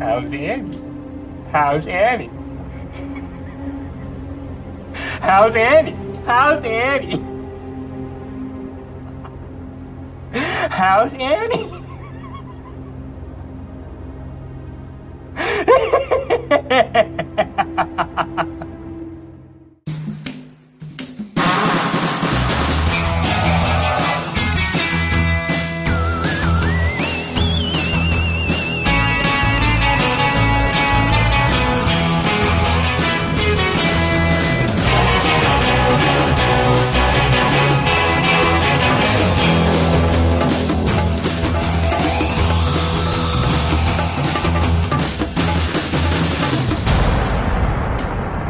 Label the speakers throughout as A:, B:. A: How's Annie? How's Annie? How's Annie? How's Annie? How's Annie?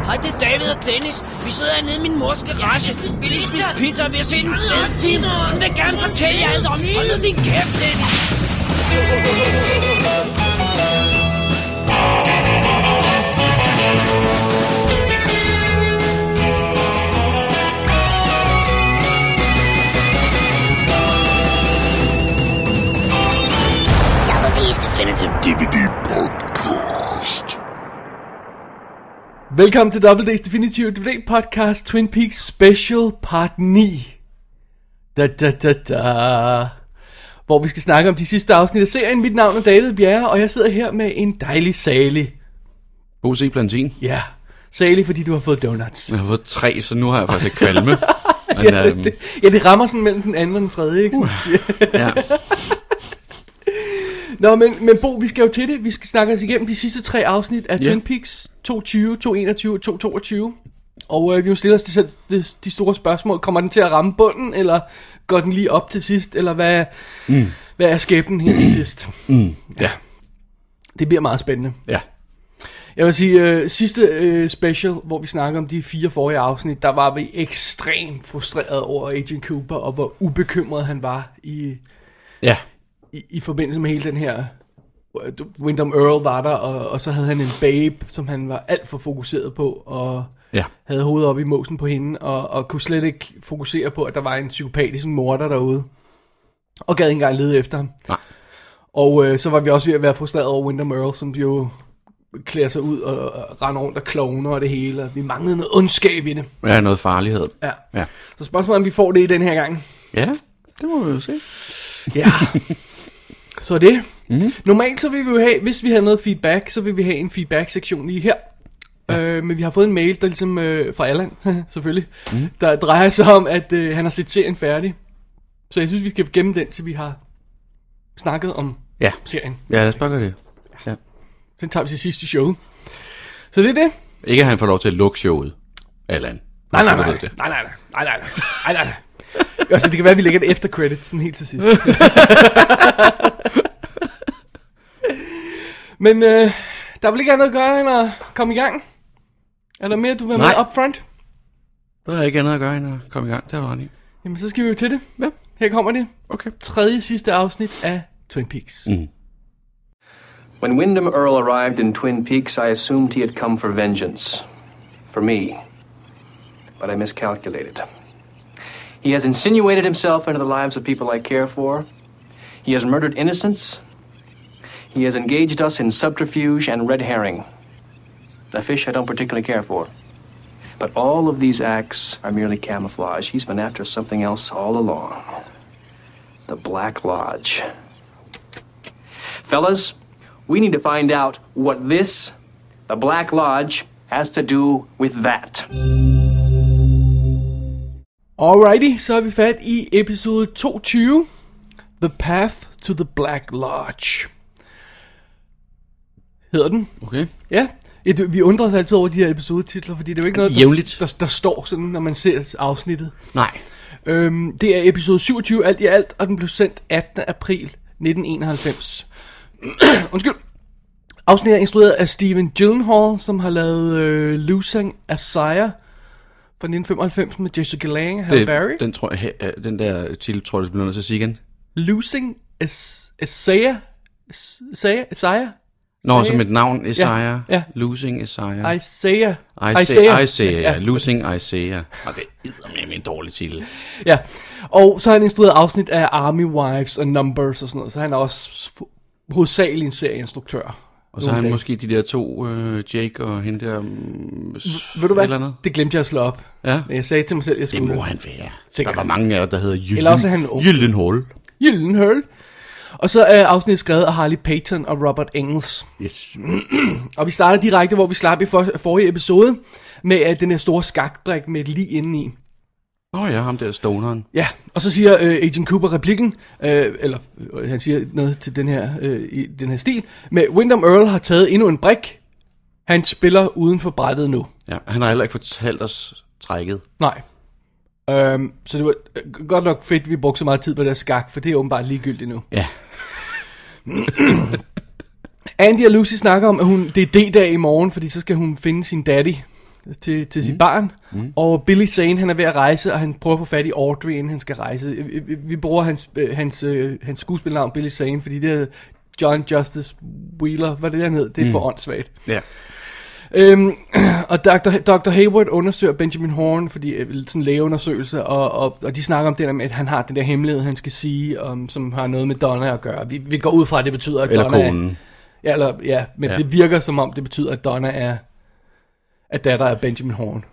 B: Hej, det er David og Dennis. Vi sidder hernede i min mors garage. Vi lige spise pizza, og vi har set en fed film. Hun vil gerne fortælle jer alt om. Hold nu din kæft, Dennis.
C: Double D's Definitive DVD.
D: Velkommen til Double D's Definitive DVD Podcast Twin Peaks Special Part 9. Da, da, da, da. Hvor vi skal snakke om de sidste afsnit af serien. Mit navn er David Bjerre, og jeg sidder her med en dejlig Sally.
E: OC Plantin.
D: Ja, Sally, fordi du har fået donuts.
E: Jeg har fået tre, så nu har jeg faktisk ikke kvalme. Men,
D: Ja,
E: øhm,
D: det, ja, det rammer sådan mellem den anden og den tredje, ikke? Sådan.
E: ja.
D: Nå, men, men Bo, vi skal jo til det. Vi skal snakke os igennem de sidste tre afsnit af
E: Ja.
D: Twin Peaks 220, 221 og 222. Og øh, vi må stille os de, selv- de, de store spørgsmål. Kommer den til at ramme bunden, eller går den lige op til sidst? Eller hvad, mm. hvad er skæbnen helt til sidst?
E: ja.
D: Det bliver meget spændende.
E: ja.
D: Jeg vil sige, øh, sidste øh, special, hvor vi snakker om de fire forrige afsnit, der var vi ekstremt frustreret over Agent Cooper, og hvor ubekymret han var i
E: Ja.
D: i, i forbindelse med hele den her... Wyndham Earl var der, og, og så havde han en babe, som han var alt for fokuseret på, og
E: Ja.
D: havde hovedet op i mosen på hende, og, og kunne slet ikke fokusere på, at der var en psykopatisk morder derude, og gad ikke engang lede efter ham.
E: Nej.
D: Og øh, så var vi også ved at være frustreret over Wyndham Earl, som jo klæder sig ud og, og render rundt og klovner og det hele, og vi manglede noget ondskab i det.
E: Der er noget farlighed.
D: Ja.
E: Ja.
D: Så spørgsmålet er, om vi får det i den her gang.
E: Ja, det må vi jo se.
D: Ja. så er det. Mm-hmm. Normalt så vil vi jo have, hvis vi har noget feedback, så vil vi have en feedback-sektion lige her. Ja. Øh, men vi har fået en mail, der ligesom øh, fra Allan, selvfølgelig, mm. der drejer sig om, at øh, han har set serien færdig. Så jeg synes, vi skal gemme den, til vi har snakket om
E: Ja.
D: serien.
E: Ja, lad os bare gøre det. Ja.
D: Den tager vi til sidste show. Så det er det.
E: Ikke at han får lov til at lukke showet, Allan.
D: Nej, Ah, nej,
E: Så Altså, du
D: nej.
E: ved det.
D: Nej, nej, nej. Nej, nej, nej. nej, nej. Altså, det kan være, at vi lægger det efter credits sådan helt til sidst. Men øh, der vil ikke andet at gøre, end at komme i gang. Er der mere, du vil have med
E: Nej.
D: up front?
E: Der er ikke andet at gøre, end at komme i gang. Det har du ret i.
D: Jamen, så skal vi jo til det.
E: Ja.
D: Her kommer det.
E: Okay.
D: Tredje sidste afsnit af Twin Peaks. Mm.
F: When Wyndham Earl arrived in Twin Peaks, I assumed he had come for vengeance. For me. But I miscalculated. He has insinuated himself into the lives of people I care for. He has murdered innocents. He has engaged us in subterfuge and red herring. A fish I don't particularly care for. But all of these acts are merely camouflage. He's been after something else all along the Black Lodge. Fellas, we need to find out what this, the Black Lodge, has to do with that.
D: Alrighty, så er vi fat i episode 22. The Path to the Black Lodge. Hedder den.
E: Okay.
D: Ja, ja du, vi undrer os altid over de her episodetitler, fordi det er jo ikke noget, der,
E: Jævnligt.
D: der, der står sådan, når man ser afsnittet.
E: Nej.
D: Øhm, det er episode 27 alt i alt, og den blev sendt 18. april 1991. Undskyld. Afsnittet er instrueret af Steven Gyllenhaal, som har lavet øh, Losing Asire fra 1995 med Jessica Lange og Halle Berry.
E: den, tror jeg, he- øh, den der titel, tror jeg, det bliver nødt til at sige igen.
D: Losing As- Asire? As- Asire? Asire?
E: Nå, som et navn, Isaiah.
D: Ja, ja.
E: Losing Isaiah.
D: Isaiah.
E: Isaiah. Isaiah, ja. Losing Isaiah. Og det er med en dårlig titel.
D: Ja, og så har han instrueret afsnit af Army Wives og Numbers og sådan noget, så han er også hovedsageligt en serieinstruktør.
E: Og så har han
D: dage.
E: måske de der to, øh, Jake og hende der... Mm, s-
D: Ved du hvad?
E: Eller andet.
D: Det glemte jeg at slå op.
E: Ja.
D: Men Jeg sagde til mig selv, at jeg
E: Det
D: skulle...
E: må han være.
D: Sikkert.
E: Der var mange af jer, der hedder
D: Eller også er han
E: Jyllen,
D: ung.
E: Jyllenhul.
D: Gyllenhøl. Og så er afsnittet skrevet af Harley Payton og Robert Engels.
E: Yes.
D: Og vi starter direkte, hvor vi slap i for, forrige episode, med uh, den her store skakdrik med et lige indeni.
E: Nå ja, ham der stoneren.
D: Ja, og så siger øh, Agent Cooper replikken, øh, eller øh, han siger noget til den her, øh, i den her stil, med Wyndham Earl har taget endnu en brik, han spiller uden for brættet nu.
E: Ja, han har heller ikke fortalt os trækket.
D: Nej. Øhm, så det var øh, godt nok fedt, vi brugte så meget tid på det her skak, for det er åbenbart ligegyldigt nu.
E: Ja.
D: Andy og Lucy snakker om, at hun, det er D-dag i morgen, fordi så skal hun finde sin daddy til, til sit barn. Mm. Og Billy Zane, han er ved at rejse, og han prøver at få fat i Audrey, inden han skal rejse. Vi- vi- Vi bruger hans, øh, hans, øh, hans skuespilnavn Billy Zane, fordi det er John Justice Wheeler, hvad det der hed, det er for åndssvagt.
E: Mm. Ja.
D: Øhm, og Dr. Dr. Hayward undersøger Benjamin Horn, fordi øh, sådan lægeundersøgelser, og, og, og de snakker om det der med, at han har den der hemmelighed, han skal sige, om, som har noget med Donna at gøre. Vi, vi går ud fra, at det betyder, at
E: Eller
D: Donna er-
E: konen.
D: Ja, eller, ja men ja.
E: Ja.
D: det virker som om, det betyder, at Donna er, at datter er Benjamin Horn.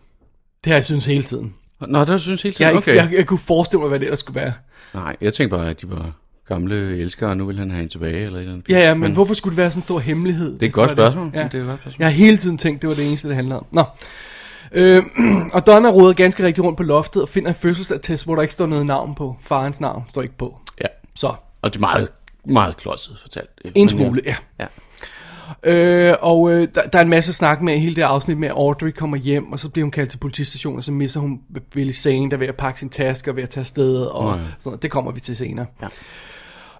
D: Det har jeg synes hele tiden.
E: Nå, der synes hele
D: Jeg,
E: tiden,
D: har
E: okay.
D: ikke, jeg, jeg kunne forestille mig, hvad det ellers skulle være.
E: Nej, jeg tænkte bare, at de var gamle elskere, og nu vil han have hende tilbage, eller et eller andet.
D: Ja, ja, men, men hvorfor skulle det være sådan en stor hemmelighed?
E: Det er et godt spørgsmål.
D: Ja.
E: Det er et godt spørgsmål.
D: Jeg har hele tiden tænkt, det var det eneste, det handlede om. Nå. Øh, og Donna roder ganske rigtig rundt på loftet og finder en fødselsattest, hvor der ikke står noget navn på. Farens navn står ikke på.
E: Ja.
D: Så,
E: Og det er meget, meget klodset fortalt.
D: en
E: Men
D: smule,
E: Ja.
D: ja. Øh, og øh, der, der er en masse snak med i hele det afsnit med, at Audrey kommer hjem, og så bliver hun kaldt til politistationen, og så misser hun Billy Zane, der er ved at pakke sin taske og ved at tage afsted, og
E: Nå ja.
D: sådan noget. Det kommer vi til senere. Ja.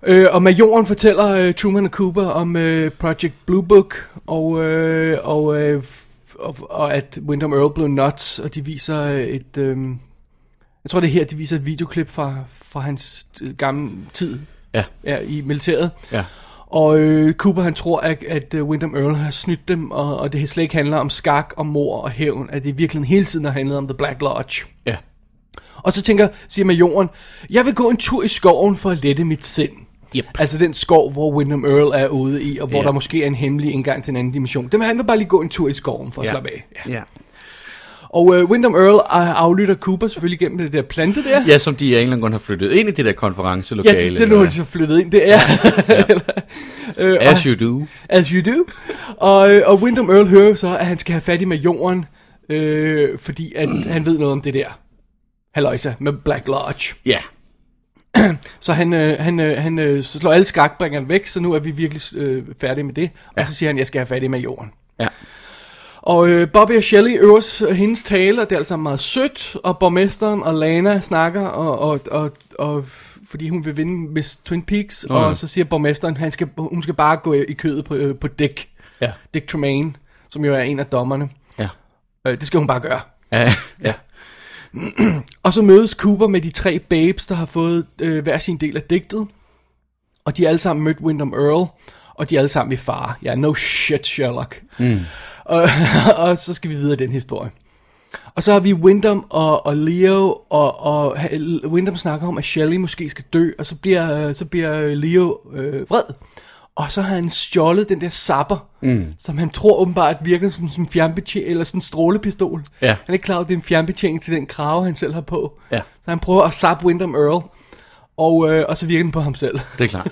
D: Øh, og majoren fortæller øh, Truman og Cooper om øh, Project Blue Book, og, øh, og, øh, og, og at Wyndham Earl blev nuts, og de viser øh, et... Øh, jeg tror, det er her, de viser et videoklip fra, fra hans øh, gamle tid
E: Ja.
D: ja, i militæret.
E: Ja.
D: Og øh, Cooper han tror, at, at øh, Wyndham Earl har snydt dem, og, og det slet ikke handler om skak og mor og hævn, at det virkelig hele tiden har handlet om The Black Lodge.
E: Ja.
D: Og så tænker, siger majoren, jeg vil gå en tur i skoven for at lette mit sind.
E: Yep.
D: Altså den skov, hvor Wyndham Earl er ude i, og hvor
E: Ja.
D: der måske er en hemmelig indgang til en anden dimension. Dem han vil bare lige gå en tur i skoven for at
E: Ja.
D: slappe af. Ja.
E: ja.
D: Og øh, Wyndham Earl øh, aflytter Cooper selvfølgelig gennem det der plante der.
E: Ja, som de af en eller anden grund har flyttet ind i det der
D: Ja,
E: konferencelokale.
D: det, det er nu, de så flyttet ind. Det er,
E: ja. As you do.
D: As you do. Og, øh, og Wyndham Earl hører jo så, at han skal have fat i majoren, øh, fordi at han ved noget om det der. Halløjsa med Black Lodge.
E: Ja.
D: Så han, øh, han, øh, han øh, så slår alle skakbringerne væk, så nu er vi virkelig øh, færdige med det. Ja. Og så siger han, at jeg skal have fat i majoren.
E: Ja.
D: Og øh, Bobby og Shelley øver s- hendes tale, og det er altså meget sødt. Og borgmesteren og Lana snakker, og, og, og, og, fordi hun vil vinde Miss Twin Peaks.
E: Nå
D: Oh,
E: ja.
D: Og så siger borgmesteren, han skal, hun skal bare gå i kødet på, øh, på Dick.
E: Ja.
D: Dick Tremaine, som jo er en af dommerne.
E: Ja.
D: Øh, det skal hun bare gøre.
E: Ja. ja.
D: Og så mødes Cooper med de tre babes, der har fået øh, hver sin del af digtet. Og de har alle sammen mødt Wyndham Earl. Og de er alle sammen i far. Ja, no shit, Sherlock. Mm. Og, og så skal vi videre i den historie. Og så har vi Wyndham og, og Leo, og, og Wyndham snakker om, at Shelley måske skal dø, og så bliver, øh, så bliver Leo øh, vred. Og så har han stjålet den der sapper, mm. som han tror åbenbart virker som, som fjernbetjening, eller sådan en strålepistol.
E: Ja.
D: Han er ikke klar over, at det er en fjernbetjening til den krave, han selv har på.
E: Ja.
D: Så han prøver at sappe Wyndham Earl, og, øh, og så virker den på ham selv.
E: Det er klart.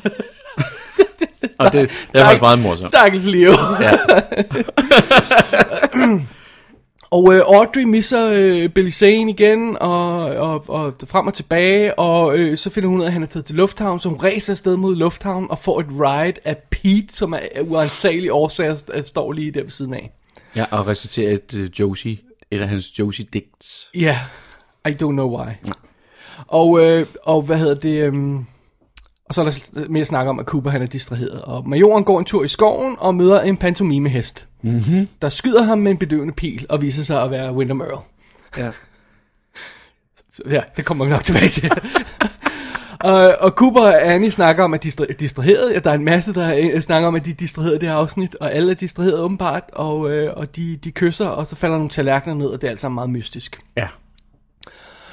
E: Og det, det er faktisk meget morsomt.
D: Stakkels Leo. Ja. og øh, Audrey misser øh, Billy Zane igen, og, og, og frem og tilbage, og øh, så finder hun ud af, at han er taget til Lufthavn, så hun racer afsted mod Lufthavn og får et ride af Pete, som er af uansagelige årsager st- øh, står lige der ved siden af.
E: Ja, og recitere et uh, Josie, et af hans Josie-digts.
D: Ja, yeah. I don't know why. Og, øh, og hvad hedder det... Øh, og så er der sl- mere snak om, at Cooper han er distraheret. Og majoren går en tur i skoven og møder en pantomimehest, mm-hmm. der skyder ham med en bedøvende pil og viser sig at være Wyndham Earl.
E: Ja.
D: Så, ja, det kommer vi nok tilbage til. og, og Cooper og Annie snakker om, at de er stra- distraheret. Ja, der er en masse, der øh, snakker om, at de er distraheret i det her afsnit, og alle er distraheret åbenbart, og, øh, og de, de kysser, og så falder nogle tallerkener ned, og det er alt sammen meget mystisk.
E: Ja.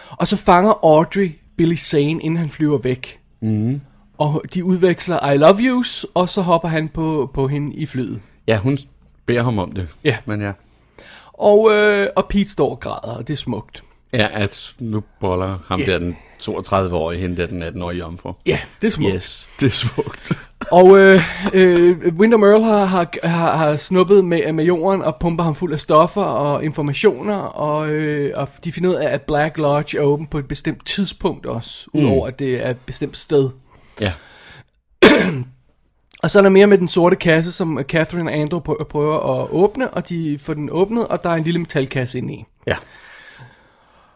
D: Og så fanger Audrey Billy Zane, inden han flyver væk. Mm. Og de udveksler I love yous, og så hopper han på, på hende i flyet.
E: Ja, hun beder ham om det.
D: Ja.
E: Men ja.
D: Og, øh, og Pete står og græder, og det er smukt.
E: Ja, at nu boller ham
D: Ja.
E: yeah. der den 32-årige, hende der den 18-årige jomfru.
D: Ja, det er smukt.
E: Yes, det er smukt.
D: Og øh, øh, Windham Earl har, har, har, har snuppet med, med jorden og pumper ham fuld af stoffer og informationer, og, øh, og de finder ud af, at Black Lodge er åben på et bestemt tidspunkt også, udover at det er et bestemt sted.
E: ja.
D: Og så er der mere med den sorte kasse, som Catherine og Andrew prø- prøver at åbne, og de får den åbnet, og der er en lille metalkasse inde i.
E: Ja.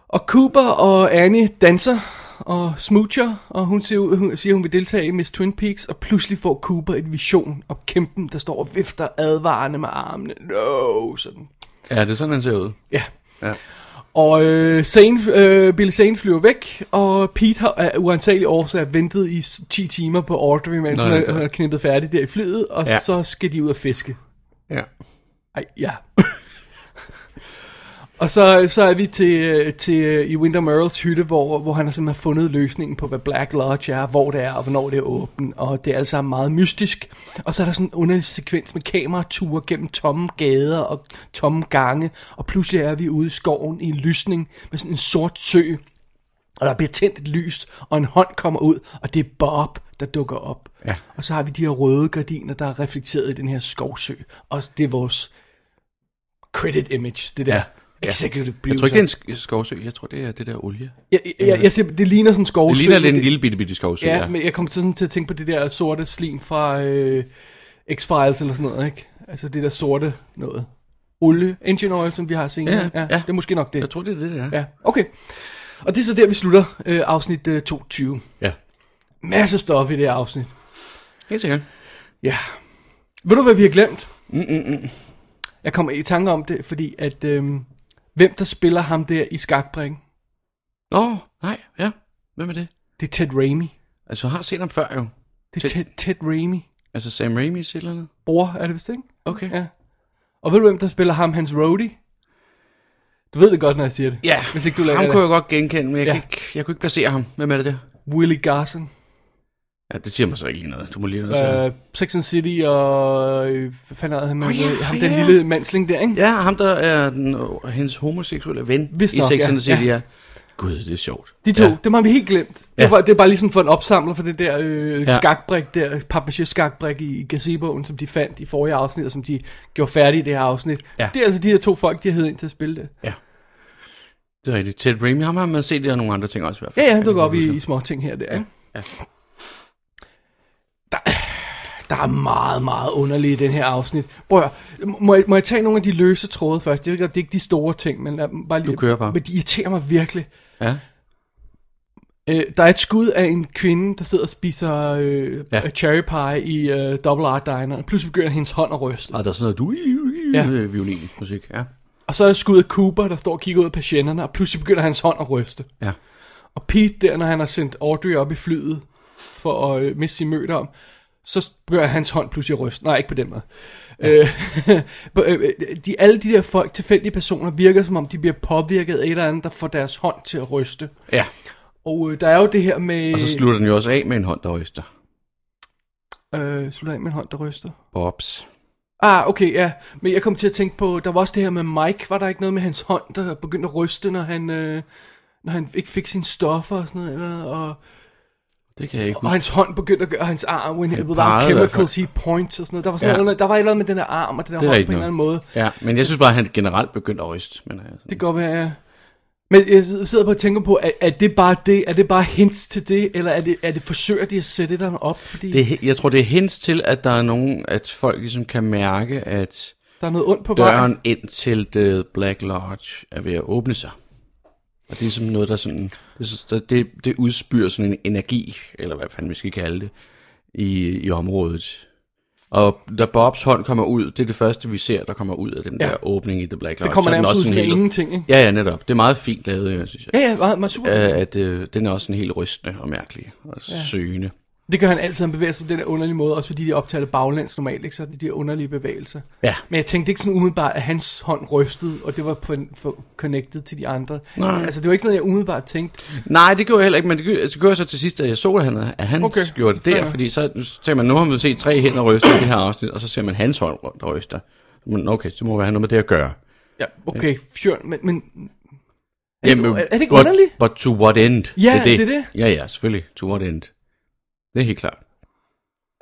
D: Og Cooper og Annie danser og smoocher, og hun siger, hun siger, hun vil deltage i Miss Twin Peaks, og pludselig får Cooper et vision om kæmpen, der står og vifter advarende med armene. No! Sådan.
E: Ja, det er sådan, han ser ud.
D: Ja.
E: Ja.
D: Og øh, Zane, øh, Billy Zane flyver væk, og Pete har af uansagelige årsager ventet i s- 10 timer på Audrey, mens
E: Nå,
D: hun
E: det
D: er,
E: er-
D: hun er knippet færdig der i flyet, og ja.
E: Ja.
D: så skal de ud og fiske.
E: Ja.
D: Ej, ja. og så, så er vi til, øh, til øh, i Winter Merles hytte, hvor, hvor han har simpelthen fundet løsningen på, hvad Black Lodge er, hvor det er, og hvornår det er åbent, og det er alt sammen meget mystisk. Og så er der sådan en underlig sekvens med kamerature gennem tomme gader og tomme gange, og pludselig er vi ude i skoven i en lysning med sådan en sort sø, og der bliver tændt et lys, og en hånd kommer ud, og det er Bob, der dukker op.
E: Ja.
D: Og så har vi de her røde gardiner, der er reflekteret i den her skovsø. Og det er vores credit image, det der
E: Ja.
D: ja. executive producer.
E: Jeg tror ikke, det er en sk- skovsø. Jeg tror, det er det der olie.
D: Jeg, jeg, jeg, jeg siger, det ligner sådan en skovsø.
E: Det ligner
D: men
E: lidt en lille bitte, bitte skovsø.
D: Ja, men jeg kom sådan til at tænke på det der sorte slim fra øh, X-Files eller sådan noget, ikke? Altså det der sorte noget. Olie, engine oil, som vi har senere.
E: Ja, ja.
D: Det er måske nok det.
E: Jeg tror, det er det, det er.
D: Ja, okay. Og det er så der, vi slutter øh, afsnit øh, 22.
E: ja.
D: Masse stof i det her afsnit.
E: Helt sikkert.
D: Ja. Ved du, hvad vi har glemt? Mm-mm.
E: Mm,
D: Jeg kommer i tanke om det, fordi at... Øhm, hvem der spiller ham der i skakbrækken?
E: Nå, nej, ja. Hvem er det?
D: Det er Ted Raimi.
E: Altså, jeg har set ham før jo.
D: Det er Ted,
E: Ted-
D: Ted Raimi.
E: Altså, Sam Raimi et eller andet.
D: Bror, er det vist ikke?
E: Okay.
D: Ja. Og ved du, hvem der spiller ham, hans roadie? Du ved det godt, når jeg siger det.
E: ja.
D: Hvis ikke du lader
E: ham
D: det.
E: kunne jeg godt genkende, men jeg,
D: Ja.
E: ja. kan ikke, jeg kunne ikke placere ham. Hvem er det der?
D: Willie Garson.
E: Ja, det siger mig så ikke lige noget. Du må lige noget
D: Øh,
E: øh,
D: Sex and City og... øh, Hvad fanden er han med?
E: Åh, ja,
D: ham
E: ja.
D: den lille mandsling der, ikke?
E: Ja, ham der er den, øh, hendes homoseksuelle ven
D: Vist
E: i
D: nok,
E: Sex
D: ja.
E: and the City.
D: Ja.
E: Ja. Gud, det er sjovt.
D: De to, ja.
E: Ja.
D: dem har vi helt glemt. Det, ja.
E: Ja.
D: var, det er bare lige sådan for en opsamler for det der øh, ja.
E: Ja.
D: skakbrik, der papmaché skakbrik i, i gazeboen, som de fandt i forrige afsnit, og som de gjorde færdig i det her afsnit. Ja.
E: Ja.
D: Det er altså de her to folk, de har hed ind til at spille det.
E: Ja. Det er rigtigt. Ted Raimi, ham har man set der nogle andre ting også i hvert
D: Ja,
E: fald.
D: ja, han dukker
E: Jeg
D: op
E: kan
D: i, i
E: huske
D: små ting her og der, ikke?
E: Ja.
D: Der, der er meget, meget underligt i den her afsnit. Prøv at, høre, må, jeg, må jeg tage nogle af de løse tråde først? Det er, ikke- det er ikke de store ting, men lad, dem bare lige,
E: Du kører bare.
D: Men de irriterer mig virkelig.
E: ham. Ja.
D: Øh, der er et skud af en kvinde, der sidder og spiser øh, ja.
E: Ja.
D: cherry pie i øh, Double R Diner. Pludselig begynder hendes hånd at ryste.
E: Og der er sådan noget du
D: Ja.
E: ja. Øh, violinmusik. Ja.
D: Og så er der et skud af Cooper, der står og kigger ud af patienterne, og pludselig begynder hans hånd at ryste.
E: Ja.
D: Og Pete der, når han har sendt Audrey op i flyet for at øh, miste sin møde om, så begynder hans hånd pludselig at ryste. Nej, ikke på den måde. Ja. Øh, de, alle de der folk, tilfældige personer, virker som om, de bliver påvirket af et eller andet, der får deres hånd til at ryste.
E: ja.
D: Og øh, der er jo det her med...
E: Og så slutter den jo også af med en hånd, der ryster.
D: øh, slutter af med en hånd, der ryster.
E: Bobs.
D: Ah, okay, ja. Men jeg kom til at tænke på, der var også det her med Mike. Var der ikke noget med hans hånd, der begyndte at ryste, når han, øh, når han ikke fik sine stoffer og sådan noget? Eller, og,
E: Det kan jeg ikke
D: og
E: huske.
D: hans hånd begyndte at gøre, og hans arm, when it without
E: pegede i hvert
D: chemicals, he points og sådan noget. Der var, sådan
E: Ja.
D: ja. noget, der var et eller andet med den der arm og den der
E: Det er
D: hånd på en
E: rigtigt
D: eller
E: nok.
D: anden måde.
E: Ja, men jeg synes bare, at han generelt begyndte at ryste. Men, altså,
D: Det kan godt være, ja. Men jeg sid- sidder på og tænker på, er, er det bare det? Er det bare hints til det? Eller er det, er det forsøger de at sætte den op, fordi det...
E: det, jeg tror, det er hens til, at der er nogen, at folk ligesom kan mærke, at
D: der er noget ondt på vejen?
E: døren ind til The Black Lodge er ved at åbne sig. Og det er som noget, der sådan, det, så- der- det, det udspyrer sådan en energi, eller hvad fanden vi skal kalde det, i, i området. Og da Bobs hånd kommer ud, det er det første, vi ser, der kommer ud af den
D: Ja.
E: ja. der åbning i The Black Lodge.
D: Det kommer
E: Så er den
D: nærmest
E: også
D: ud
E: sådan
D: fra
E: helt-
D: ingenting, ikke?
E: Ja, ja, netop. Det er meget fint lavet, jeg synes jeg.
D: Ja, ja, meget, meget super.
E: Øh, at øh, den er også sådan helt rystende og mærkelig og søgende.
D: Det gør han altid, han bevæger sig på den her underlige måde, også fordi de optager det baglæns normalt, ikke? så er det de her underlige bevægelser.
E: Ja.
D: Men jeg tænkte ikke sådan umiddelbart, at hans hånd rystede, og det var på, for connected til de andre.
E: Nej.
D: Altså det var ikke sådan, jeg umiddelbart tænkte.
E: Nej, det gjorde jeg heller ikke, men det gjorde, så gjorde jeg så til sidst, at jeg så, at han, at han
D: Okay,
E: okay. gjorde det
D: fair
E: der,
D: nok.
E: fordi så, så tænker man, nu har man set tre hænder ryste i det her afsnit, og så ser man hans hånd, der ryster. Så man, okay, så må det have noget med det at gøre.
D: Ja, okay, sure, men, men
E: Er det,
D: er det ikke
E: but,
D: underligt?
E: But to what end?
D: Ja, det er det.
E: Ja, ja, selvfølgelig. To what end? Det er helt klart.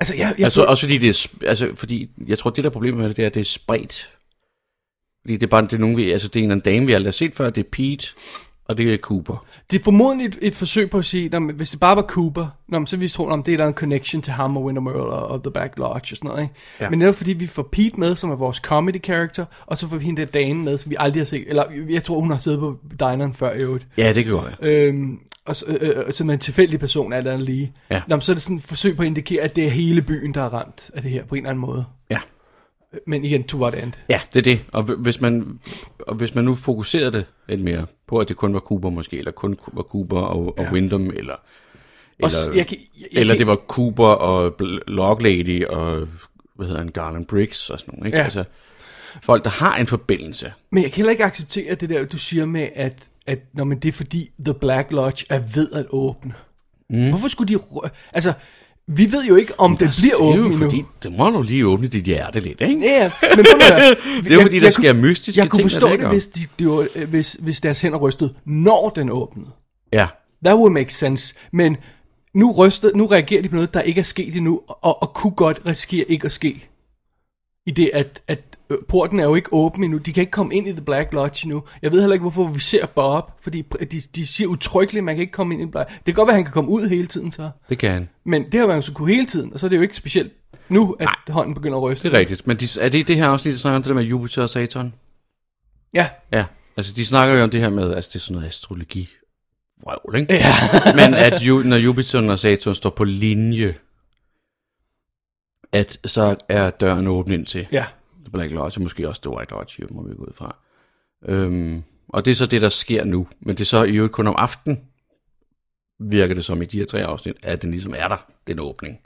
D: altså jeg, jeg
E: Jeg altså, også fordi det er, sp- altså, fordi jeg tror, det der problem med det, det er, at det er spredt. Fordi det er bare, det er nogen, vi, altså, det er en eller anden dame, vi aldrig har set før, det er Pete, og det er Cooper.
D: Det er formodentlig et, et forsøg på at sige, "Nå, men hvis det bare var Cooper, nå, men så ville vi tro, at det er der en connection til ham og Wintermere og, og The Back Lodge og sådan noget. Ikke? Ja. Men netop fordi vi får Pete med, som er vores comedy character, og så får vi hende der dame med, som vi aldrig har set. Eller jeg tror, hun har siddet på dineren før i øvrigt.
E: Ja, det kan godt være.
D: Øhm, og så, øh, øh, som er en tilfældig person, alt andet lige.
E: Ja.
D: Nå, men så er det sådan et forsøg på at indikere, at det er hele byen, der er ramt af det her på en eller anden måde.
E: Ja.
D: Men igen, to what end.
E: Ja, det er det. Og hv- hvis man, og hvis man nu fokuserede det lidt mere på, at det kun var Cooper måske, eller kun var Cooper og, og
D: Ja.
E: ja. Wyndham, eller,
D: Og
E: eller,
D: s- jeg kan- jeg- jeg
E: eller
D: kan-
E: det var Cooper og Bl- Loglady og, hvad hedder han, Garland Briggs og sådan noget, ikke?
D: Ja.
E: Altså, folk, der har en forbindelse.
D: Men jeg kan heller ikke acceptere det der, du siger med, at, at når man det er fordi The Black Lodge er ved at åbne. Mm. Hvorfor skulle de... rø- Altså, vi ved jo ikke, om den bliver
E: Altså, det er jo
D: åbnet
E: fordi,
D: nu.
E: det må du lige åbne dit hjerte lidt, ikke?
D: Ja, men prøv at høre.
E: Det er jo fordi, der sker mystiske
D: Jeg kunne
E: ting, der
D: forstå det,
E: ligger.
D: hvis, de, det var, øh, hvis, hvis deres hænder rystede, når den åbnede.
E: Ja.
D: That would make sense. Men nu, ryster, nu reagerer de på noget, der ikke er sket endnu, og, og kunne godt risikere ikke at ske. I det, at, at øh, porten er jo ikke åben endnu. De kan ikke komme ind i The Black Lodge endnu. Jeg ved heller ikke, hvorfor vi ser Bob, fordi pr- de, de siger utryggeligt, at man kan ikke komme ind i The Black Det kan godt være, at han kan komme ud hele tiden så.
E: Det kan han.
D: Men det har man jo så kunne hele tiden, og så er det jo ikke specielt nu, at Nej. hånden begynder at ryste.
E: Det er rigtigt. Men de, er det i det her afsnit, der snakker om det der med Jupiter og Saturn?
D: Ja,
E: Ja. Altså, de snakker jo om det her med, altså, det er sådan noget astrologi. Vrøvl, ikke? Ja. Men at ju, når Jupiter og Saturn står på linje, at så er døren åben ind til
D: ja.
E: The Black Lodge, og måske også The White Lodge, jo, må vi gå ud fra. Øhm, og det er så det, der sker nu. Men det er så i øvrigt kun om aftenen, virker det som i de her tre afsnit, at den ligesom er der, den åbning.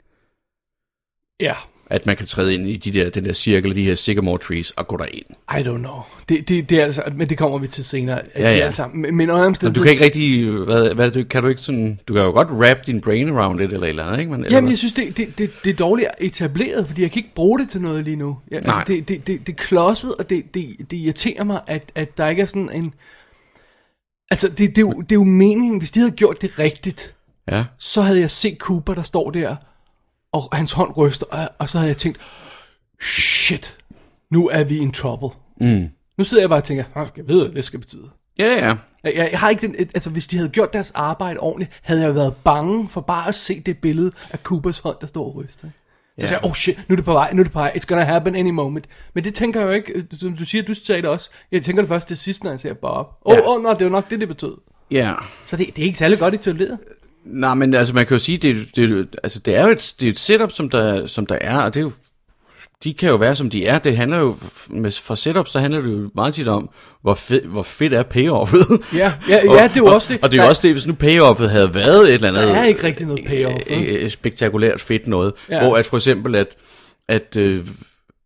D: Ja.
E: at man kan træde ind i de der, den der cirkel, de her sycamore trees, og gå derind.
D: I don't know. Det, det, det er altså, men det kommer vi til senere. Ja,
E: Ja,
D: ja.
E: ja.
D: Altså, men, men under
E: Så du kan ikke rigtig, øh, hvad, hvad er det, du- kan du ikke sådan, du kan jo godt wrap din brain around det, eller et eller andet, ikke? Men, eller,
D: Jamen, jeg synes, det, det, det, det er dårligt etableret, fordi jeg kan ikke bruge det til noget lige nu. Jeg,
E: Nej.
D: Altså, det, det, det, det er klodset, og det, det, det irriterer mig, at, at der ikke er sådan en... Altså, det, det, er jo, det er jo meningen. Hvis de havde gjort det rigtigt,
E: ja.
D: så havde jeg set Cooper, der står der, og hans hånd ryster, og, og så havde jeg tænkt, shit, nu er vi in trouble.
E: Mm.
D: Nu sidder jeg bare og tænker, "Nå, jeg ved, hvad det skal betyde.
E: Ja, ja.
D: Jeg, jeg, jeg har ikke den, altså hvis de havde gjort deres arbejde ordentligt, havde jeg været bange for bare at se det billede af Coopers hånd, der står og ryster. ikke? Så sagde jeg, oh shit, nu er det på vej, nu er det på vej, it's gonna happen any moment. Men det tænker jeg jo ikke, øh, som du siger, du sagde det også, jeg tænker det først til sidst, når jeg ser Bob. Åh,
E: Ja.
D: oh, oh, no, det var nok det, det betød.
E: Ja.
D: Så det, det er ikke særlig godt etableret.
E: Mm. Nej, men altså, man kan jo sige, det, det, altså, det er jo et, det er et setup, som der, som der er, og det er jo, de kan jo være, som de er. Det handler jo, f- med, for setups, der handler det jo meget tit om, hvor, fed, hvor fedt er payoffet.
D: Ja, ja,
E: Og-
D: ja, det er jo
E: og,
D: også det.
E: Og det er
D: Der-
E: jo også det, hvis nu payoffet havde været et eller andet.
D: Der er ikke rigtig noget payoff,
E: øh,
D: vel?
E: øh, spektakulært fedt noget.
D: Ja.
E: Ja. Hvor at for eksempel, at, at, øh,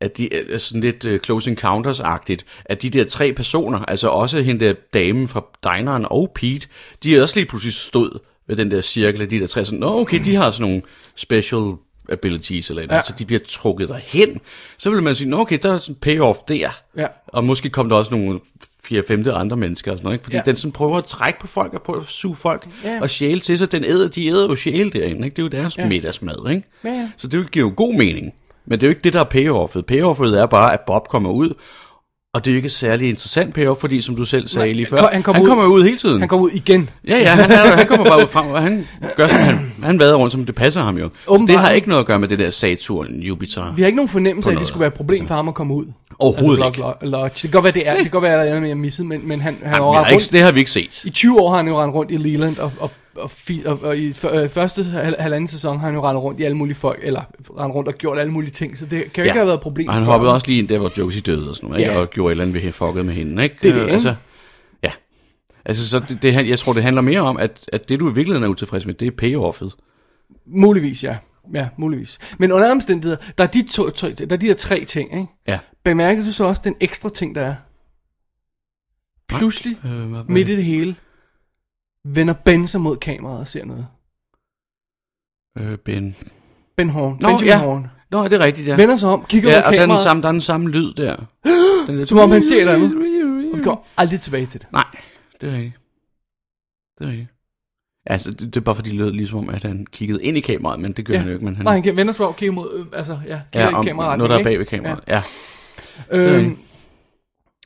E: at de er sådan lidt øh, Close Encounters-agtigt, at de der tre personer, altså også hende der damen fra dineren og Pete, de er også lige pludselig stod ved den der cirkel af de der tre, sådan, nå okay, de har sådan nogle special abilities eller et eller andet,
D: Ja.
E: så de bliver trukket derhen, så vil man sige, nå okay, der er sådan en payoff der.
D: Ja.
E: Og måske kom der også nogle 4-5 andre mennesker og sådan noget, ikke? fordi
D: Ja.
E: ja. den sådan prøver at trække på folk og prøver at suge folk
D: Ja.
E: ja. og sjæle til sig. Den æder, de æder jo sjæle derinde, ikke? det er jo deres ja. middagsmad. Ikke?
D: Ja, ja.
E: Så det giver jo god mening. Men det er jo ikke det, der er payoffet. Payoffet er bare, at Bob kommer ud, og det er jo ikke et særlig interessant payoff, fordi som du selv sagde
D: Nej,
E: lige
D: han
E: før,
D: kom- han kommer
E: han
D: ud-
E: kommer jo ud hele tiden.
D: Han går ud igen.
E: Ja, ja, han, er, han kommer bare ud frem, og han gør, som han, han vader rundt, som det passer ham jo. Så det
D: Åbenbart.
E: har ikke noget at gøre med det der Saturn, Jupiter.
D: Vi har ikke nogen fornemmelse
E: På
D: af, at det
E: noget,
D: skulle være et problem for ham at komme ud.
E: Overhovedet
D: af The Black Lodge. Det kan godt være, det er. Det kan godt være, at der er noget, jeg missede, men, men han, han
E: Jamen,
D: var
E: vi har
D: rundt.
E: ikke, det har vi ikke set.
D: I 20 år har han jo rendt rundt i Leland, og, og, og, fi- og, og i f- øh, første hal- halvanden sæson har han jo rendt rundt i alle mulige folk, eller rendt rundt og gjort alle mulige ting, så det kan jo ja. ikke have været et problem.
E: Og han
D: for
E: hoppede
D: ham.
E: også lige ind der, hvor Josie døde og sådan noget,
D: Ja.
E: ja. og gjorde et eller andet ved at fucket med hende, ikke?
D: Det er det,
E: Øh, Altså, ja. Altså, så det, det, han- jeg tror, det handler mere om, at, at det, du i virkeligheden er utilfreds med, det er payoffet.
D: Muligvis, ja. Ja, muligvis. Men under alle omstændigheder, der er de, to, to, der er de her tre ting, ikke?
E: Ja.
D: Bemærker du så også den ekstra ting, der er? Pludselig,
E: Øh, hvad, hvad?
D: midt i det hele, vender Ben sig mod kameraet og ser noget.
E: Øh, ben.
D: Ben Horn.
E: Nå,
D: Benjamin
E: ja.
D: Horn.
E: Nå, er det rigtigt, ja.
D: Vender sig om, kigger
E: ja,
D: mod
E: og der er, den
D: kameraet,
E: samme, der er den samme lyd der. Den der
D: som om han ser et eller andet. og vi går aldrig tilbage til det.
E: Nej, det er rigtigt. Det er rigtigt. Altså, det, det er bare fordi, det lød ligesom om, at han kiggede ind i kameraet, men det gør
D: Ja.
E: ja. han jo ikke. Men han,
D: Nej, han kan vende sig om, kigger mod, øh, altså, ja, kigger
E: ja, om,
D: i kameraet.
E: noget, der er bag ved kameraet. Ja. ja.
D: Øhm,
E: Øh.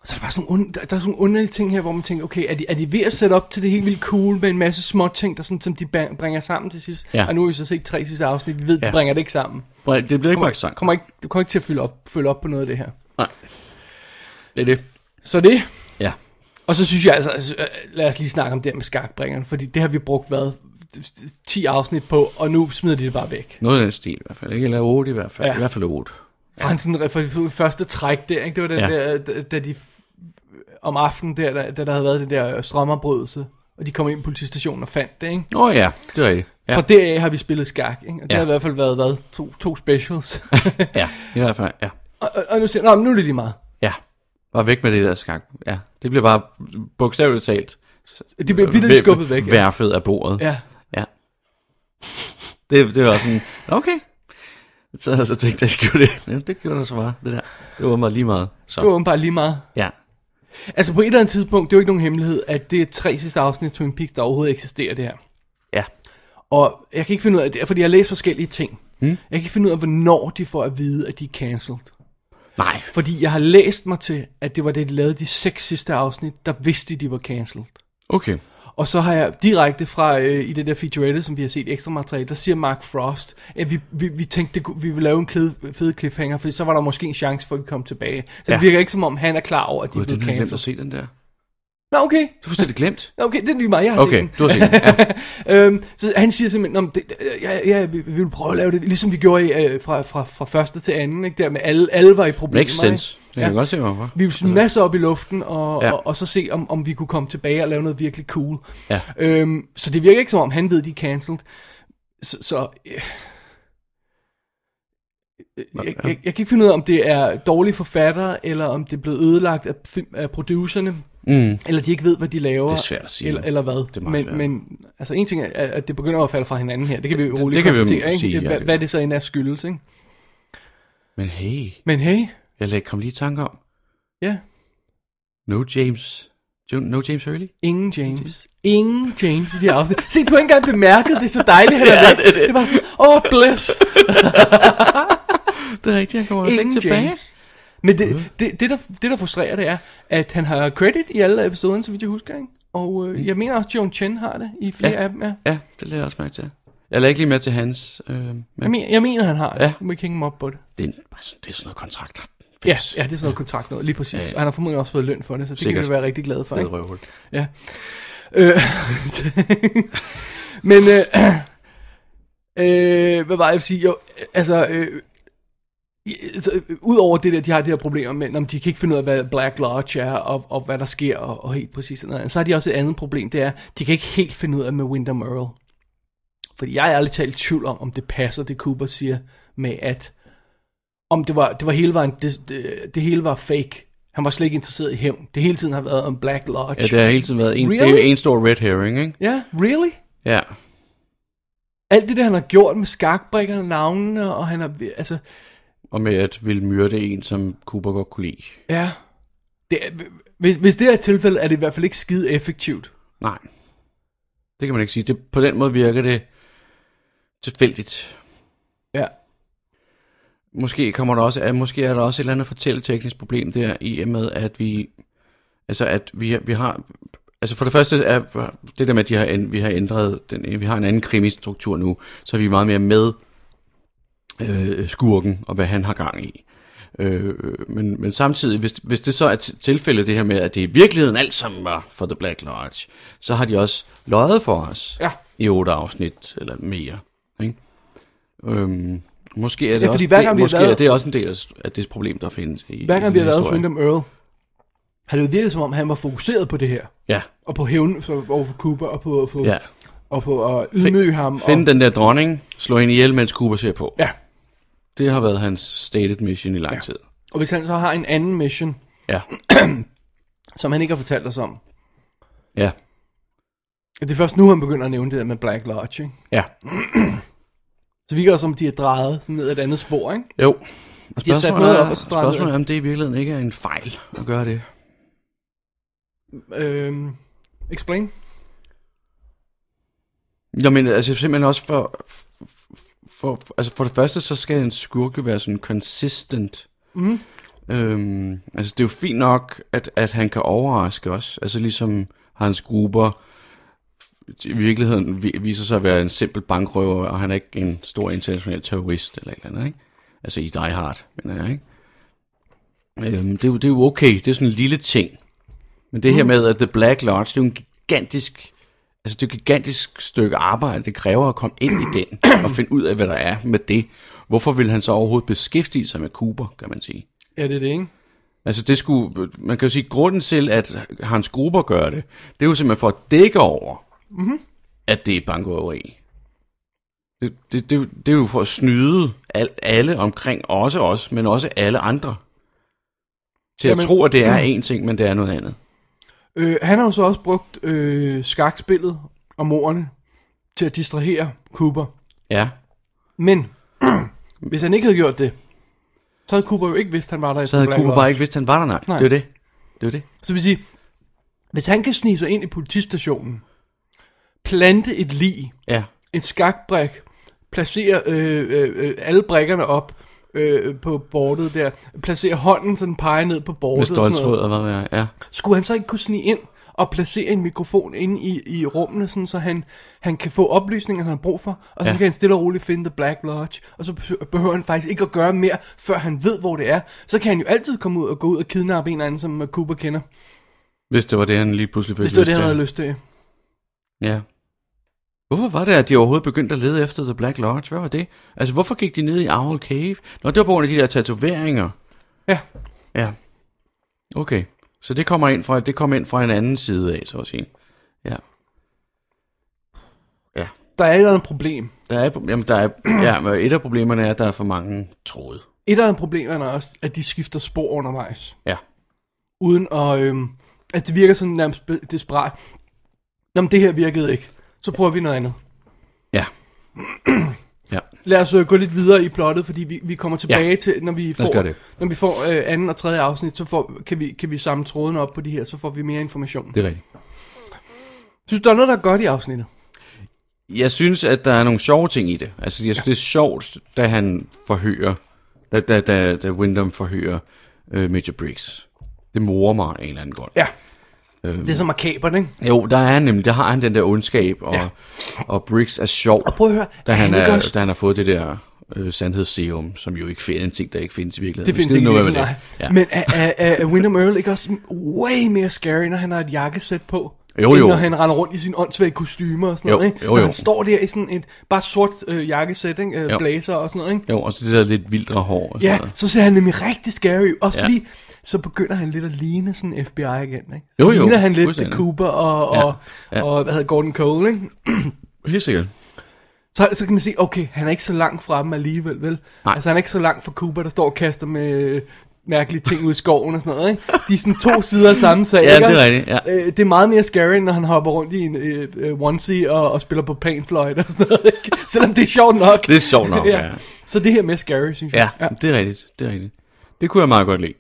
D: Så er der, bare sådan nogle, und- der, der er sådan nogle underlige ting her, hvor man tænker, okay, er de, er de ved at sætte op til det helt vildt cool med en masse små ting, der sådan, som de ba- bringer sammen til sidst?
E: Ja.
D: Og nu har vi så set tre sidste afsnit, vi ved, de
E: Ja.
D: bringer det ikke sammen.
E: Prøv at- Det bliver ikke
D: Kommer,
E: bare sang.
D: kommer ikke, du kommer ikke til at fylde op, følge op på noget af det her.
E: Nej. Det er det.
D: Så det.
E: Ja.
D: Og så synes jeg altså, altså øh, lad os lige snakke om det her med skakbringerne, fordi det har vi brugt, hvad, 10 afsnit på, og nu smider de det bare væk.
E: Noget af den stil i hvert fald. Ikke? Eller 8 i hvert fald.
D: Ja.
E: Ja. I hvert fald 8.
D: Fra han sådan, fra det første træk der, ikke? Det var den
E: Ja.
D: der, da, da de f- om aftenen der, da, da der havde været den der strømmerbrydelse, og de kom ind på politistationen og fandt det, ikke?
E: Åh oh, ja, det er rigtigt.
D: Ja.
E: Ja.
D: Fra deraf har vi spillet skak, ikke? Og det ja.
E: Ja.
D: har i hvert fald været, hvad, to, to specials.
E: ja, i hvert fald. Ja.
D: og, og, og, nu siger jeg, "Nå, men nu er det lige meget.
E: ja. Bare væk med det der skak. Ja. Det bliver bare bogstaveligt talt.
D: De
E: Øh,
D: bliver vildt skubbet væk. Ja.
E: Værfet af bordet.
D: ja.
E: Ja. Det, det var sådan, okay. Så havde jeg så tænkt, at jeg gjorde det. Ja, det gjorde der så bare, det der. Det var mig lige meget. Så,
D: Det var åbenbart lige meget.
E: ja.
D: Altså på et eller andet tidspunkt, det er jo ikke nogen hemmelighed, at det er tre sidste afsnit af Twin Peaks, der overhovedet eksisterer det her.
E: Ja.
D: Og jeg kan ikke finde ud af det, er, fordi jeg har læst forskellige ting. Mm.
E: Hmm?
D: Jeg kan ikke finde ud af, hvornår de får at vide, at de er cancelled.
E: Nej.
D: Fordi jeg har læst mig til, at det var det, de lavede de seks sidste afsnit, der vidste de, de var cancelled.
E: Okay.
D: Og så har jeg direkte fra øh, i det der featurette, som vi har set ekstra materiale, der siger Mark Frost, at vi, vi, vi tænkte, det kunne, vi ville lave en klæd, fed cliffhanger, for så var der måske en chance for, at vi kom tilbage. Så ja.
E: Ja.
D: det virker ikke som om, han er klar over, at de er
E: Gud, den
D: blevet
E: har jeg glemt at
D: cancelled.
E: se, den der.
D: Nå, okay.
E: Du har fuldstændig glemt.
D: Okay, det er lige meget, jeg har set
E: Okay,
D: den.
E: du har set den. Ja.
D: Øhm, så han siger simpelthen, om det, øh, ja, ja, vi, vi vil prøve at lave det, ligesom vi gjorde i, øh, fra, fra, fra første til anden, ikke? Der med alle, alle var i problemer.
E: Makes sense. Det kan
D: Ja.
E: jeg godt se, hvorfor.
D: Vi ville smide masser op i luften, og, ja.
E: Ja.
D: og, og så se, om, om vi kunne komme tilbage og lave noget virkelig cool.
E: Ja.
D: Øhm, så det virker ikke som om, han ved, de er cancelled. Så, så øh, jeg, jeg, jeg kan ikke finde ud af, om det er dårlige forfattere, eller om det er blevet ødelagt af, film, af producerne,
E: Mm.
D: eller de ikke ved, hvad de laver.
E: Det er svært at sige.
D: Eller, eller hvad.
E: er meget
D: men,
E: svært.
D: men altså en ting er, at at det begynder at falde fra hinanden her. Det kan vi jo
E: det
D: roligt
E: kan vi jo
D: konstatere, ikke?
E: sige, ja,
D: Hva-
E: det-
D: hvad det så end er skyldes, ikke?
E: Men hey,
D: Men hey,
E: jeg lagde, kom lige i tanke om.
D: ja,
E: No James. Jo- No James Hurley?
D: ingen James. Ingen James i de her afsnit. Se, du har ikke engang bemærket, det er så dejligt, han er væk. Det, det. var sådan, åh, oh, bless.
E: Det er rigtigt, han kommer altså ikke
D: Ingen
E: tilbage.
D: James. Men det, det, det, der, det, der frustrerer, det er, at han har credit i alle episoderne, så vidt jeg husker, ikke? Og øh, jeg mener også, at Joan Chen har det i flere
E: Ja.
D: af dem, ja.
E: Ja, det lader jeg også mærke til. Jeg lader ikke lige med til hans. Øh, men
D: Jeg mener, jeg mener han har det. Ja.
E: Ja.
D: Du må ikke hænge mig op på det.
E: det, er, bare sådan- det er sådan noget kontrakter.
D: Ja, ja, det er sådan noget kontrakt noget, lige præcis. Ja,
E: Ja,
D: ja.
E: ja.
D: Og han har formodentlig også fået løn for det, så det Sikkert. kan
E: Sikkert.
D: vi være rigtig glade for.
E: Det
D: Ikke?
E: er røvhul.
D: Ja. Øh, men, øh, øh, hvad var det, jeg vil sige? Jo, altså, øh, altså, udover det der, de har det her problemer med, om de kan ikke finde ud af, hvad Black Lodge er, og, og hvad der sker, og, og helt præcis sådan noget. Så har de også et andet problem, det er, de kan ikke helt finde ud af med Windham Earl. Fordi jeg er ærligt talt i tvivl om, om det passer, det Cooper siger, med at, om det var, det var hele var en, det, det, det hele var fake. Han var slet ikke interesseret i hævn. Det hele tiden har været om Black Lodge.
E: Ja, det har hele tiden været en, really? det
D: Really?
E: er jo en stor red herring, ikke?
D: Ja, really?
E: Ja.
D: Alt det der, han har gjort med skakbrikkerne, navnene, og han har, altså,
E: Og med at ville myrde en, som Cooper godt kunne lide.
D: ja. Det er, hvis, hvis det er tilfældet, er det i hvert fald ikke skide effektivt.
E: Nej. Det kan man ikke sige. Det, på den måde virker det tilfældigt.
D: Ja.
E: Måske, kommer der også, at måske er der også et eller andet fortælleteknisk problem der, i og med, at vi... Altså, at vi, vi har... Altså, for det første er det der med, at de har, ænd- vi har ændret... Den, vi har en anden krimistruktur nu, så er vi meget mere med øh, skurken og hvad han har gang i. Øh, men, men samtidig, hvis, hvis det så er t- tilfældet det her med, at det i virkeligheden alt sammen var for The Black Lodge, så har de også løjet for os
D: Ja.
E: i otte afsnit eller mere. Ikke? Øhm, måske er det,
D: Ja, fordi
E: også,
D: hver gang
E: det,
D: vi har
E: måske
D: været-
E: er det også en del af, af det problem, der findes i
D: Hver gang
E: i
D: vi har været hos
E: historien.
D: Wyndham Earl, har det jo virket som om, han var fokuseret på det her.
E: Ja,
D: Og på hævn for- over for Cooper, og på at få
E: ja.
D: og på at ydmyge ham.
E: Find
D: og,
E: den der dronning, slå hende ihjel, mens Cooper ser på.
D: Ja,
E: Det har været hans stated mission i lang
D: Ja.
E: tid.
D: og hvis han så har en anden mission,
E: Ja.
D: som han ikke har fortalt os om.
E: Ja.
D: Det er først nu, han begynder at nævne det der med Black Lodge, ikke?
E: Ja.
D: Så vi også, som de er drejet sådan ned ad et andet spor, ikke?
E: Jo. Og
D: De har sat
E: spørgsmålet
D: noget op,
E: er,
D: og så drejer den
E: spørgsmålet er, om det i virkeligheden ikke er en fejl at gøre det.
D: Øhm, explain.
E: Jamen, altså simpelthen også for... For, for, altså for det første, så skal en skurke være sådan consistent. Mm. Øhm, altså det er jo fint nok, at, at han kan overraske os. Altså ligesom hans grupper i virkeligheden vi- viser sig at være en simpel bankrøver, og han er ikke en stor international terrorist eller et eller andet, ikke? Altså i Die Hard, mener jeg, ikke? Øhm, det, er jo, det er jo okay, det er sådan en lille ting. Men det her med, at The Black Lodge, det er jo en gigantisk Altså det er et gigantisk stykke arbejde, det kræver at komme ind i den og finde ud af, hvad der er med det. Hvorfor vil han så overhovedet beskæftige sig med Cooper, kan man sige?
D: Ja, det er det, ikke?
E: Altså det skulle, man kan jo sige, at grunden til, at hans grupper gør det, det er jo simpelthen for at dække over, mm-hmm. at det er bankrøveri. Det, det, det, det er jo for at snyde al, alle omkring, også os, men også alle andre. Til Jamen, Mm.
D: Jamen-
E: at tro, at det er én ting, men det er noget andet.
D: Øh, han har jo så også brugt øh, skakspillet og morerne til at distrahere Cooper.
E: Ja,
D: Men, hvis han ikke havde gjort det, så havde Cooper jo ikke vidst, han var der.
E: så havde Cooper bare ikke vidst, at han var der, nej.
D: Nej.
E: nej. Det er jo det. Det er jo det.
D: Så vil sige, hvis han kan snige sig ind i politistationen, plante et lig,
E: Ja.
D: en skakbrik, placere øh, øh, øh, alle brikkerne op øh, på bordet der, placere hånden, så den peger ned på bordet.
E: Med
D: og sådan noget.
E: stoltråd og hvad ved jeg. Ja.
D: Skulle han så ikke kunne snige ind og placere en mikrofon inde i, i rummene, sådan, så han, han kan få oplysninger, han har brug for, og så ja.
E: Ja.
D: kan han stille og roligt finde The Black Lodge, og så behø- behøver han faktisk ikke at gøre mere, før han ved, hvor det er. Så kan han jo altid komme ud og gå ud og kidnappe en eller anden, som øh, Cooper kender,
E: Hvis det var det, han lige pludselig fik
D: hvis det var det, han
E: til.
D: havde lyst til.
E: Ja. Hvorfor var det, at de overhovedet begyndte at lede efter The Black Lodge? Hvad var det? Altså, hvorfor gik de ned i Owl Cave? Nå, det var på grund af de der tatoveringer.
D: Ja.
E: Ja. Okay. Så det kommer ind fra, det kommer ind fra en anden side af, så at sige. Ja. Ja.
D: Der er et eller andet problem.
E: Der er, et- jamen, der er, ja, men et af problemerne er, at der er for mange tråde.
D: Et eller andet problem er også, at de skifter spor undervejs.
E: Ja.
D: uden at, øhm, at det virker sådan nærmest be- desperat. Nå, men det her virkede ikke. Så prøver vi noget andet.
E: Ja. ja.
D: Lad os øh, gå lidt videre i plottet, fordi vi, vi kommer tilbage ja. til, når vi får,
E: gøre det.
D: Når vi får øh, anden og tredje afsnit, så får, kan, vi, kan vi samle tråden op på de her, så får vi mere information.
E: Det er rigtigt.
D: Synes du, der er noget, der er godt i afsnittet?
E: Jeg synes, at der er nogle sjove ting i det. Altså, jeg synes, ja. det er sjovt, da han forhører, da, da, da, da Wyndham forhører øh, Major Briggs. Det morer mig af en eller anden grund.
D: Ja. Øhm. Det er så makabert, ikke?
E: Jo, der er han nemlig, der har han den der ondskab, og, ja. og Briggs er sjov,
D: Og prøv at høre,
E: da
D: er
E: han,
D: han
E: er,
D: ikke også-
E: da han har fået det der øh, sandhedsserum, som jo ikke findes, en ting, der ikke findes i virkeligheden.
D: Det findes
E: Skide
D: ikke i
E: noget med
D: virkeligheden,
E: det.
D: ja. Men er, er, er, er Wyndham Earl ikke også way mere scary, når han har et jakkesæt på?
E: Jo,
D: end
E: jo.
D: når han render rundt i sin åndssvage kostymer og sådan
E: Jo,
D: noget, ikke?
E: jo,
D: Når
E: jo.
D: han står der i sådan et bare sort øh, jakkesæt, ikke? Øh,
E: Jo.
D: blazer og sådan noget, ikke?
E: Jo, og så det der lidt vildre hår. Og sådan
D: Ja,
E: noget.
D: så ser han nemlig rigtig scary ud. Også ja.
E: Ja.
D: fordi, så begynder han lidt at ligne sådan FBI igen, ikke? Så
E: Jo, jo,
D: ligner han lidt The
E: fuldstændig.
D: Cooper og, og, ja.
E: Ja, ja.
D: og, hvad hedder Gordon Cole, ikke?
E: Helt sikkert.
D: Så, så kan man sige, okay, han er ikke så langt fra dem alligevel, vel?
E: Nej.
D: Altså, han er ikke så langt fra Cooper, der står og kaster med øh, mærkelige ting ud i skoven og sådan noget, ikke? De er sådan to sider af samme sag,
E: Ja,
D: ikke
E: det er
D: også?
E: rigtigt, ja.
D: Øh, det er meget mere scary, end når han hopper rundt i en øh, øh, onesie og, og spiller på panfløjt og sådan noget, ikke? Selvom det er sjovt nok.
E: Det er sjovt nok, ja.
D: Så det her med scary, synes
E: Ja,
D: jeg.
E: ja, det er rigtigt, det er rigtigt. Det kunne jeg meget godt lide.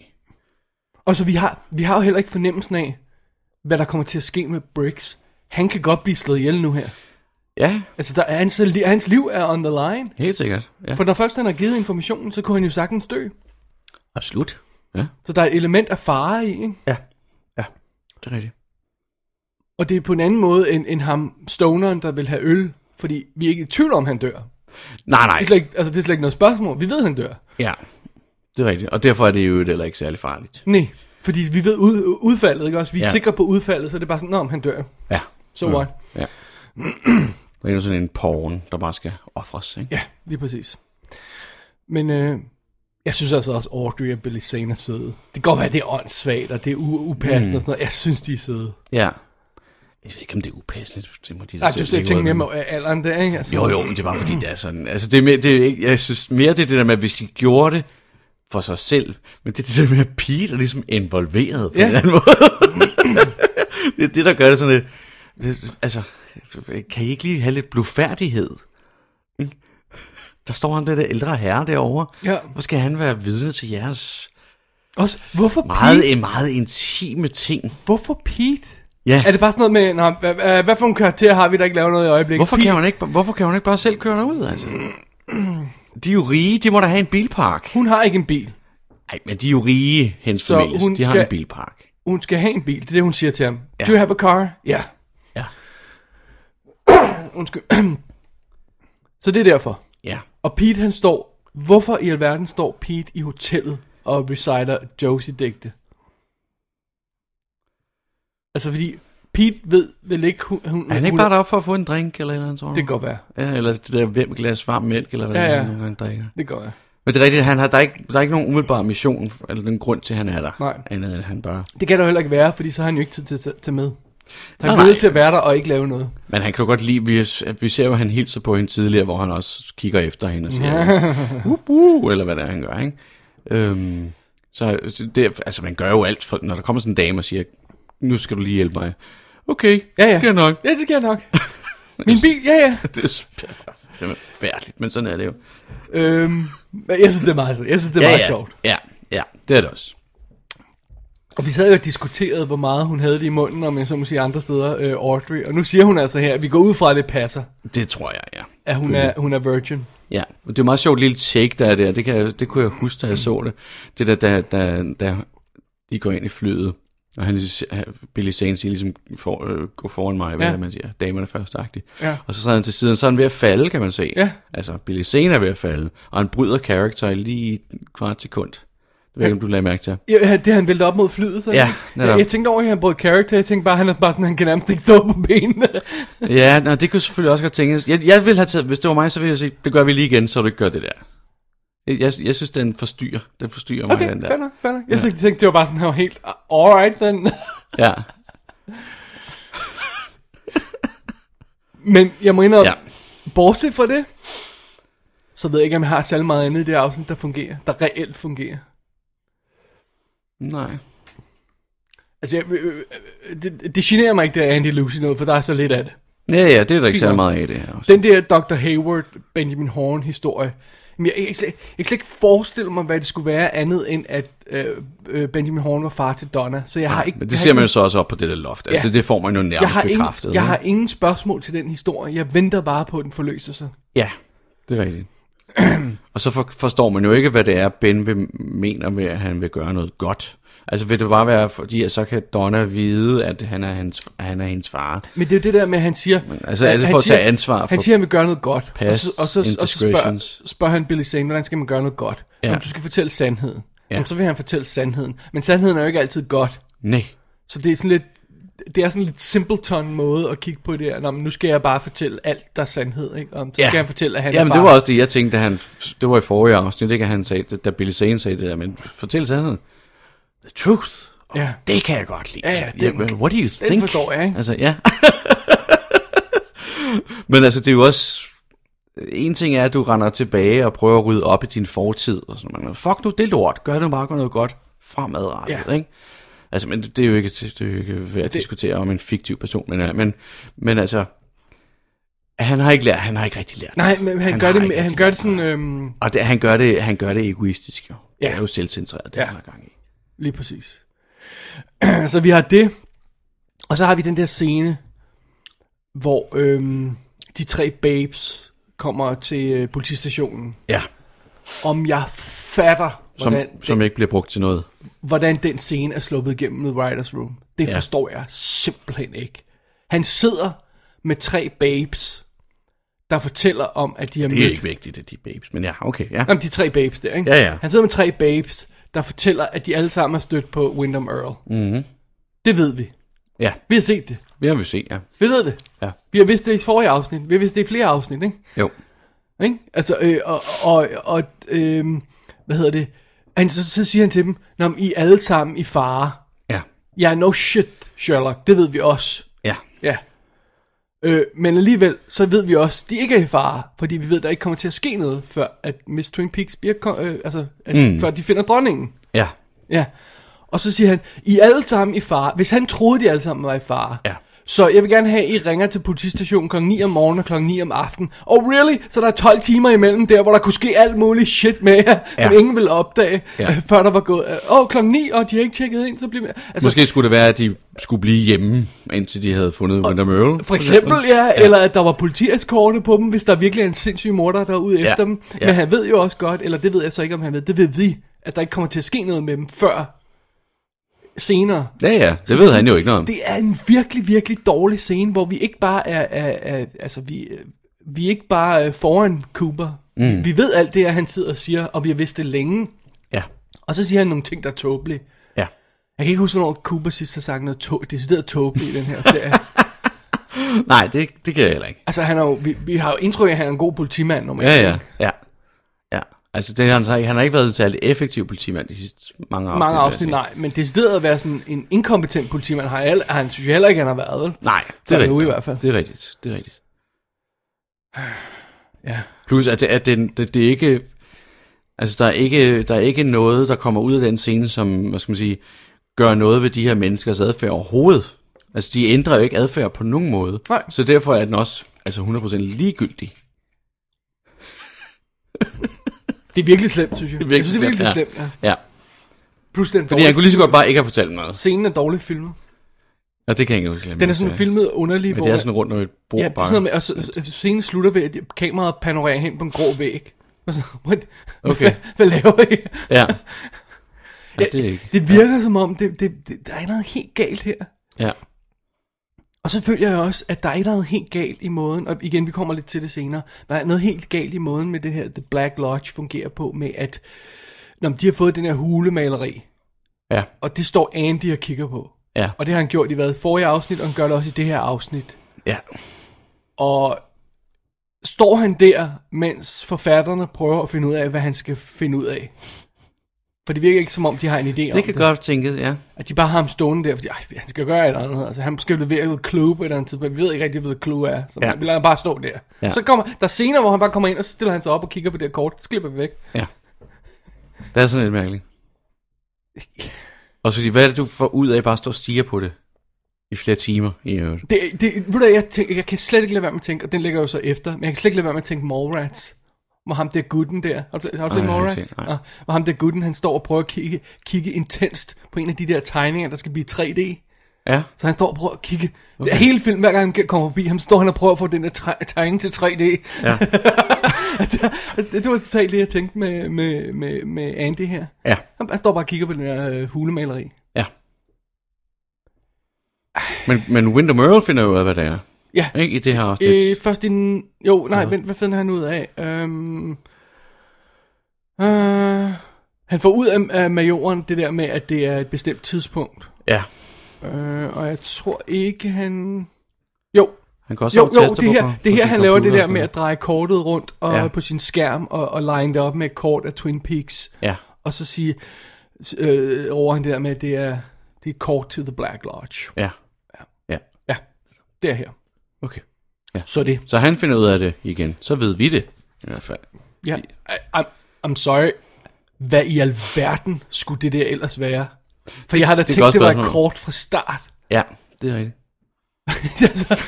D: Og så vi har, vi har jo heller ikke fornemmelsen af, hvad der kommer til at ske med Briggs. Han kan godt blive slået ihjel nu her.
E: Ja,
D: Altså, der er, hans, li- hans liv er on the line.
E: helt sikkert. Ja.
D: For når først han har givet informationen, så kunne han jo sagtens dø.
E: Absolut. Ja.
D: Så der er et element af fare i, ikke?
E: Ja. Ja. Det er rigtigt.
D: Og det er på en anden måde end, end ham, stoneren, der vil have øl. Fordi vi er ikke i tvivl om, han dør. Det
E: Nej, nej.
D: er slet ikke, altså, det er slet ikke noget spørgsmål. Vi ved, han dør.
E: Ja. Det er rigtigt. Og derfor er det jo heller ikke særlig farligt.
D: Nej, fordi vi ved ud, udfaldet, ikke også? Vi er ja.
E: Ja.
D: sikre på udfaldet, så det er bare sådan, om han dør.
E: Ja.
D: So what?
E: Ja. Der er jo sådan en porn, der bare skal ofres, ikke?
D: Ja, lige præcis. Men øh, jeg synes altså også, Audrey og Billy Zane er søde. Det kan godt være, det er åndssvagt, og det er u- upassende mm. og sådan noget. Jeg synes, de er søde.
E: Ja. Jeg ved ikke, om det er upassende. Det må de da
D: Nej,
E: selv
D: du skal ikke
E: leve
D: tænke mere
E: med.
D: med alderen der, ikke? Altså,
E: Jo, jo, men det var fordi, det er sådan. Altså, det er mere, det er ikke, jeg synes mere, det er det der med, at hvis de gjorde det for sig selv, men det er det der med, at pigen er ligesom involveret på
D: Ja.
E: ja. en eller anden måde. det er det, der gør det sådan lidt, det- altså, kan I ikke lige have lidt blufærdighed? Ikke? Der står han der, der ældre herre derovre.
D: Ja.
E: Hvor skal han være vidne til jeres
D: Også, hvorfor Pete?
E: meget, meget intime ting?
D: Hvorfor Pete?
E: Ja.
D: Er det bare sådan noget med, nå, hvad, hvad, hvad for en karakter har vi, der ikke laver noget i øjeblikket?
E: Hvorfor
D: Pete?
E: kan, hun ikke, hvorfor kan hun ikke bare selv køre derud, altså? De er jo rige, de må da have en bilpark.
D: Hun har ikke en bil.
E: Nej, men de er jo rige, hendes
D: Så
E: så familie.
D: hun
E: Hun de har
D: skal-
E: en bilpark.
D: Hun skal have en bil, det er det, hun siger til ham. Ja.
E: Ja.
D: Do you have a car? Ja.
E: Ja.
D: Undskyld. Så det er derfor.
E: Ja.
D: Og Pete han står, hvorfor i alverden står Pete i hotellet og reciter Josie digte? Altså fordi, Pete ved vel ikke, hun... hun
E: Er han
D: hun-
E: ikke bare deroppe for at få en drink eller et eller andet, tror du?
D: Det kan godt være,
E: Ja, eller det der hvem glas varm mælk, eller hvad
D: Ja,
E: ja,
D: ja.
E: ja. han nogle gange drikker.
D: det kan godt være.
E: Men det er rigtigt, han har, der, er ikke, der er ikke nogen umiddelbar mission, eller den grund til, at han er der.
D: Nej.
E: Andet end han bare...
D: Det kan der jo heller ikke være, fordi så har han jo ikke tid til at tage med. Så han
E: Nej,
D: er nødt
E: nej.
D: til at være der og ikke lave noget.
E: Men han kan jo godt lide, vi, at vi ser jo, at han hilser på hende tidligere, hvor han også kigger efter hende og siger, uh, uh, eller hvad det er, han gør, ikke? Øhm, så så det, er- altså, man gør jo alt, for, når der kommer sådan en dame og siger, nu skal du lige hjælpe mig. Okay,
D: Ja, ja.
E: det skal jeg nok.
D: Ja, det skal jeg nok. Min bil, ja, ja.
E: det er simpelthen færdigt, men sådan er det jo.
D: Øhm, men jeg synes, det er meget, jeg synes, det er meget
E: ja.
D: sjovt.
E: Ja, ja, det er det også.
D: Og vi sad jo og diskuterede, hvor meget hun havde det i munden, om jeg så må sige andre steder, øh, Audrey. Og nu siger hun altså her, at vi går ud fra, at det passer,
E: Det tror jeg, ja.
D: at hun,
E: Selvfølgelig.
D: er, hun er virgin.
E: Ja, og det er et meget sjovt lille take, der er der. Det, kan jeg, det kunne jeg huske, da jeg så det. Det der, da, da, da de går ind i flyet, og han, Billy Zane siger ligesom, for, øh, gå foran mig, hvad
D: Ja.
E: ja. man siger, damerne først agtigt.
D: Ja.
E: Og så træder han til siden, så er han ved at falde, kan man se.
D: Ja.
E: Altså, Billy Zane er ved at falde, og han bryder karakter lige i et kvart sekund. Det ved jeg ikke, om du lagde mærke til.
D: Ja, det har han væltet op mod flyet, så
E: Ja,
D: jeg,
E: netop.
D: jeg, tænkte over, at han brød character, jeg tænkte bare, at han er bare sådan, han kan nærmest ikke stå på benene.
E: Ja, nej, det kunne selvfølgelig også godt tænkes. Jeg, jeg ville have taget, hvis det var mig, så ville jeg sige, det gør vi lige igen, så du ikke gør det der. Jeg, jeg, jeg synes, den forstyrrer. Den forstyrrer mig,
D: Okay,
E: den der.
D: fair nok, fair nok. Jeg ja. tænkte, det var bare sådan, han var helt, alright, then.
E: Ja.
D: Men jeg må indrømme,
E: Ja.
D: ja. bortset fra det, så ved jeg ikke, om jeg har særlig meget andet i det her afsnit, der fungerer, der reelt fungerer.
E: Nej.
D: Altså, jeg, øh, øh, det, det generer mig ikke, det er Andy Lucy noget, for der er så lidt af det.
E: Ja, ja, det er der ikke
D: Fint
E: særlig
D: nok.
E: meget af i det her. Også.
D: Den der Dr. Hayward, Benjamin Horn historie, jamen, jeg, jeg, kan slet, jeg kan slet ikke forestille mig, hvad det skulle være andet end, at øh, øh, Benjamin Horn var far til Donna. Så jeg har ikke...
E: Men
D: jeg
E: det
D: har
E: ser
D: ikke-
E: man jo så også op på det der loft. Altså,
D: Ja.
E: ja. det får man jo
D: jeg
E: nærmest
D: har, ingen,
E: bekræftet.
D: jeg har
E: ikke?
D: ingen spørgsmål til den historie. Jeg venter bare på, at den forløser sig.
E: Ja, det er rigtigt. og så for, forstår man jo ikke, hvad det er, Ben vil, mener med, at han vil gøre noget godt. Altså, vil det bare være, fordi at så kan Donna vide, at han er, hans, han er hendes far.
D: Men det er jo det der med, at han siger...
E: altså, er det
D: han
E: for at tage ansvar
D: Han
E: for
D: siger, at han vil gøre noget godt.
E: past
D: og så, og så, og så spørger,
E: indiscretions?
D: spørger han Billy Zane, hvordan skal man gøre noget godt? Ja.
E: Ja.
D: Jamen, du skal fortælle sandheden. Ja.
E: Ja.
D: Jamen, så vil han fortælle sandheden. Men sandheden er jo ikke altid godt.
E: Nej.
D: Så det er sådan lidt... Det er sådan lidt simpleton måde at kigge på det her. Nå, men nu skal jeg bare fortælle alt, der er sandhed. Ikke? Og så ja. skal han fortælle, at han
E: Jamen,
D: er far.
E: det var også det, jeg tænkte, da han, det var i forrige afsnit, ikke, at han sagde, da Billy Zane sagde det der, men fortæl sandheden. The truth.
D: Ja.
E: Det kan jeg godt lide.
D: Ja, ja,
E: Yeah,
D: den-
E: what do you think?
D: forstår jeg, ikke?
E: Altså, ja. Men altså, det er jo også... En ting er, at du render tilbage og prøver at rydde op i din fortid. Og sådan noget. Fuck nu, det er lort. Gør det bare gør noget godt fremadrettet,
D: Ja.
E: ja. ikke? Altså, men det er jo ikke, det er jo ikke værd at diskutere om en fiktiv person, men, øh, men, men altså, han har ikke lært, han har ikke rigtig lært.
D: Nej, men han, han, gør,
E: har
D: det,
E: ikke
D: med- han
E: rigtig
D: gør
E: lært
D: det sådan...
E: noget.
D: Øhm,
E: Og det, han, gør det, han gør det egoistisk jo.
D: Ja.
E: Ja. Det er jo selvcentreret, det
D: Ja.
E: ja. han har gang i.
D: Lige præcis. så vi har det, og så har vi den der scene, hvor øhm, de tre babes kommer til øh, politistationen.
E: Ja,
D: Om jeg fatter,
E: som,
D: hvordan, som,
E: som ikke bliver brugt til noget.
D: hvordan den scene er sluppet igennem med Writers Room. Det ja.
E: Ja.
D: forstår jeg simpelthen ikke. Han sidder med tre babes, der fortæller om, at de har
E: Det er
D: mødt...
E: ikke vigtigt, at de er babes, men ja, okay, ja.
D: Mm. Jamen, de tre babes der, ikke?
E: Ja, ja.
D: Han sidder med tre babes, der fortæller, at de alle sammen har stødt på Wyndham Earl. Mm-hmm.
E: Mhm.
D: Det ved vi.
E: Ja,
D: Vi har set det.
E: vi har vi se, ja.
D: Vi ved det.
E: ja.
D: Vi har vidst det i forrige afsnit. Vi har vidst det i flere afsnit, ikke?
E: Jo.
D: ikke? Altså, øh, og, og, og øh, hvad hedder det? Han, så, så siger han til dem, Nå, men I er alle sammen i fare.
E: Ja.
D: Ja, no shit, Sherlock. Det ved vi også.
E: Ja.
D: Ja. Øh, men alligevel, så ved vi også, de ikke er i fare, fordi vi ved, der ikke kommer til at ske noget, før at Miss Twin Peaks bliver, ko- øh, altså, at, mm. før de finder dronningen.
E: Ja.
D: Ja. Og så siger han, I er alle sammen i fare. Hvis han troede, de alle sammen var i fare.
E: Ja.
D: Så jeg vil gerne have, at I ringer til politistationen kl. 9 om morgenen og kl. 9 om aftenen. Oh really? Så der er 12 timer imellem der, hvor der kunne ske alt muligt shit med jer, ja. som
E: Ja.
D: ingen ville opdage,
E: Ja.
D: ja. før der var gået. øh, Åh, oh, kl. 9, og de har ikke tjekket ind, så bliver vi... Altså,
E: Måske skulle det være, at de skulle blive hjemme, indtil de havde fundet Wonder Merle.
D: For eksempel, ja, ja. Eller at der var politieskorte på dem, hvis der virkelig er en sindssyg morder, der er ude
E: Ja,
D: efter dem.
E: ja.
D: Men han ved jo også godt, eller det ved jeg så ikke, om han ved, det ved vi, at der ikke kommer til at ske noget med dem før senere.
E: Ja, ja. Det ved han jo ikke noget om.
D: Det er en virkelig, virkelig dårlig scene, hvor vi ikke bare er, er, er altså vi, øh, vi er ikke bare øh, foran Cooper. Mm. Vi ved alt det, at han sidder og siger, og vi har vidst det længe.
E: Ja.
D: Og så siger han nogle ting, der er tåbelige.
E: Ja.
D: Jeg kan ikke huske, hvornår Cooper sidst har sagt noget tå- decideret tåbeligt i den her serie.
E: Nej, det, det kan jeg heller ikke.
D: altså, han er jo, vi, vi har jo indtryk af, at han er en god politimand normalt.
E: Ja, ja. Ja. Ja. Altså, det, han, har- han har ikke været en særlig effektiv politimand de sidste mange afsnit.
D: Mange
E: vil jeg
D: afsnit,
E: sige.
D: nej. Men decideret at være sådan en inkompetent politimand, har jeg, han synes jeg heller ikke, han har været, vel?
E: Nej, det
D: For
E: er
D: nu
E: rigtigt.
D: i hvert fald.
E: Det er rigtigt, det er rigtigt.
D: Ja.
E: Plus, at det, at det, det, det er ikke... Altså, der er ikke, der er ikke noget, der kommer ud af den scene, som, hvad skal man sige, gør noget ved de her menneskers adfærd overhovedet. Altså, de ændrer jo ikke adfærd på nogen måde.
D: Nej.
E: Så derfor er den også altså 100% ligegyldig.
D: Det er virkelig slemt, synes jeg.
E: virkelig
D: jeg synes, det er virkelig
E: slemt,
D: slemt, ja.
E: Ja.
D: Plus den
E: Fordi
D: dårlige
E: han kunne lige så godt bare ikke have fortalt noget.
D: Scenen er dårligt filmet.
E: Og det kan jeg ikke huske.
D: Den er sådan filmet underlig,
E: Men det er sådan rundt om et bord
D: ja, det er sådan noget med, og så, så- scenen slutter ved, at kameraet panorerer hen på en grå væg. Og så, what,
E: Okay.
D: okay. hvad, hvad laver I?
E: Ja. ja. det er ikke.
D: Det virker som om, det, det, det, der er noget helt galt her.
E: Ja.
D: Og så føler jeg også, at der er noget helt galt i måden, og igen, vi kommer lidt til det senere, der er noget helt galt i måden med det her, The Black Lodge fungerer på, med at, når de har fået den her hulemaleri,
E: Ja.
D: og det står Andy og kigger på.
E: Ja.
D: Og det har han gjort i hvad? Forrige afsnit, og han gør det også i det her afsnit.
E: Ja.
D: Og står han der, mens forfatterne prøver at finde ud af, hvad han skal finde ud af? For det virker ikke som om, de har en idé om
E: Det kan
D: det.
E: godt tænkes, ja.
D: At de bare har ham stående der, fordi ej, han skal gøre et eller andet. Altså, han skal levere noget clue på et eller andet tidspunkt. Vi ved ikke rigtig, hvad clue er. Så
E: Ja.
D: ja. vi lader ham bare stå der.
E: Ja.
D: Ja. Så kommer der er scener, hvor han bare kommer ind, og så stiller han sig op og kigger på det her kort. Så klipper vi væk.
E: Ja. Det er sådan lidt mærkeligt. Og så fordi, hvad er det, du får ud af bare at stå og stiger på det? I flere timer, i øvrigt.
D: Det, det, ved du, hvad, jeg, tænker, jeg kan slet ikke lade være med at tænke, og den ligger jo så efter, men jeg kan slet ikke lade være med at tænke Mallrats. Hvor ham der gutten der, har du, har du set
E: Nej, jeg har ikke
D: Mallrats?
E: set, nej.
D: Ja, hvor ham der gutten, han står og prøver at kigge, kigge intenst på en af de der tegninger, der skal blive 3D.
E: Ja.
D: Så han står og prøver at kigge. Okay. Hele filmen, hver gang han kommer forbi, han står han og prøver at få den der tre- tegning til 3D.
E: Ja.
D: det, det var totalt det, jeg tænkte med, med, med, med Andy her.
E: Ja.
D: Han, han står bare og kigger på den der øh, hulemaleri.
E: Ja. Men, men Windham Earl finder jo ud af, hvad det er.
D: Ja.
E: Ikke i det her afsnit.
D: Øh, først en... Jo, nej, vent, hvad finder han ud af? Øhm, øh, han får ud af, af majoren det der med, at det er et bestemt tidspunkt.
E: Ja.
D: Øh, og jeg tror ikke, han... Jo,
E: Han kan også
D: jo,
E: have
D: jo,
E: taster
D: det
E: på-
D: her,
E: på
D: det her
E: sin
D: han laver det
E: computer
D: der
E: og
D: med at dreje kortet rundt og
E: Ja.
D: ja. på sin skærm og, og line det op med et kort af Twin Peaks.
E: sådan noget. Ja.
D: Og så sige øh, over han det der med, at det er, det er et kort til The Black Lodge.
E: Ja. Ja.
D: Ja, det er her.
E: Okay.
D: Så er det.
E: Så han finder ud af det igen. Så ved vi det, i hvert fald.
D: Ja. I, I'm, I'm sorry. Hvad i alverden skulle det der ellers være? For jeg har da
E: er et
D: tænkt,
E: godt
D: det var et
E: spørgsmål.
D: kort fra start.
E: Ja, det er rigtigt.
D: altså,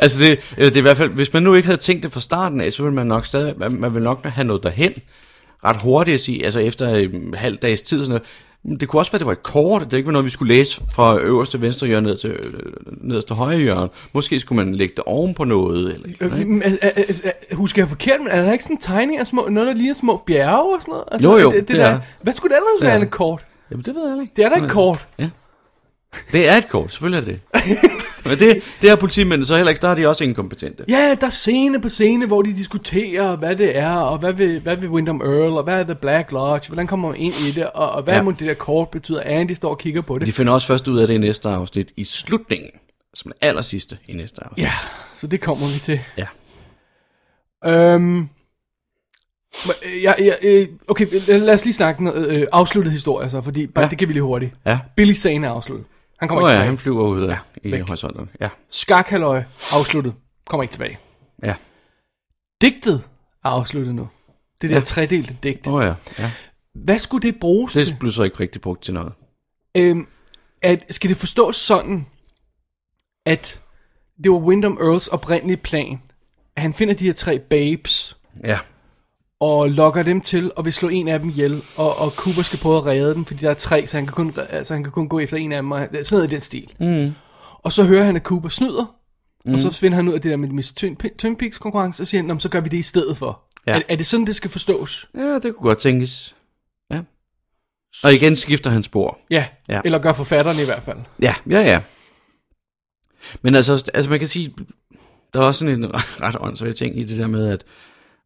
E: Altså det, eller det er i hvert fald, hvis man nu ikke havde tænkt det fra starten af, så ville man nok stadig, man, man ville nok have noget derhen ret hurtigt at sige, altså efter en halv dags tid, sådan noget. Men Det kunne også være, at det var et kort, at det ikke var noget, vi skulle læse fra øverste venstre hjørne ned til øh, nederste højre hjørne. Måske skulle man lægge det oven på noget, eller et eller andet, ikke?
D: men, øh, øh, øh, husker jeg forkert, men er der ikke sådan en tegning af små, noget, der ligner små bjerge og sådan noget? Altså,
E: Jo, jo,
D: det, det
E: det er
D: der,
E: der.
D: Hvad skulle det ellers
E: Det er
D: være
E: der.
D: end et kort?
E: Jamen det ved jeg ikke.
D: Det er da et kort.
E: Ja. Det er et kort, selvfølgelig er det. Men det, det har politimændene så heller ikke, der er de også inkompetente.
D: Ja, der er scene på scene, hvor de diskuterer, hvad det er, og hvad vil, hvad vil Wyndham Earl, og hvad er The Black Lodge, hvordan kommer man ind i det, og, og hvad
E: Ja.
D: ja. må det der kort betyder, Andy står og kigger på det.
E: De finder også først ud af det i næste afsnit, i slutningen, som er aller sidste i næste afsnit.
D: Ja, så det kommer vi til.
E: Ja.
D: Øhm, men, øh, jeg, jeg, øh, okay, øh, lad os lige snakke noget, øh, afsluttet historie så, fordi bare,
E: Ja.
D: ja. det kan vi lige hurtigt.
E: Ja.
D: Billy sagen er afsluttet. Han kommer
E: Åh
D: oh, ikke
E: oh, ja,
D: tilbage.
E: han flyver ud af i
D: Væk.
E: horisonten. Ja,
D: Skakhalløj afsluttet. Kommer ikke tilbage.
E: ja.
D: Digtet er afsluttet nu. Det der ja. tredelte digt.
E: Åh oh, ja. ja.
D: Hvad skulle det bruges
E: Det
D: til?
E: blev så ikke rigtig brugt til noget.
D: Øhm, at, skal det forstås sådan, at det var Wyndham Earls oprindelige plan, at han finder de her tre babes,
E: Ja.
D: og lokker dem til, og vil slå en af dem ihjel, og, og Cooper skal prøve at redde dem, fordi der er tre, så han kan kun, altså, han kan kun gå efter en af dem, og sådan noget i den stil. Mm. Og så hører han, at Cooper snyder, mm. og så finder han ud af det der med Miss Twin, Twin Peaks konkurrence, og siger han, "Nå, men så gør vi det i stedet for.
E: Ja.
D: Ja. Er, er det sådan, det skal forstås?
E: Ja, det kunne godt tænkes. Ja. Og igen skifter han spor.
D: Ja.
E: Ja.
D: ja. Eller gør forfatteren i hvert fald.
E: Ja, ja, ja. Men altså, altså man kan sige, der er også sådan en ret, ret åndssvær ting i det der med, at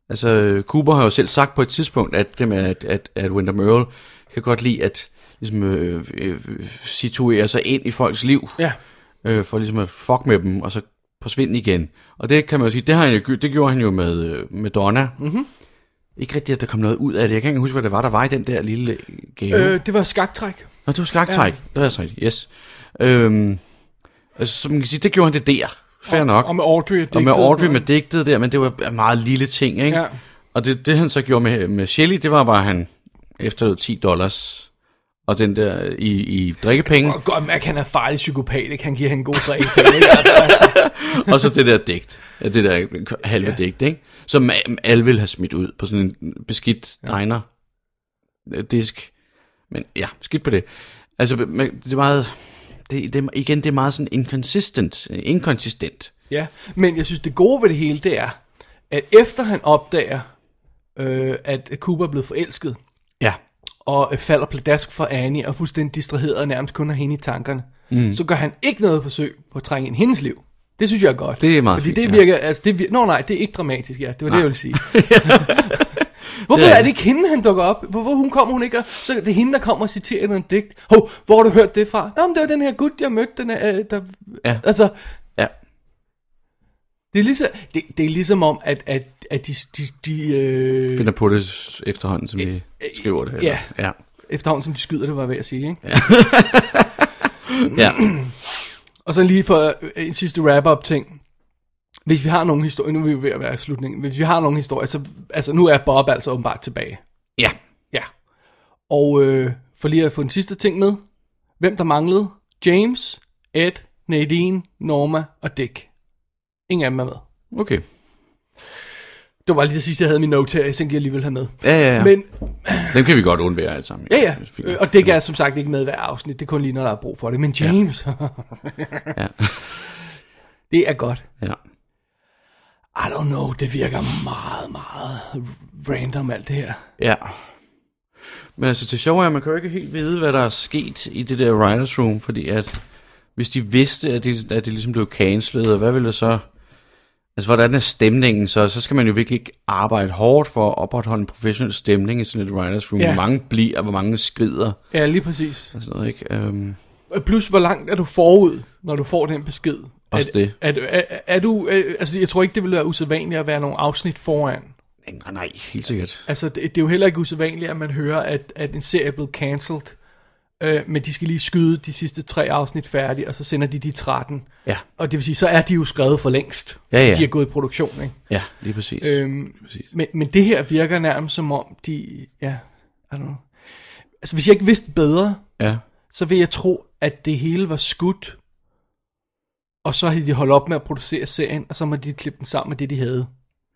E: altså, Cooper har jo selv sagt på et tidspunkt, at det med, at, at, at Wyndham Earl kan godt lide at ligesom, øh, øh, situere sig ind i folks liv,
D: Ja.
E: øh, for ligesom at fuck med dem, og så forsvinde igen. Og det kan man jo sige, det, har han jo, gjort- det gjorde han jo med, øh, med Donna. Mm-hmm. Ikke rigtigt, at der kom noget ud af det. Jeg kan ikke engang huske, hvad det var, der var i den der lille gave.
D: Øh, det var skaktræk.
E: Nå, det var skaktræk. Ja. Det var altså rigtigt, yes. Øhm, altså, som man kan sige, det gjorde han det der. Fair nok.
D: Og med Audrey og
E: og
D: digtet
E: med
D: sådan
E: Audrey
D: noget.
E: med digtet der, men det var en meget lille ting, ikke?
D: Ja.
E: Og det, det han så gjorde med, med Shelly, det var bare, at han efterlod 10 dollars og den der øh, i, i drikkepenge,
D: Og godt mærke, at han er farlig psykopat, ikke? Han giver hende en god drik. ikke? altså, altså,
E: og så det der digt, Ja, det der halve ja. digt, ikke? som a- alle ville have smidt ud på sådan en beskidt diner disk. Men ja, skidt på det. Altså, men det er meget, det, det, er- igen, det er meget sådan inconsistent, øh, inkonsistent.
D: ja. Men jeg synes, det gode ved det hele, det er, at efter han opdager, øh, at Cooper er blevet forelsket,
E: Ja.
D: og øh, falder pladask for Annie, og er fuldstændig distraheret og nærmest kun har hende i tankerne, mm. så gør han ikke noget forsøg på at trænge ind i hendes liv. Det synes jeg er godt.
E: Det er meget
D: Fordi
E: fint,
D: det
E: ja.
D: virker, ja. altså det virker, Nå nej, det er ikke dramatisk, ja. Det var nej. det, jeg ville sige. Hvorfor
E: Det er
D: er
E: det.
D: det ikke hende, han dukker op? Hvorfor hun kommer hun ikke? Og så er det hende, der kommer og citerer en eller anden digt. Hov, hvor har du hørt det fra? Nå, men det var den her gut, jeg mødte. Den, her, øh, der...
E: Ja.
D: Altså,
E: Ja.
D: det er, ligesom, det, det er ligesom om, at, at, at de, de, de øh,
E: Finder på det s- efterhånden, som vi skriver det. eller-
D: ja.
E: ja.
D: efterhånden, som de skyder, det var jeg ved at sige, ikke?
E: Ja.
D: Og så lige for øh, en sidste wrap-up ting. Hvis vi har nogen historie, nu er vi jo ved at være i slutningen, hvis vi har nogen historie, så, altså nu er Bob altså åbenbart tilbage.
E: ja.
D: Ja. Og øh, for lige at få den sidste ting med, hvem der manglede? James, Ed, Nadine, Norma og Dick. Ingen af dem er med.
E: Okay.
D: Det var lige det sidste, jeg havde i min note her, jeg tænkte, jeg alligevel have med.
E: Ja, ja, ja. Men,
D: Men,
E: Dem kan vi godt undvære alle sammen.
D: ja ja,
E: Fint.
D: øh, og Dick er som sagt ikke med i hver afsnit, det er kun lige, når der er brug for det. Men James,
E: Ja.
D: det er godt.
E: ja.
D: I don't know, det virker meget, meget random alt det her.
E: Ja. Men altså, det sjove er, at man kan jo ikke helt vide, hvad der er sket i det der writers room, fordi at hvis de vidste, at det, at det ligesom blev cancelet, og hvad ville det så... Altså, hvordan er stemningen så? Så skal man jo virkelig arbejde hårdt for at opretholde en professionel stemning i sådan et writers room. Ja.
D: Ja.
E: Hvor mange bliver, og hvor mange skrider,
D: Ja, lige præcis.
E: og sådan noget, ikke? Um,
D: Plus, hvor langt er du forud, når du får den besked?
E: Også
D: er,
E: det.
D: Er, er, er, er du, øh, altså, jeg tror ikke, det ville være usædvanligt at være nogle afsnit foran.
E: nej, nej, helt sikkert.
D: Altså, det, det er jo heller ikke usædvanligt, at man hører, at, at en serie er blevet cancelled, øh, men de skal lige skyde de sidste tre afsnit færdige, og så sender de de 13.
E: Ja,
D: Og det vil sige, så er de jo skrevet for længst.
E: Ja, ja.
D: De er gået i produktion, ikke?
E: ja, lige præcis.
D: Øhm, men, men det her virker nærmest som om, de, ja, I don't know. Altså, hvis jeg ikke vidste bedre,
E: ja.
D: så vil jeg tro, at det hele var skudt, og så havde de holdt op med at producere serien, og så må de klippe den sammen med det, de havde,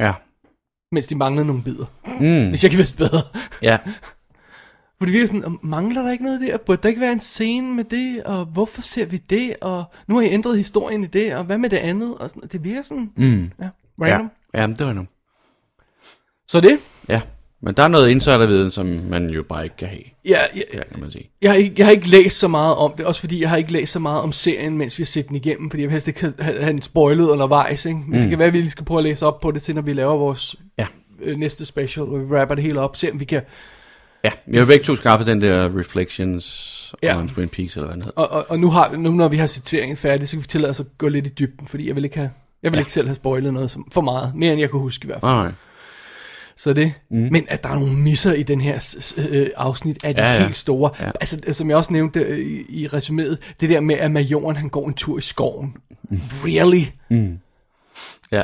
E: Ja.
D: mens de manglede nogle bidder.
E: Mm,
D: Hvis jeg ikke vidste bedre.
E: ja.
D: For det virker sådan, mangler der ikke noget der? Burde der ikke være en scene med det? Og hvorfor ser vi det? Og nu har I ændret historien i det, og hvad med det andet? Og sådan, det virker sådan,
E: Mm.
D: ja,
E: Ja,
D: random. Ja.
E: ja men det var nu.
D: Så det,
E: Ja, men der er noget insiderviden, som man jo bare ikke kan have,
D: ja, ja,
E: ja, kan man sige.
D: Jeg har, ikke, jeg har ikke læst så meget om det, også fordi jeg har ikke læst så meget om serien, mens vi har set den igennem, fordi jeg vil helst ikke have have den spoilet undervejs, ikke? Men mm. det kan være, at vi lige skal prøve at læse op på det til, når vi laver vores
E: Ja.
D: øh, næste special, hvor vi rapper det hele op, se om vi kan...
E: Ja, vi har begge to skaffet den der Reflections ja.
D: Ja.
E: on Twin Peaks, eller hvad den hedder.
D: Og, og, og nu, har, nu når vi har citeringen færdig, så kan vi tillade os at gå lidt i
E: Ah.
D: dybden, fordi jeg vil ikke, have, jeg vil ja. ikke selv have spoilet noget som, for meget, mere end jeg kunne huske i hvert fald.
E: Alright.
D: Så det. Mm. Men at der er nogle misser i den her s- s- øh, afsnit af de
E: Ja,
D: ja,
E: ja.
D: ja. helt store.
E: Ja.
D: Ja. Altså, som jeg også nævnte øh, i, i resuméet, det der med, at majoren han går en tur i skoven.
E: Mm.
D: Really?
E: Ja.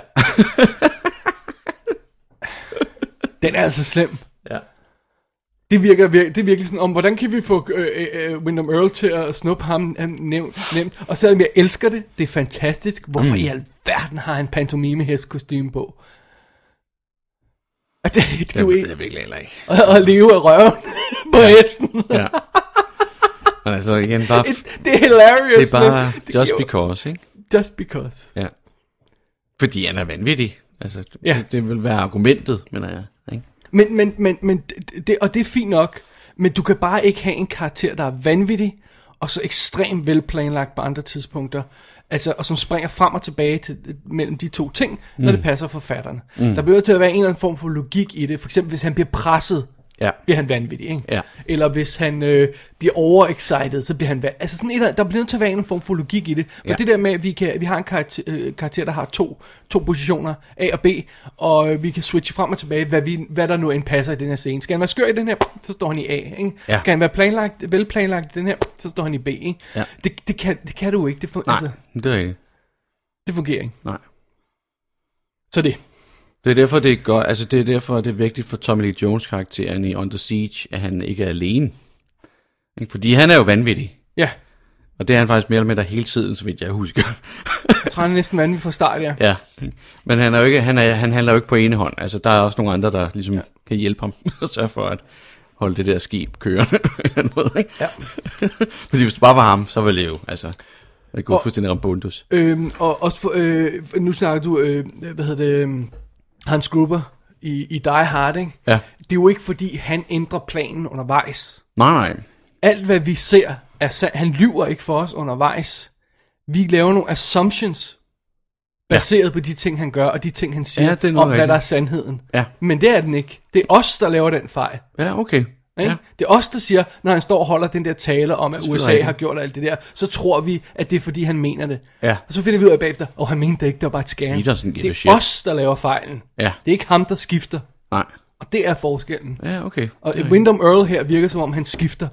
D: Den er altså slem.
E: ja.
D: Det virker, vir- det er virkelig sådan om, hvordan kan vi få øh, øh, øh, Wyndham Earl til at snuppe ham øh, nævnt, nemt. Og selvom jeg elsker det, det er fantastisk. Hvorfor mm. i alverden har han pantomimehest kostume på? Og det, det er jo
E: Jeg,
D: ikke
E: jeg virkelig heller ikke.
D: at leve af røven på ja. hesten.
E: Ja. Men altså igen, bare,
D: Det,
E: f-
D: det er hilarious.
E: det er bare
D: men det
E: just
D: giver-
E: because, ikke?
D: Just because.
E: Ja. Fordi han er vanvittig. Altså, ja.
D: Ja.
E: det, det vil være argumentet, mener jeg. Ikke?
D: Men, men, men, men det- det, og det er fint nok, men du kan bare ikke have en karakter, der er vanvittig, og så ekstremt velplanlagt på andre tidspunkter, altså, og som springer frem og tilbage til, mellem de to ting, når det passer forfatterne. Mm. Der bliver til at være en eller anden form for logik i det, for eksempel hvis han bliver presset,
E: Ja.
D: bliver han vanvittig, ikke?
E: Ja.
D: Eller hvis han øh, bliver overexcited, så bliver han vanvittig. Altså sådan et, eller andet- der bliver nødt til at være en eller anden form for logik i det. Men
E: Ja.
D: det der med, at vi, kan, vi har en karakter, øh, karakter, der har to, to positioner, A og B, og øh, vi kan switche frem og tilbage, hvad, vi, hvad der nu end passer i den her scene. Skal han være skør i den her, så står han i A. Ikke?
E: Ja.
D: Skal han være planlagt, velplanlagt i den her, så står han i B. Ikke?
E: Ja.
D: Det, det, kan, det kan du ikke. Det, fun-
E: Nej,
D: altså,
E: det er ikke.
D: det fungerer ikke.
E: Nej.
D: Så det.
E: Det er derfor, det er godt, altså det er derfor, det er vigtigt for Tommy Lee Jones karakteren i Under Siege, at han ikke er alene. Ikke? Fordi han er jo vanvittig.
D: Ja,
E: Og det er han faktisk mere eller mindre hele tiden, så vidt jeg husker.
D: jeg tror, han er næsten vanvittig fra start, ja.
E: ja. ikke? Men han, er jo ikke, han, er, han handler jo ikke på ene hånd. Altså, der er også nogle andre, der ligesom ja. kan hjælpe ham og sørge for at holde det der skib kørende på en eller anden måde. Ikke? Ja. Fordi hvis det bare var ham, så ville det jo, altså, det går
D: Og-
E: fuldstændig rambundus.
D: Øhm, og også for, øh, for- nu snakker du, øh, hvad hedder det, øhm, Hans Gruber i, i Die Hard, ikke?
E: Ja.
D: Det er jo ikke, fordi han ændrer planen undervejs.
E: Nej, nej.
D: Alt, hvad vi ser, er sand. Han lyver ikke for os undervejs. Vi laver nogle assumptions, baseret ja. på de ting, han gør, og de ting, han siger,
E: Ja, det er noget
D: om hvad
E: rigtigt.
D: der er sandheden.
E: Ja.
D: Men det er den ikke. Det er os, der laver den fejl.
E: Ja, okay.
D: Ikke?
E: Ja.
D: Det er os, der siger, når han står og holder den der tale om, at
E: selvfølgelig
D: USA
E: rigtigt.
D: har gjort alt det der, så tror vi, at det er fordi, han mener det.
E: Ja.
D: Og så finder vi ud af bagefter, og oh, han mente det ikke, det var bare et
E: He
D: skæring.
E: doesn't give a
D: Det
E: shit.
D: er os, der laver fejlen.
E: Ja.
D: Det er ikke ham, der skifter.
E: Nej.
D: Og det er forskellen.
E: Ja, okay.
D: Og
E: Det er rigtigt.
D: Wyndham Earl her virker som om, han skifter.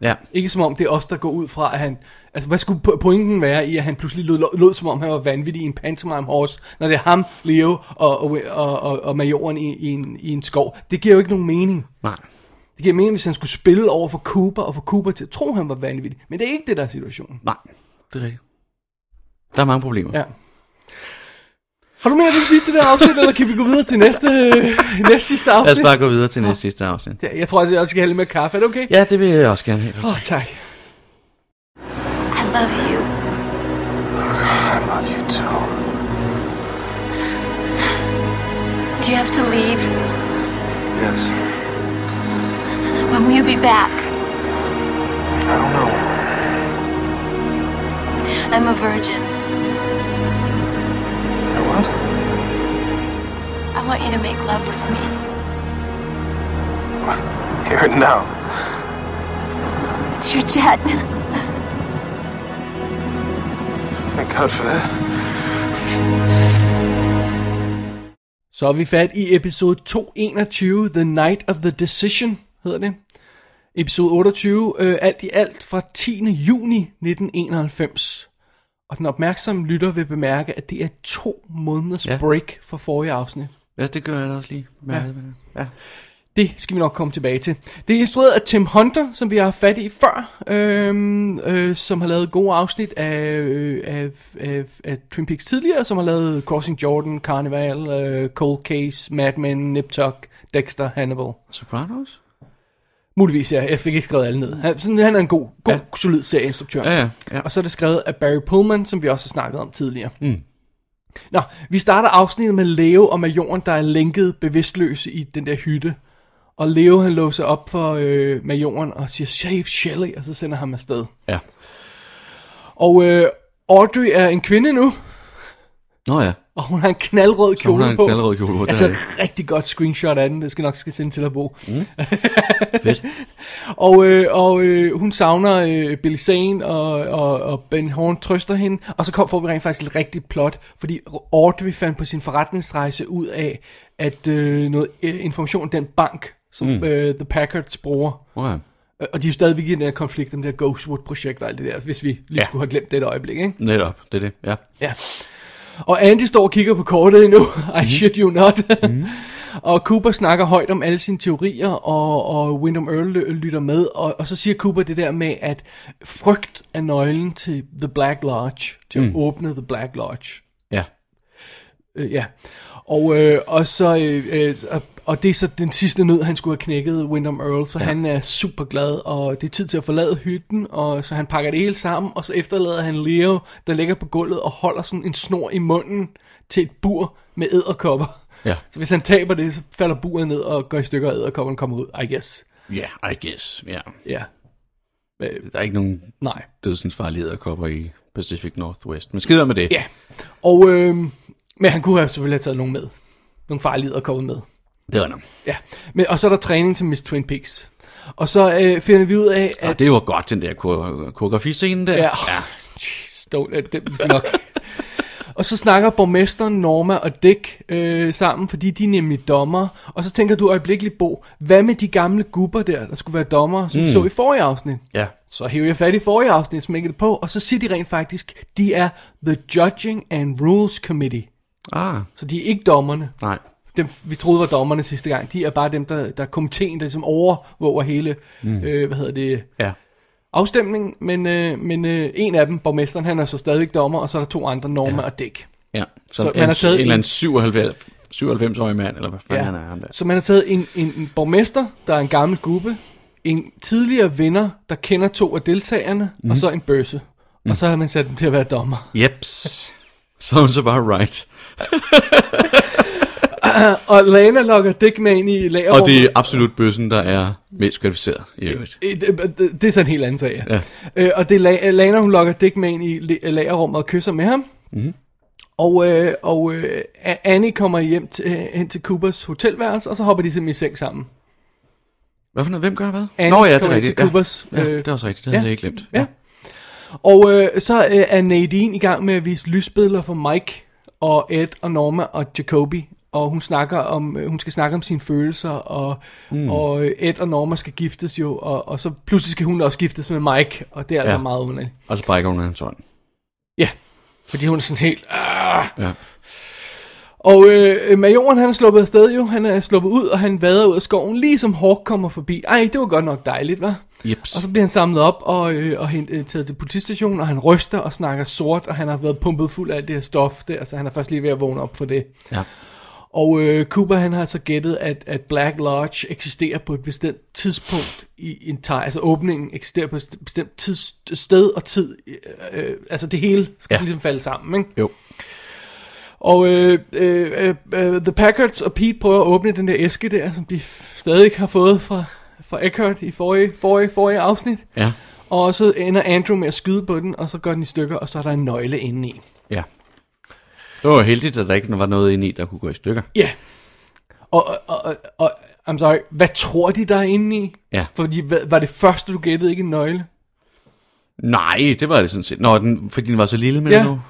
E: Ja.
D: Ikke som om, det er os, der går ud fra, at han... Altså, hvad skulle po- pointen være i, at han pludselig lød, lød som om, han var vanvittig i en pantomime horse, når det er ham, Leo og, og, og, og, og majoren i, i, en, i en skov? Det giver jo ikke nogen mening.
E: Nej.
D: Det giver mening, hvis han skulle spille over for Cooper, og få Cooper til at tro, han var vanvittig. Men det er ikke det, der er situationen.
E: Nej, det er rigtigt. Der er mange problemer.
D: Ja. Har du mere, du vil sige til det her afsnit, eller kan vi gå videre til næste, øh, næste sidste
E: Lad os
D: afsnit?
E: bare gå videre til næste sidste afsnit.
D: Ja, Jeg tror altså, jeg også skal have lidt mere kaffe. Er det okay?
E: Ja, det vil jeg også gerne have.
D: Åh, oh, tak.
G: I love you.
F: I love you too.
G: Do you have to leave?
F: Yes.
G: When will you be back?
F: I don't know.
G: I'm a virgin.
F: What?
G: I want you to make love with me.
F: Here and now.
G: It's your jet.
F: Thank God for that.
D: Så er vi fat i episode 221, The Night of the Decision, hedder det. Episode 28, øh, alt i alt fra 10. juni 1991. Og den opmærksomme lytter vil bemærke, at det er to måneders
E: Ja.
D: ja. break fra forrige afsnit.
E: Ja, det gør jeg da også lige. Ja.
D: Det skal vi nok komme tilbage til. Det er instrueret af Tim Hunter, som vi har haft fat i før, øhm, øh, som har lavet gode afsnit af, øh, af, af, af Twin Peaks tidligere, som har lavet Crossing Jordan, Carnival, øh, Cold Case, Mad Men, Nip Tuck, Dexter, Hannibal.
E: Sopranos?
D: Muligvis, ja. Jeg fik ikke skrevet alle ned. Han, sådan, han er en god, god
E: Ja.
D: ja. solid serieinstruktør.
E: Ja, ja, ja.
D: Og så er det skrevet af Barry Pullman, som vi også har snakket om tidligere. Mm. Nå, vi starter afsnittet med Leo og majoren, der er lænket bevidstløse i den der hytte. Og Leo, han låser op for øh, majoren og siger, save Shelley, og så sender han ham afsted.
E: Ja.
D: Og øh, Audrey er en kvinde nu,
E: Nå ja,
D: og hun har en knaldrød
E: så hun
D: kjole
E: har en
D: på.
E: knaldrød kjole på.
D: Jeg
E: Det er
D: tager
E: rigtigt.
D: et Altså, rigtig godt screenshot af den, det skal nok skal sende til dig, Bo. Mm. og øh, og øh, hun savner øh, Billy Zane, og, og, og Ben Horn trøster hende, og så kom, får vi rent faktisk et rigtigt plot, fordi Audrey fandt på sin forretningsrejse ud af, at øh, noget øh, information om den bank, som mm. øh, The Packards bruger.
E: Wow.
D: Øh, Og de er jo stadigvæk i den her konflikt om det her Ghostwood-projekt og alt det der, hvis vi lige ja.
E: Ja.
D: skulle have glemt det et øjeblik, ikke?
E: Netop, det er det, ja.
D: Ja. Og Andy står og kigger på kortet endnu. I shit you not. Mm. og Cooper snakker højt om alle sine teorier, og, og Wyndham Earl lø- lytter med. Og, og så siger Cooper det der med, at frygt er nøglen til The Black Lodge. Til mm. at åbne The Black Lodge.
E: Ja,
D: Øh, ja. Og, øh, og så... Øh, øh, og- og det er så den sidste nød, han skulle have knækket, Wyndham Earl, for ja. han er super glad, og det er tid til at forlade hytten, og så han pakker det hele sammen, og så efterlader han Leo, der ligger på gulvet og holder sådan en snor i munden til et bur med æderkopper.
E: Ja.
D: Så hvis han taber det, så falder buret ned og går i stykker, og æderkopperne kommer ud, I guess.
E: ja, I guess, ja.
D: Ja. Øh,
E: Der er ikke nogen
D: nej.
E: dødsensfarlige æderkopper i Pacific Northwest, men skider med det.
D: Ja. Og, øh, men han kunne have selvfølgelig have taget nogen med. Nogle farlige æderkopper med.
E: Det var nok.
D: Ja, men, og så er der træning til Miss Twin Peaks. Og så øh, finder vi ud af,
E: Og
D: at...
E: det var godt, den der kor- koreografiscene der.
D: Ja. Jeez, don't, øh, det er nok. og så snakker borgmesteren, Norma og Dick øh, sammen, fordi de er nemlig dommer. Og så tænker du øjeblikkeligt, Bo, hvad med de gamle gubber der, der skulle være dommer, som mm. så i forrige afsnit?
E: ja.
D: Så hæver jeg fat i forrige afsnit, smækker det på, og så siger de rent faktisk, de er The Judging and Rules Committee.
E: Ah,
D: Så de er ikke dommerne.
E: nej.
D: dem, vi troede var dommerne sidste gang, de er bare dem, der, der er komiteen, der ligesom overvåger hele, mm. øh, hvad hedder det,
E: Ja.
D: afstemningen, men, øh, men øh, en af dem, borgmesteren, han er så stadigvæk dommer, og så er der to andre, Norma ja. og Dick.
E: Ja, så,
D: Så
E: så
D: man har
E: en,
D: taget
E: en eller
D: en-
E: anden 97, 97-årig mand, eller hvad fanden ja. han er, han der.
D: Så man har taget en, en, en borgmester, der er en gammel gruppe, en tidligere vinder, der kender to af deltagerne, mm. og så en bøsse. Mm. Og så har man sat dem til at være dommer.
E: Jeps. så er hun så bare right.
D: Og Lana lokker Dick med ind i lagerrummet.
E: Og det er absolut bøssen, der er mest kvalificeret i øvrigt.
D: Øh, Det, det- det er så en helt anden sag, ja. Øh, og det er La- Lana, hun lokker Dick med ind i la- lagerrummet og kysser med ham. Mm-hmm. Og, øh, og øh, A- Annie kommer hjem til, øh, hen til Coopers hotelværelse, og så hopper de simpelthen i seng sammen.
E: Hvad for noget? Hvem gør hvad?
D: Annie
E: Nå ja, det
D: kommer
E: er
D: ind til
E: rigtigt. Ja.
D: Coopers,
E: ja,
D: øh,
E: det var så rigtigt. Det havde jeg ikke glemt.
D: Ja. Og øh, så øh, er Nadine i gang med at vise lysbilleder for Mike og Ed og Norma og Jacoby. Og hun, snakker om, øh, hun skal snakke om sine følelser, og, mm. og øh, Ed og Norma skal giftes jo, og, og så pludselig skal hun også giftes med Mike, og det er ja. altså
E: Ja.
D: meget underligt.
E: Og så brækker hun hans hånd.
D: Ja, fordi hun er sådan helt... Ah.
E: Ja.
D: Og øh, majoren han er sluppet afsted jo, han er sluppet ud, og han vader ud af skoven, lige som Hawk kommer forbi. Ej, det var godt nok dejligt, hva'?
E: Jeps.
D: Og så bliver han samlet op og, øh, og hent, øh, taget til politistationen, og han ryster og snakker sort, og han har været pumpet fuld af alt det her stof der, så han er først lige ved at vågne op for det.
E: Ja.
D: Og øh, Cooper han har så gættet, at, at Black Lodge eksisterer på et bestemt tidspunkt i en tag, altså åbningen eksisterer på et bestemt tids, sted og tid, øh, øh, altså det hele skal ja.
E: Ja.
D: ligesom falde sammen, ikke?
E: Jo.
D: Og øh, øh, øh, øh, The Packards og Pete prøver at åbne den der æske der, som de f- stadig har fået fra, fra Eckhart i forrige, forrige, forrige afsnit.
E: Ja.
D: Og så ender Andrew med at skyde på den, og så går den i stykker, og så er der en nøgle inde i.
E: Ja. Det var heldigt, at der ikke var noget inde i, der kunne gå i stykker.
D: Ja. Og, og, og, og, I'm sorry, hvad tror de, der er inde i?
E: Ja.
D: Fordi, hvad, var det første, du gættede, ikke en nøgle?
E: Nej, det var det sådan set. Nå, den, fordi den var så lille, men
D: Ja.
E: ja. nu.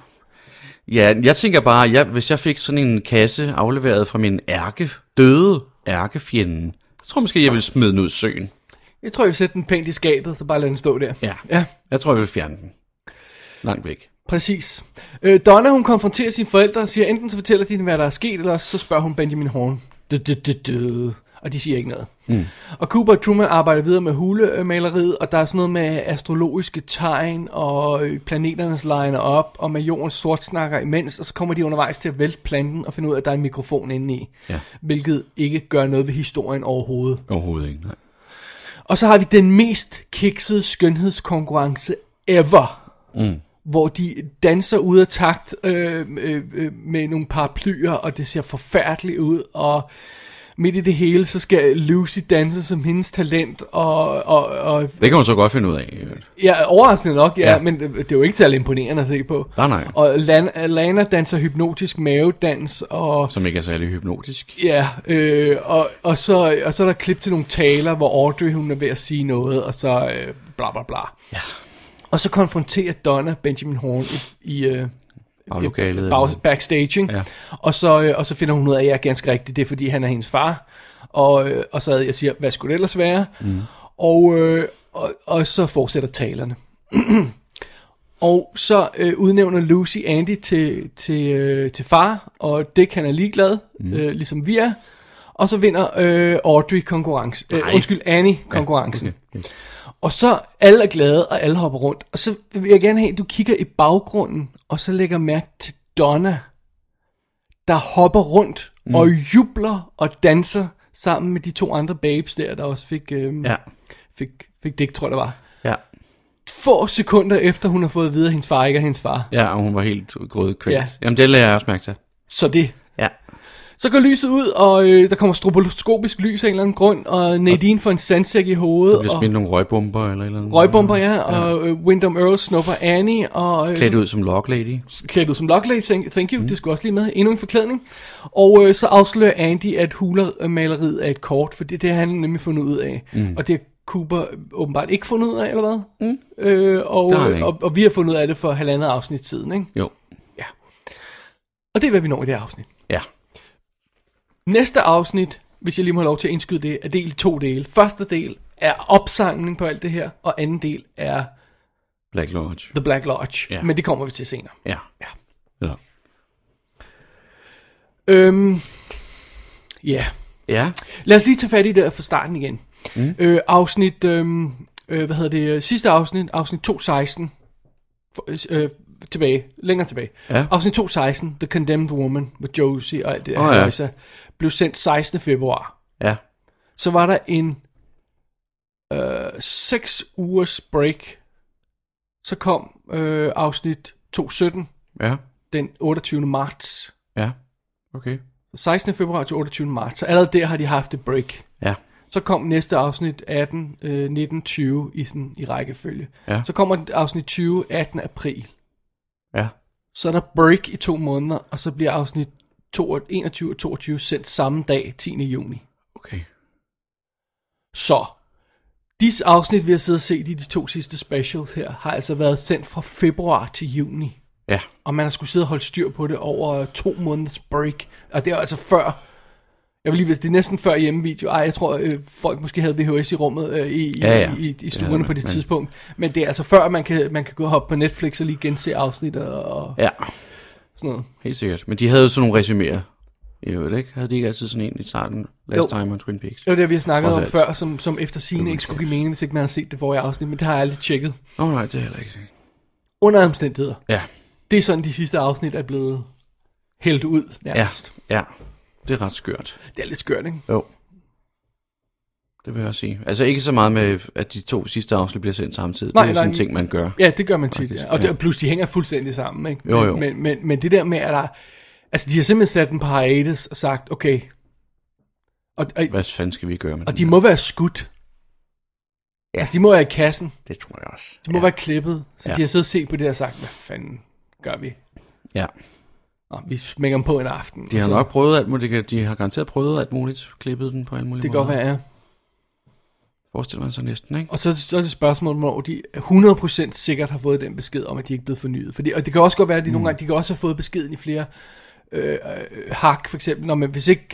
E: Ja, jeg tænker bare, jeg, hvis jeg fik sådan en kasse afleveret fra min ærke, døde ærkefjende, så tror jeg måske, jeg ville smide den ud i søen.
D: Jeg tror, jeg vil sætte den pænt i skabet, så bare lade den stå der.
E: Ja.
D: Ja,
E: Jeg tror, jeg ville fjerne den. Langt væk.
D: præcis. Øh, Donna, hun konfronterer sine forældre og siger, enten så fortæller de, dem, hvad der er sket, eller også så spørger hun Benjamin Horn. Du, du, du, du. Og de siger ikke noget. Mm. Og Cooper og Truman arbejder videre med hulemaleriet, og der er sådan noget med astrologiske tegn, og øh, planeternes liner op, og med jordens sortsnakker imens, og så kommer de undervejs til at vælte planten og finde ud af, at der er en mikrofon inde i.
E: Ja.
D: Hvilket ikke gør noget ved historien overhovedet.
E: Overhovedet ikke, nej.
D: Og så har vi den mest kiksede skønhedskonkurrence ever. Mm. Hvor de danser ud af takt øh, øh, øh, med nogle paraplyer, og det ser forfærdeligt ud. Og midt i det hele, så skal Lucy danse som hendes talent. Og, og, og
E: Det kan man så godt finde ud af. øh, i øvrigt.
D: ja, overraskende nok, ja, ja,
E: Ja.
D: men det er jo ikke særlig imponerende at se på.
E: Nej, nej.
D: Og Lana, Lana danser hypnotisk mavedans, og
E: Som ikke er særlig hypnotisk.
D: Ja, øh, og, og, så, og så er der klip til nogle taler, hvor Audrey hun er ved at sige noget, og så øh, bla bla bla. Ja. Og så konfronterer Donna Benjamin Horn i, i, øh,
E: Baglokalet eller
D: bag,
E: noget.
D: backstage, ikke?
E: Ja.
D: Ja. Og, så, øh, og så finder hun ud af, at jeg er ganske rigtig, det er fordi han er hendes far. Og, øh, og så jeg siger, hvad skulle det ellers være? Mm. Og, øh, og, og så fortsætter talerne. og så øh, udnævner Lucy Andy til, til, øh, til far, og Dick han er ligeglad, mm. øh, ligesom vi er. Og så vinder øh, Audrey konkurrencen. Øh, undskyld, Annie konkurrencen. Ja, okay. Og så alle er glade, og alle hopper rundt. Og så vil jeg gerne have, at du kigger i baggrunden, og så lægger mærke til Donna, der hopper rundt mm. og jubler og danser sammen med de to andre babes der, der også fik, øhm, ja.
E: Ja.
D: fik, fik dæk, tror jeg, det var.
E: Ja.
D: Få sekunder efter, hun har fået at vide, at hendes far ikke er hendes far.
E: ja, og hun var helt grødekvælt. Ja.
D: Ja.
E: Jamen, det lader jeg også mærke til.
D: Så det.
E: Ja.
D: Så går lyset ud, og øh, der kommer stroboskopisk lys af en eller anden grund, og Nadine får en sandsæk i
E: Der
D: hovedet,
E: bliver
D: og
E: smidt nogle røgbomber eller et eller andet.
D: røgbomber, ja, og øh, Wyndham Earl snupper Annie, og... Øh,
E: Klædt ud som Lock Lady.
D: klædt ud som Lockley, thank, thank you, mm. det skulle også lige med, endnu en forklædning. Og øh, så afslører Andy, at hulermaleriet er et kort, for det, det har han nemlig fundet ud af. Mm. Og det har Cooper åbenbart ikke fundet ud af, eller hvad? Mm. Øh, og,
E: Det har han
D: øh,
E: ikke.
D: og, og vi har fundet ud af det for halvandet afsnit siden, ikke?
E: Jo.
D: Og det er, hvad vi når i det her afsnit.
E: Ja.
D: Næste afsnit, hvis jeg lige må have lov til at indskyde det, er delt i to dele. Første del er opsamling på alt det her, og anden del er
E: Black Lodge.
D: The Black Lodge.
E: Ja.
D: Men det kommer vi til senere.
E: Ja.
D: Ja.
E: Ja.
D: Øhm, ja. Yeah.
E: Ja.
D: Lad os lige tage fat i det fra starten igen. Mm. Øh, afsnit, øh, øh, hvad hedder det, øh, sidste afsnit, afsnit 216, For- øh, tilbage, længere tilbage.
E: Ja.
D: Afsnit 216, The Condemned Woman, med Josie og alt det der,
E: Åh, ja.
D: oh, ja. blev sendt 16. februar.
E: Ja.
D: Så var der en øh, 6 ugers break, så kom øh, afsnit 217,
E: Ja.
D: den 28. marts.
E: Ja. Okay.
D: 16. februar til 28. marts, så allerede der har de haft et break.
E: Ja.
D: Så kom næste afsnit 18, øh, 19, 20 i, sådan, i rækkefølge.
E: Ja.
D: Så kommer afsnit 20, 18. april.
E: Ja.
D: Så er der break i to måneder, og så bliver afsnit 22, 21 og 22 sendt samme dag, 10. juni.
E: Okay.
D: Så disse afsnit, vi har siddet og set i de to sidste specials her, har altså været sendt fra februar til juni.
E: Ja.
D: Og man har skulle sidde og holde styr på det over to måneders break. Og det er altså før... Jeg vil lige vide, det er næsten før hjemmevideo. Ej, jeg tror, øh, folk måske havde VHS i rummet øh, i,
E: Ja,
D: ja,
E: ja.
D: ja. i, i, i
E: Det
D: stuerne
E: havde
D: ja,
E: man,
D: på det
E: men-
D: tidspunkt. Men det er altså før, man kan, man kan gå og hoppe på Netflix og lige gense afsnittet og
E: Ja.
D: sådan noget.
E: Helt sikkert. Men de havde jo sådan nogle resuméer. I øvrigt, ikke? Havde de ikke altid sådan en i starten? Last jo.
D: Jo.
E: Time on Twin Peaks.
D: Det var det, vi har snakket
E: Trods
D: om
E: alt.
D: før, som, som efter sine ikke skulle give mening, hvis ikke man har set det forrige afsnit. Men det har jeg aldrig tjekket.
E: Nå oh, nej, det er heller ikke sikkert.
D: Under omstændigheder.
E: Ja.
D: Det er sådan, de sidste afsnit er blevet hældt ud
E: Ja.
D: nærmest.
E: Ja. Det er ret skørt.
D: Ja. Det er lidt skørt, ikke?
E: Jo. Det vil jeg også sige. Altså ikke så meget med, at de to sidste afsnit bliver sendt samtidig.
D: Nej,
E: det er jo
D: nej.
E: sådan en ting, man gør.
D: Ja, det gør man tit,
E: Faktisk,
D: ja. Og det,
E: ja.
D: og plus, de hænger fuldstændig sammen, ikke?
E: Jo, jo.
D: Men, men, men det der med, at der... Altså, de har simpelthen sat en parades og sagt, okay... Og, og,
E: Hvad fanden skal vi gøre med
D: og
E: den
D: de
E: der?
D: må være skudt. Ja. Altså, de må være i kassen.
E: Det tror jeg også.
D: De må
E: ja.
D: ja. være klippet. Så
E: Ja.
D: ja. de har siddet og set på det og sagt, hvad fanden gør vi?
E: Ja.
D: Nå, vi smækker dem på en aften.
E: De
D: og
E: har
D: så-
E: nok prøvet alt muligt. De kan- De har garanteret prøvet alt muligt. Klippet den på alle mulige
D: Det kan godt
E: måder.
D: være, ja.
E: Forestiller man sig næsten, ikke?
D: Og så, så er det spørgsmålet, hvornår de 100% sikkert har fået den besked om, at de ikke er blevet fornyet. Fordi, og det kan også godt
E: Mm.
D: være, at de nogle gange de kan også have fået beskeden i flere øh, øh, hak, for eksempel. Når man, hvis ikke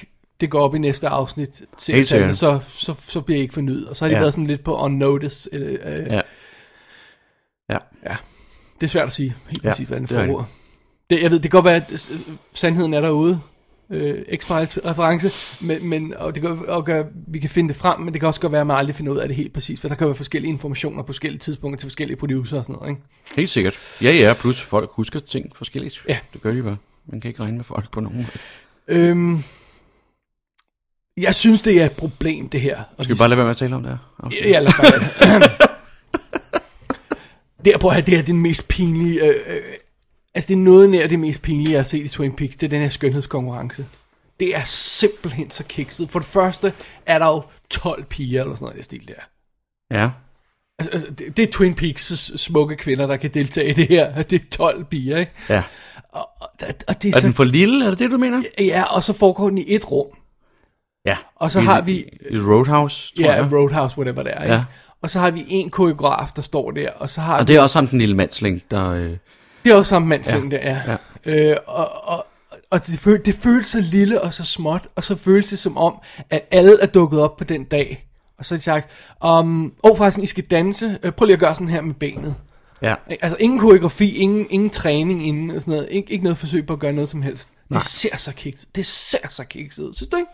D: det går op i næste afsnit, til,
E: Helt sikkert.
D: så, så, så bliver I ikke fornyet. Og så har de
E: Ja.
D: ja. været sådan lidt på on notice. Øh, øh,
E: Ja. Ja.
D: Det er svært at sige, helt
E: Ja,
D: ja, præcis, hvad den
E: det er
D: får ord. Det, jeg ved, det kan godt være, at s- sandheden er derude. Øh, X-Files reference, men, men, og det kan og gøre, vi kan finde det frem, men det kan også godt være, at man aldrig finder ud af det helt præcis, for der kan være forskellige informationer på forskellige tidspunkter til forskellige producer og sådan noget, ikke?
E: Helt sikkert. Ja, ja, plus folk husker ting forskelligt.
D: Ja.
E: Det gør de bare. Man kan ikke regne med folk på nogen. måde.
D: Øhm, jeg synes, det er et problem, det her. Og
E: Skal vi
D: de-
E: bare lade være med at tale om det her? afsnit?
D: Ja, lad os bare lade det. Der, prøv at have, det her er den mest pinlige... Øh, øh, altså, det er noget nær det mest pinlige, jeg har set i Twin Peaks. Det er den her skønhedskonkurrence. Det er simpelthen så kikset. For det første er der jo 12 piger, eller sådan noget, i den stil der.
E: Ja.
D: Altså, altså det, det er Twin Peaks' smukke kvinder, der kan deltage i det her. Det er 12 piger, ikke?
E: Ja.
D: Og, og det er,
E: Er
D: så...
E: den for lille? Er det det, du mener?
D: Ja, og så foregår den i et rum.
E: Ja.
D: Og så
E: I-
D: har vi-
E: I Roadhouse, tror
D: Ja,
E: jeg.
D: Roadhouse, whatever det er, ikke?
E: Ja.
D: Ja. Og så har vi en koreograf, der står der, og så har
E: Og det er også ham, den lille mandsling, der... Øh...
D: Det er også samme mandsling, ja. det er.
E: Ja.
D: Ja. Øh, og, og, og det, føl, det føles så lille og så småt, og så føles det som om, at alle er dukket op på den dag. Og så har de sagt, um, åh oh, forresten, I skal danse, Øh, prøv lige at gøre sådan her med benet.
E: Ja.
D: Ikke? Altså ingen koreografi, ingen, ingen træning inden og sådan noget. Ikke, ikke noget forsøg på at gøre noget som helst. Nej. Det ser så kikset. Det ser så kikset ud, synes du ikke?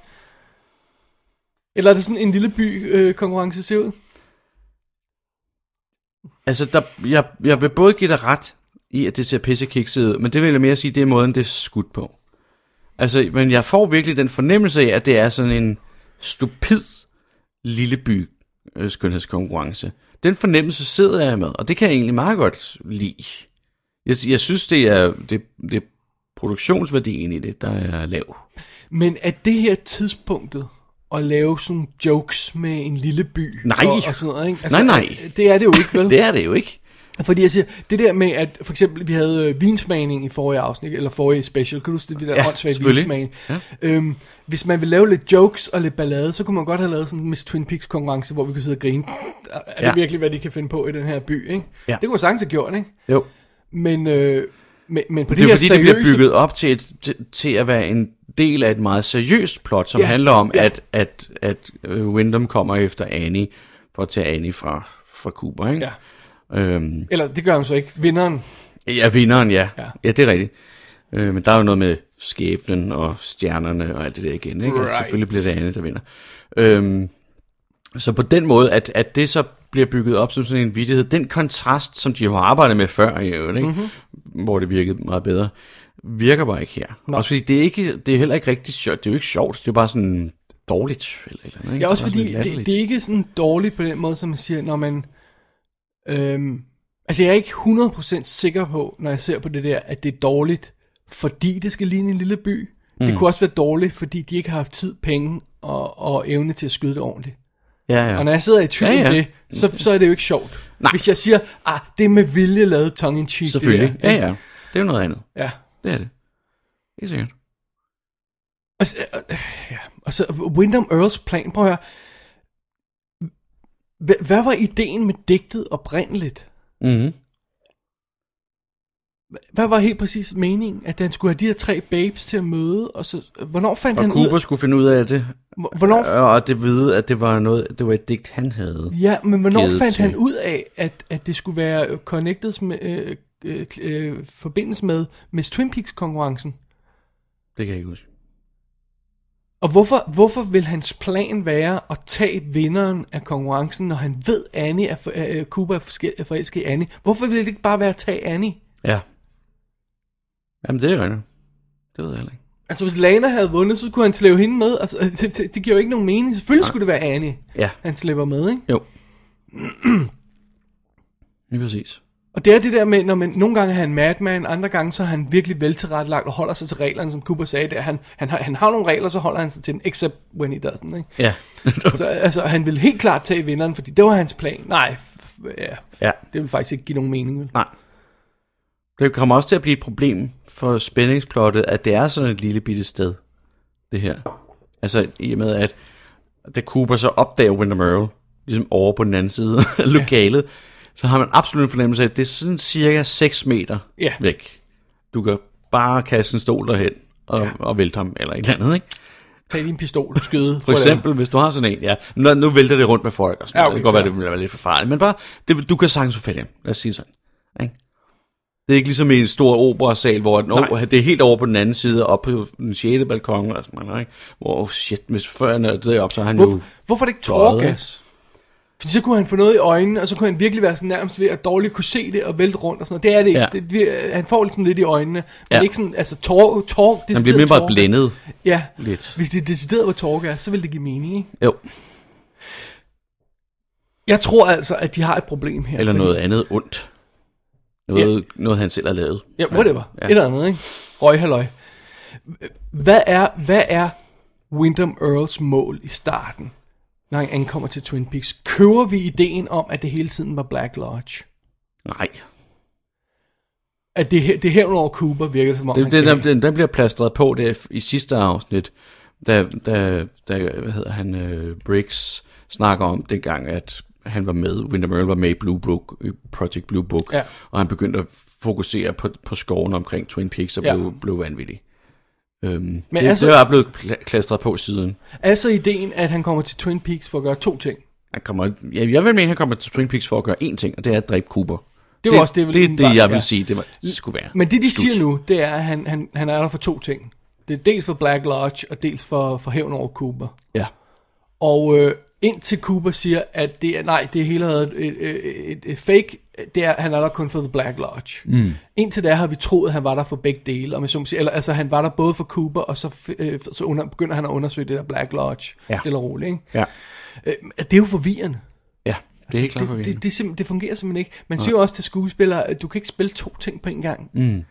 D: Eller er det sådan en lille by øh, konkurrence ser ud?
E: Altså, der, jeg, jeg vil både give dig ret i, at det ser pissekikset ud, men det vil jeg mere sige, det er måden, det er skudt på. Altså, men jeg får virkelig den fornemmelse af, at det er sådan en stupid lille by øh, skønhedskonkurrence. Den fornemmelse sidder jeg med, og det kan jeg egentlig meget godt lide. Jeg, jeg synes, det er, det, det er produktionsværdien i det, der er lav.
D: Men er det her tidspunktet at lave sådan jokes med en lille by?
E: Nej.
D: Og, og sådan noget, ikke? Altså, øh,
E: Nej, nej.
D: Det er det jo ikke, vel?
E: Det er det jo ikke.
D: Fordi jeg siger, det der med, at for eksempel, vi havde øh, vinsmagning i forrige afsnit, eller forrige special, kan du huske det, vi der
E: Ja,
D: åndssvagt
E: selvfølgelig.
D: vinsmagning.
E: Ja.
D: Øhm, hvis man ville lave lidt jokes og lidt ballade, så kunne man godt have lavet sådan en Miss Twin Peaks konkurrence, hvor vi kunne sidde og grine. Er det
E: Ja.
D: ja. virkelig, hvad de kan finde på i den her by, ikke?
E: Ja.
D: Det kunne jeg sagtens have gjort, ikke?
E: Jo.
D: Men, øh, men, men på det,
E: Det er jo
D: her
E: fordi,
D: seriøse...
E: det bliver bygget op til, et, til, til at være en del af et meget seriøst plot, som ja,
D: Ja,
E: handler om, ja.
D: ja.
E: at, at, at øh, Wyndham kommer efter Annie for at tage Annie fra, fra Cooper. Ikke?
D: Ja.
E: Øhm,
D: Eller det gør han så ikke. Vinderen.
E: ja, vinderen, ja. ja.
D: Ja.
E: Ja, det er rigtigt. Øh, men der er jo noget med skæbnen og stjernerne og alt det der igen. Ikke? Og
D: Right.
E: selvfølgelig bliver det Annie, der vinder. Øhm, så på den måde, at, at det så bliver bygget op som sådan en vidighed, den kontrast, som de jo har arbejdet med før i øvrigt, ikke? Mm-hmm. hvor det virkede meget bedre, virker bare ikke her. Nå. Også fordi det er, ikke, det er heller ikke rigtig sjovt. Det er jo ikke sjovt, det er jo bare sådan dårligt. Eller et eller andet, ikke?
D: Ja, også
E: bare sådan
D: fordi
E: lidt
D: det,
E: latterligt.
D: det er ikke sådan dårligt på den måde, som man siger, når man... Øhm, altså, jeg er ikke 100% sikker på, når jeg ser på det der, at det er dårligt, fordi det skal ligne en lille by. Mm. Det kunne også være dårligt, fordi de ikke har haft tid, penge og, og evne til at skyde det ordentligt.
E: Ja, ja.
D: Og når jeg sidder i tvivl
E: Ja,
D: ja,
E: ja.
D: ja. det, så, så er det jo ikke sjovt.
E: Nej.
D: Hvis jeg siger, ah, det er med vilje lavet tongue in cheek. det
E: Selvfølgelig.
D: der."
E: Ja, ja. Det er jo noget andet.
D: ja.
E: Det er det. Helt sikkert.
D: Og så, og, ja, og så øh, Wyndham Earls plan, prøv at høre. Hvad, hvad var ideen med digtet oprindeligt?
E: Mm-hmm.
D: Hvad var helt præcis meningen, at han skulle have de her tre babes til at møde, og så, øh, hvornår fandt
E: Og
D: han
E: Cooper
D: ud
E: skulle finde ud af det, øh,
D: af, hvornår,
E: og det vide, at det var, noget, det var et digt, han havde.
D: ja, men hvornår
E: givet
D: fandt
E: til.
D: han ud af, at, at det skulle være connected med, øh, øh, øh, forbindes med Miss Twin Peaks konkurrencen?
E: Det kan jeg ikke huske.
D: Og hvorfor, hvorfor vil hans plan være at tage vinderen af konkurrencen, når han ved, Annie er for, øh, Cooper er forske- er forelsket i Annie? Hvorfor vil det ikke bare være at tage Annie?
E: Ja. Jamen, det er rigtigt. Det ved jeg heller ikke.
D: Altså, hvis Lana havde vundet, så kunne han slæve hende med. Altså, det, det, det giver jo ikke nogen mening. Selvfølgelig skulle det være Annie,
E: Ja.
D: han slæber med, ikke?
E: Jo. Lige præcis.
D: Og det er det der med, når man, nogle gange er han madman, andre gange så er han virkelig veltilrettelagt og holder sig til reglerne, som Cooper sagde der. Han, han, har, han har nogle regler, så holder han sig til dem, except when he doesn't, ikke?
E: Ja.
D: Så altså, han ville helt klart tage vinderen, fordi det var hans plan. Nej, f- ja,
E: ja.
D: det vil faktisk ikke give nogen mening, vel?
E: Nej. Det kommer også til at blive et problem for spændingsplottet, at det er sådan et lille bitte sted, det her. Altså i og med, at da Cooper så opdager Windham Earl, ligesom over på den anden side af lokalet, så har man absolut en fornemmelse af, at det er sådan cirka 6 meter
D: Ja.
E: væk. Du kan bare kaste en stol derhen og, ja. og vælte ham, eller et eller andet, ikke?
D: Tag din pistol, skyde.
E: For eksempel, hvis du har sådan en, ja, nu, nu vælter det rundt med folk og sådan
D: Ja,
E: ja, okay,
D: okay,
E: Det kan godt være,
D: fair.
E: det bliver lidt for farligt, men bare, det, du kan sagtens få fat i ham. Lad os sige sådan. Ikke? Det er ikke ligesom i en stor operasal, hvor no, det er helt over på den anden side, op på den 6. balkon og sådan noget, ikke? Hvor, oh shit, hvis før han er deroppe, så er han
D: Hvorfor,
E: jo...
D: hvorfor er det ikke
E: Tøjet.
D: tårgas? Fordi så kunne han få noget i øjnene, og så kunne han virkelig være sådan nærmest ved at dårligt kunne se det og vælte rundt og sådan noget. Det er det ikke.
E: Ja.
D: Ja. Det, vir- han får ligesom lidt i øjnene. Men
E: Ja.
D: ja. ikke sådan, altså tår, tår, det
E: Han bliver mere bare blændet
D: Ja,
E: lidt.
D: hvis det decideret var tårgas, så ville det give mening, ikke?
E: Jo,
D: Jeg tror altså, at de har et problem her.
E: eller
D: fordi-
E: noget andet ondt. Noget, ja. noget han selv har lavet.
D: Ja, whatever.
E: Ja.
D: Ja. Et eller andet, ikke? Røg, halløj. Hvad er, hvad er Wyndham Earls mål i starten, når han ankommer til Twin Peaks? Køber vi ideen om, at det hele tiden var Black Lodge?
E: Nej.
D: At det, he- det her over Cooper virker det som om,
E: Det,
D: han
E: den,
D: kan-
E: den, den, den bliver plastret på der i sidste afsnit, da, da, da hvad hedder han, øh, Briggs snakker om dengang, at han var med, Wyndham Earl var med i Blue Book, i Project Blue Book,
D: Ja.
E: og han begyndte at fokusere på, på skoven omkring Twin Peaks og
D: Ja.
E: blev, blev vanvittig. Øhm, Men det,
D: altså-
E: altså, det er blevet pla- klastret på siden.
D: Altså ideen, at han kommer til Twin Peaks for at gøre to ting.
E: Han kommer, ja, jeg vil mene, han kommer til Twin Peaks for at gøre én ting, og det er at dræbe Cooper.
D: Det var også det,
E: det,
D: vel-
E: det, det jeg vil
D: ja.
E: sige, det, var, det skulle være.
D: Men det, de
E: Slut.
D: siger nu, det er, at han, han, han er der for to ting. Det er dels for Black Lodge, og dels for, for hævn over Cooper.
E: Ja.
D: Og øh, indtil Cooper siger, at det er, nej, det er hele taget et, et, et, et fake, det er, han er der kun for The Black Lodge. Mm. Indtil da har vi troet, at han var der for begge dele. Om jeg så må sige. Eller, altså, han var der både for Cooper, og så, f- øh, så under, begynder han at undersøge det der Black Lodge. Ja.
E: Ja.
D: Stille og roligt, ikke? Øh,
E: Ja.
D: Det er jo forvirrende.
E: Ja, det er helt klart,
D: Altså, det,
E: det,
D: det, det, simp- det fungerer simpelthen ikke. Man siger jo også til skuespillere, at du kan ikke spille to ting på en gang. Mm.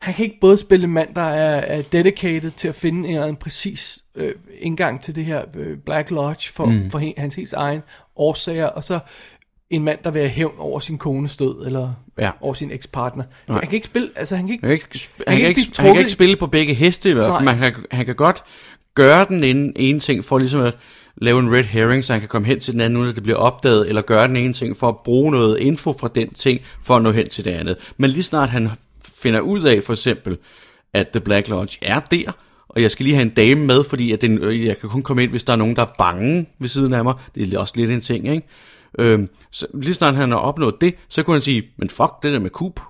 D: Han kan ikke både spille en mand, der er, er dedicated til at finde en, eller anden præcis øh, indgang til det her øh, Black Lodge for, mm. for he, hans helt egen årsager, og så en mand, der vil have hævn over sin kones død, eller
E: Ja.
D: over sin ekspartner. Han kan ikke spille, altså han kan ikke...
E: Han kan ikke, sp- han
D: kan
E: kan
D: ikke
E: ikke,
D: blive
E: han kan
D: trukket i-
E: ikke spille på begge heste i hvert fald,
D: Nej.
E: men han kan, han kan godt gøre den ene, ene ting for ligesom at lave en red herring, så han kan komme hen til den anden, uden at det bliver opdaget, eller gøre den ene ting for at bruge noget info fra den ting, for at nå hen til det andet. Men lige snart han finder ud af, for eksempel, at The Black Lodge er der, og jeg skal lige have en dame med, fordi at den, øh, jeg kan kun komme ind, hvis der er nogen, der er bange ved siden af mig. Det er også lidt en ting, ikke? Øhm, så lige snart han har opnået det, så kunne han sige, men fuck det der med kub.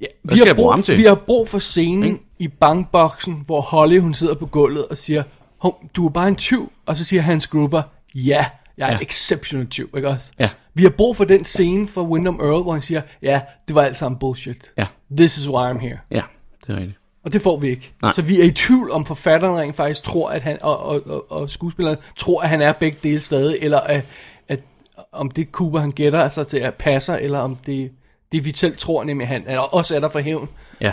D: Ja,
E: skal jeg bruge ham til?
D: vi har brug for scenen i bankboksen, hvor Holly hun sidder på gulvet og siger, Hov, du er bare en tyv, og så siger Hans Gruber, ja, jeg er ja.
E: Ja.
D: en exceptional tyv, ikke også?
E: Ja.
D: Vi har brug for den scene fra Wyndham Earl, hvor han siger, ja, det var alt sammen bullshit.
E: Ja.
D: This is why I'm here.
E: Ja, det er rigtigt.
D: Og det får vi ikke.
E: Nej.
D: Så vi er i tvivl om forfatteren rent faktisk tror, at han, og, og, og, og skuespilleren tror, at han er begge dele stadig, eller at, at, om det Cooper han gætter altså til at passer, eller om det, det vi selv tror, nemlig han er, også er der for hævn.
E: Ja,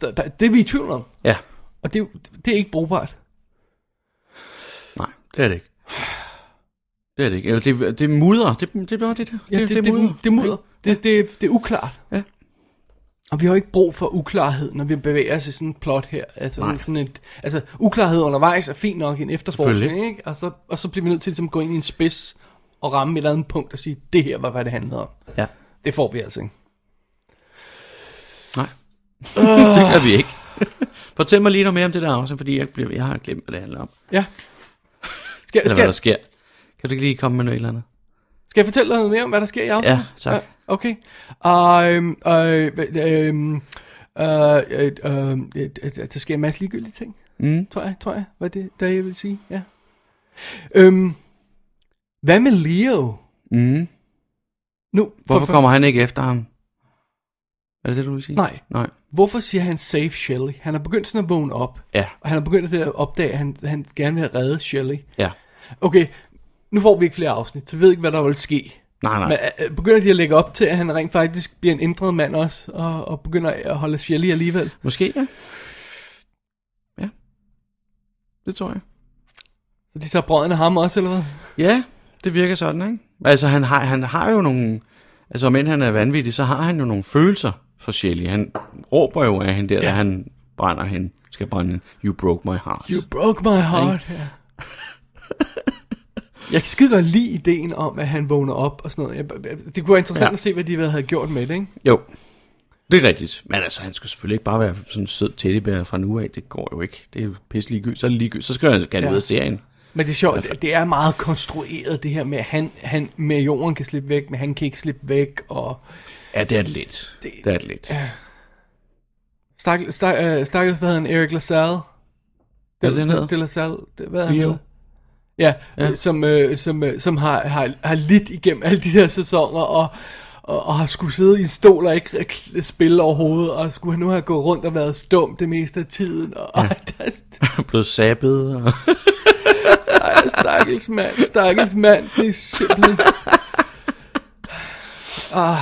D: Der- der- Det er vi i tvivl om,
E: ja.
D: og det, er jo- det er ikke brugbart.
E: Nej, det er det ikke. Det er det ikke. Eller det, det er mudder. Det, det er bare det der.
D: Ja, det, det, det, det, det mudder. Det, det, det er uklart.
E: Ja.
D: Og vi har jo ikke brug for uklarhed, når vi bevæger os i sådan et plot her. Altså, sådan, sådan et, altså uklarhed undervejs er fint nok i en efterforskning,
E: Selvfølgelig.
D: ikke? Og så, og så bliver vi nødt til ligesom, at gå ind i en spids og ramme et eller andet punkt og sige, det her var, hvad det handlede om.
E: Ja.
D: Det får vi altså ikke.
E: Nej. det gør vi ikke. Fortæl mig lige noget mere om det der afsnit, fordi jeg, bliver, jeg har glemt, hvad det handler om.
D: Ja. Skal,
E: Eller hvad der
D: skal,
E: sker. Kan du ikke lige komme med noget eller andet?
D: skal jeg fortælle dig noget mere om, hvad der sker i afsnit?
E: Ja, tak.
D: Okay. Øhm, øh, øh, øhm, øh, øh, øh, øh, der sker en masse ligegyldige ting. Mm. Tror jeg, tror jeg, var det, der jeg vil sige. Ja. Øhm, hvad med Leo?
E: Mm.
D: Nu, for-
E: Hvorfor
D: for-
E: kommer han ikke efter ham? Er det det, du vil sige?
D: Nej.
E: Nej.
D: Hvorfor siger han save Shelley? Han har begyndt sådan at vågne op.
E: Ja.
D: Og han har begyndt at opdage, at han, han gerne vil redde Shelley.
E: Ja.
D: Okay, nu får vi ikke flere afsnit, så vi ved ikke, hvad der vil ske.
E: Nej, nej.
D: Men øh, begynder de at lægge op til, at han rent faktisk bliver en ændret mand også, og, og begynder at holde Shelley alligevel?
E: Måske, ja. Ja. Det tror jeg.
D: Så de tager brødrene ham også, eller hvad?
E: Ja, det virker sådan, ikke? Altså, han har, han har jo nogle... Altså, om end han er vanvittig, så har han jo nogle følelser for Shelly. Han råber jo af hende der, ja. da han brænder hende. Skal brænde hende. You broke my heart.
D: You broke my heart. Ja. Jeg kan skide godt lide ideen om, at han vågner op og sådan noget. Jeg, jeg- det kunne være interessant ja.
E: Ja.
D: at se, hvad de havde gjort med det, ikke?
E: Jo, det er rigtigt. Men altså, han skal selvfølgelig ikke bare være sådan en sød teddybær fra nu af. Det går jo ikke. Det er jo pisse ligegyldigt. Så er det ligegyldigt. Så skal han gerne
D: Ja.
E: ja. videre serien.
D: Men det er sjovt, det, det er meget konstrueret det her med, at han, han med jorden kan slippe væk, men han kan ikke slippe væk, og
E: Ja, det er det lidt. Det, det er det lidt. Ja,
D: Stakkels, stak, øh, stakkels hvad hedder han, Eric LaSalle?
E: Hvad er det, han hedder?
D: De LaSalle, det, hvad er han
E: Leo.
D: hedder? Ja, ja. som, øh, som, øh, som har, har, har lidt igennem alle de der sæsoner, og, og, og har skulle sidde i en stol og ikke k- spille overhovedet, og skulle nu have gået rundt og været stum det meste af tiden, og, ja. og der, er-
E: blevet sabbet. Og...
D: der er stakkels mand, stakkels mand, det er simpelthen... Ah.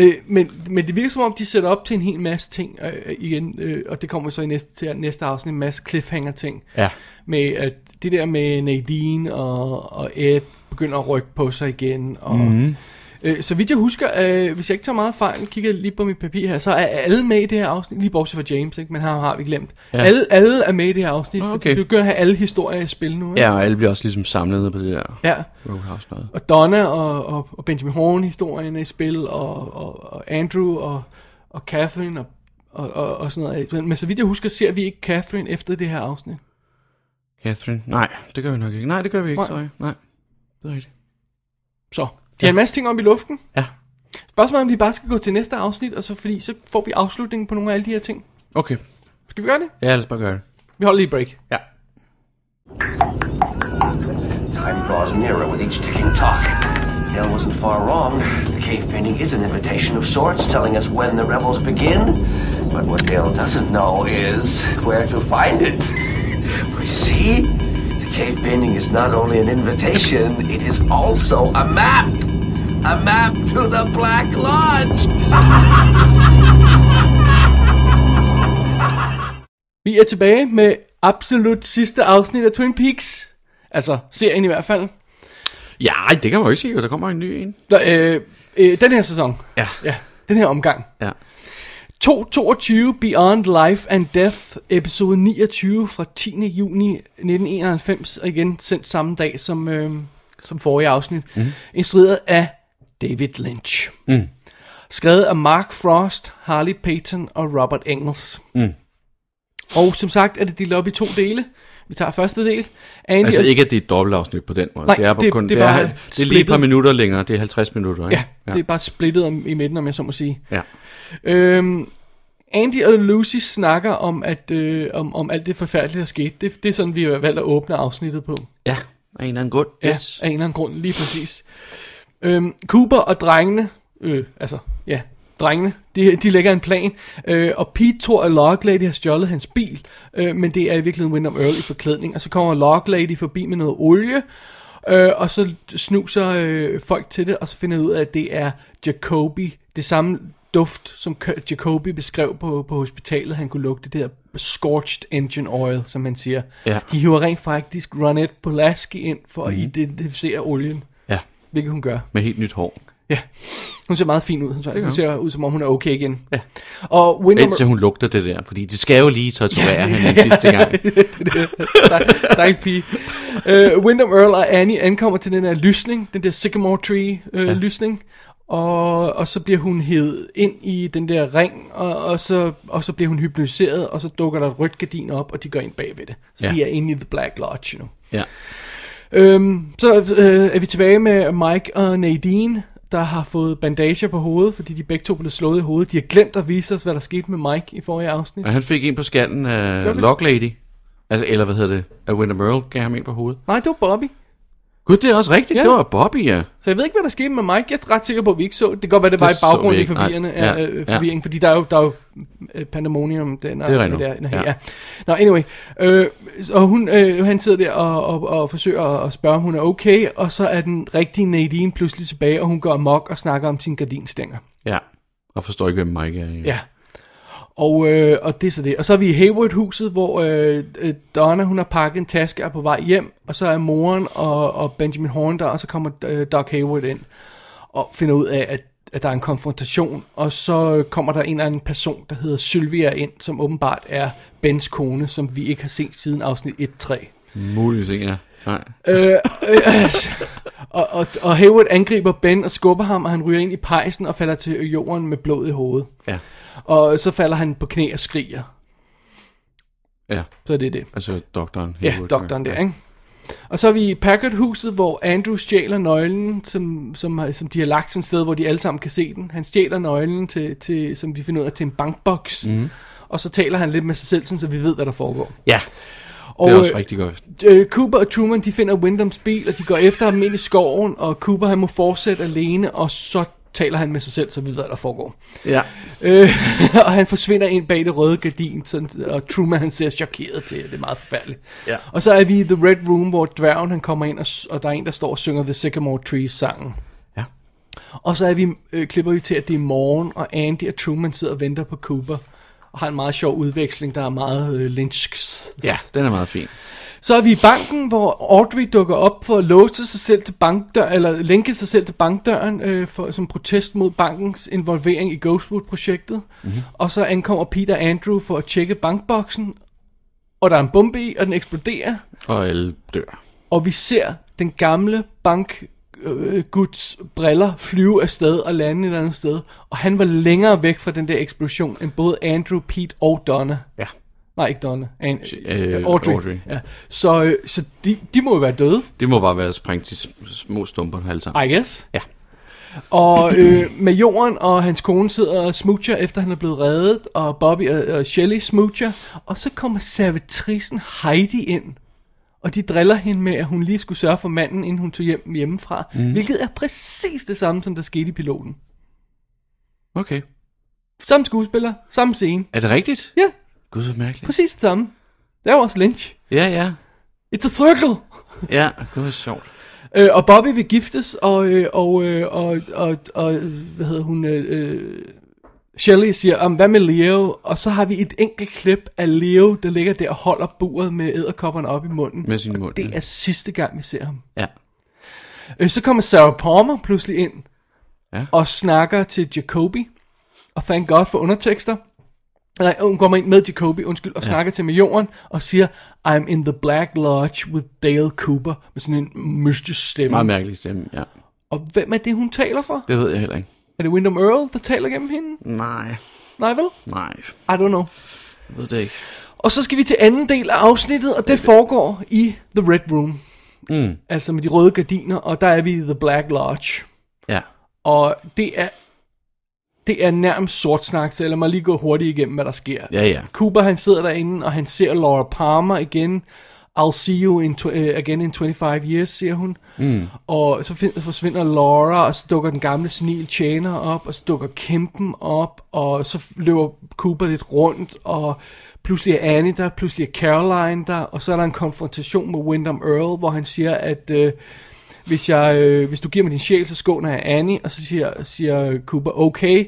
D: Øh, men, men det virker som om, de sætter op til en hel masse ting øh, igen, øh, og det kommer så i næste, til næste afsnit, en masse cliffhanger-ting.
E: Ja.
D: Med at
E: Mhm.
D: det der med Nadine og, og Ed begynder at rykke på sig igen, og mm. Øh, så vidt jeg husker, øh, hvis jeg ikke tager meget fejl, kigger jeg lige på mit papir her, så er alle med i det her afsnit, lige bortset fra James, ikke? men ham har vi glemt. Ja. Alle, alle er med i det her afsnit,
E: Nå,
D: okay.
E: okay.
D: fordi du gør have alle historier i spil nu. Ikke?
E: Ja, og alle bliver også ligesom samlet på det der
D: ja.
E: Roadhouse noget.
D: Og Donna og, og, og Benjamin Horn-historien er i spil, og, og, og Andrew og, og Catherine og, og, og, og sådan noget. Men, men så vidt jeg husker, ser vi ikke Catherine efter det her afsnit.
E: Catherine? Nej, det gør vi nok ikke. Nej, det gør vi ikke,
D: Nej.
E: sorry. Nej, det er rigtigt.
D: Så, de har en masse ting op i luften.
E: Ja.
D: Spørgsmålet er, om vi bare skal gå til næste afsnit, og så, fordi, så får vi afslutningen på nogle af alle de her ting.
E: Okay.
D: Skal vi gøre det?
E: Ja, lad os bare gøre det.
D: Vi holder lige et break.
E: Ja.
H: Time draws nearer with each ticking tock. Dale wasn't far wrong. The cave painting is an invitation of sorts, telling us when the rebels begin. But what Dale doesn't know is where to find it. For you see, the cave painting is not only an invitation, it is also a map. A map to the Black Lodge.
D: Vi er tilbage med absolut sidste afsnit af Twin Peaks. Altså, serien i hvert fald.
E: Ja, ej, det kan man jo ikke sige, jo. der kommer en ny en.
D: Nå, øh, øh, den her sæson.
E: Ja.
D: Ja, den her omgang.
E: Ja.
D: 222 Beyond Life and Death, episode 29 fra 10. juni 1991, og igen sendt samme dag som, øh, som forrige afsnit, mm. instrueret af David Lynch. Mm. Skrevet af Mark Frost, Harley Payton og Robert Engels. Mm. Og som sagt er det delt op i to dele. Vi tager første del. Andy
E: Altså
D: og-
E: ikke, at det er et dobbeltafsnit på den måde.
D: Nej,
E: det er, på
D: det-
E: kun,
D: det
E: det,
D: er
E: det, er,
D: bare
E: det er lige et par
D: splittet.
E: minutter længere. Det er 50 minutter, ikke?
D: Ja, ja, det er bare splittet om, i midten, om jeg så må sige.
E: Ja.
D: Øhm, Andy og Lucy snakker om, at, øh, om, om alt det forfærdelige, der skete. Det, det er sådan, vi har valgt at åbne afsnittet på.
E: ja. af en eller anden grund. Yes.
D: Ja, af en eller anden grund, lige præcis. Øhm, Cooper og drengene, øh, altså, ja, drengene, de, de lægger en plan, øh, og Pete tror, at Log Lady har stjålet hans bil, øh, men det er i virkeligheden Wyndham Earl i forklædning, og så kommer Log Lady forbi med noget olie, øh, og så snuser øh, folk til det, og så finder ud af, at det er Jacoby, det samme duft, som K- Jacoby beskrev på, på hospitalet, han kunne lugte det her scorched engine oil, som han siger.
E: Ja. Mhm.
D: De hiver rent faktisk Ronette Polaski ind for at identificere olien,
E: Ja,
D: hvilket hun gør.
E: med helt nyt hår.
D: Ja, hun ser meget fin ud. Hun, ser,
E: gør
D: hun
E: hun.
D: ser ud, som om hun er okay igen. Ja. Og Wyndham...
E: Indtil hun lugter det der, fordi det skal jo lige torturere hende den sidste gang.
D: Tak- Stakkels pige. Uh, Wyndham Earl og Annie ankommer til den her lysning, den der Sycamore Tree uh, ja. lysning, og, og så bliver hun hævet ind i den der ring, og, og, så, og så bliver hun hypnotiseret, og så dukker der et rødt gardin op, og de går ind bagved det. Så ja.
E: Ja.
D: de er inde i The Black Lodge nu.
E: Ja.
D: Øhm, så øh, er vi tilbage med Mike og Nadine, der har fået bandager på hovedet, fordi de begge to blev slået i hovedet. De har glemt at vise os, hvad der skete med Mike i forrige afsnit.
E: Og han fik en på skallen af
D: Gjorde vi?
E: Lock Lady. Altså, eller hvad hedder det? Af Wyndham Earl gav ham en på hovedet.
D: Nej, det var Bobby.
E: Gud, det er også rigtigt.
D: Ja.
E: Det var Bobby, ja.
D: Så jeg ved ikke, hvad der skete med Mike. Jeg er ret sikker på, at vi ikke så det. Det kan godt være, det var
E: Det
D: i
E: så vi
D: baggrunden i
E: ikke, nej.
D: forvirrende,
E: Ja,
D: ja, øh,
E: ja.
D: forvirring, fordi der er jo, der er jo øh, pandemonium. Den,
E: Det er rigtigt.
D: Der, der,
E: Ja.
D: ja. Nå, anyway. Øh, og hun, øh, han sidder der og, og, og forsøger at- at spørge, om hun er okay, og så er den rigtige Nadine pludselig tilbage, og hun går amok og snakker om sine gardinstænger.
E: Ja. Og forstår ikke, hvem Mike er.
D: Ja. Og, øh, og det er så det. Og så er vi i Hayward-huset, hvor øh, øh, Donna hun har pakket en taske og er på vej hjem, og så er moren og, og Benjamin Horn der, og så kommer øh, Doc Hayward ind og finder ud af, at, at der er en konfrontation, og så øh, kommer der en eller anden person, der hedder Sylvia ind, som åbenbart er Bens kone, som vi ikke har set siden afsnit 1-3.
E: Muligvis ikke, ja. Nej.
D: Øh. Og, og, og Hayward angriber Ben og skubber ham, og han ryger ind i pejsen og falder til jorden med blod i hovedet.
E: Ja.
D: Og så falder han på knæ og skriger.
E: Ja.
D: Så er det det.
E: Altså, doktoren.
D: Ja,
E: Hayward.
D: doktoren der, ikke? Og så er vi i Packard-huset, hvor Andrew stjæler nøglen, som, som, har- som de har lagt sådan et sted, hvor de alle sammen kan se den. Han stjæler nøglen, til, til, som vi finder ud af, til en bankboks.
E: Mhm.
D: Mm. Og så taler han lidt med sig selv, sådan, så vi ved, hvad der foregår.
E: Ja,
D: Og,
E: det er også rigtig godt.
D: øh, Cooper og Truman, de finder Wyndhams bil, og de går efter ham ind i skoven, og Cooper, han må fortsætte alene, og så taler han med sig selv, så vi ved, hvad der foregår.
E: Ja.
D: Øh, og han forsvinder ind bag det røde gardin, sådan, og Truman han ser chokeret til, det er meget forfærdeligt.
E: Ja.
D: Og så er vi i The Red Room, hvor dværgen han kommer ind, og, s- og der er en, der står og synger The Sycamore Tree-sangen.
E: Ja.
D: Og så er vi, øh, klipper vi til, at det er morgen, og Andy og Truman sidder og venter på Cooper, og har en meget sjov udveksling, der er meget øh, lynchsk.
E: Ja, den er meget fin.
D: Så er vi i banken, hvor Audrey dukker op for at låse sig selv til bankdøren, eller lænke sig selv til bankdøren, øh, for, som protest mod bankens involvering i Ghostwood-projektet. Mm-hmm. Og så ankommer Peter Andrew for at tjekke bankboksen, og der er en bombe i, og den eksploderer.
E: Og alle dør.
D: Og vi ser den gamle bank øh, Guds briller flyve afsted og lande et eller andet sted. Og han var længere væk fra den der eksplosion, end både Andrew, Pete og Donna.
E: Ja.
D: Nej, ikke Donna. An-
E: øh,
D: øh, Audrey.
E: Audrey.
D: Audrey. Ja. Så, øh, så de, de må jo være døde,
E: Det må bare være sprængt til sm- små stumper alle sammen.
D: I guess.
E: Ja.
D: Og øh, majoren og hans kone sidder og smoocher, efter han er blevet reddet, og Bobby og, og Shelley smoocher. Og så kommer servitrisen Heidi ind, og de driller hende med, at hun lige skulle sørge for manden, inden hun tog hjem hjemmefra.
E: Mhm.
D: Mm. Hvilket er præcis det samme, som der skete i piloten.
E: Okay.
D: Samme skuespiller, samme scene.
E: Er det rigtigt?
D: Ja,
E: Gud, så mærkeligt.
D: præcis det samme. Det er jo også Lynch.
E: Ja, ja.
D: It's a circle!
E: Ja, gud, hvor sjovt.
D: Øh, og Bobby vil giftes, og, øh, og, øh, og, og, og hvad hedder hun, øh, øh, Shelley siger, om hvad med Leo? Og så har vi et enkelt klip af Leo, der ligger der og holder buret med æderkopperne op i munden.
E: Med sin mund.
D: Det er sidste gang, vi ser ham.
E: Ja.
D: Øh, så kommer Sarah Palmer pludselig ind
E: Ja.
D: og snakker til Jacoby. Og thank God for undertekster. Nej, hun kommer ind med Jacoby, undskyld, og ja. snakker til majoren og siger, I'm in the Black Lodge with Dale Cooper, med sådan en mystisk stemme.
E: Meget mærkelig stemme, ja.
D: Og hvem er det, hun taler for?
E: Det ved jeg heller ikke.
D: Er det Wyndham Earl, der taler gennem hende?
E: Nej.
D: Nej vel?
E: Nej,
D: I don't know.
E: jeg ved det ikke.
D: Og så skal vi til anden del af afsnittet, og det foregår i The Red Room. Mm. Altså med de røde gardiner, og der er vi i The Black Lodge.
E: Ja.
D: Og det er, det er nærmest sort snak, så lad mig lige gå hurtigt igennem, hvad der sker.
E: Ja, ja.
D: Cooper han sidder derinde, og han ser Laura Palmer igen. I'll see you in tw- uh, again in 25 years, siger hun. Mm. Og så find- forsvinder Laura, og så dukker den gamle senil tjener op, og så dukker Kempen op, og så f- løber Cooper lidt rundt, og pludselig er Annie der, pludselig er Caroline der, og så er der en konfrontation med Wyndham Earl, hvor han siger, at... Øh, hvis, jeg, øh, hvis du giver mig din sjæl, så skåner jeg Annie, og så siger, siger Cooper, okay.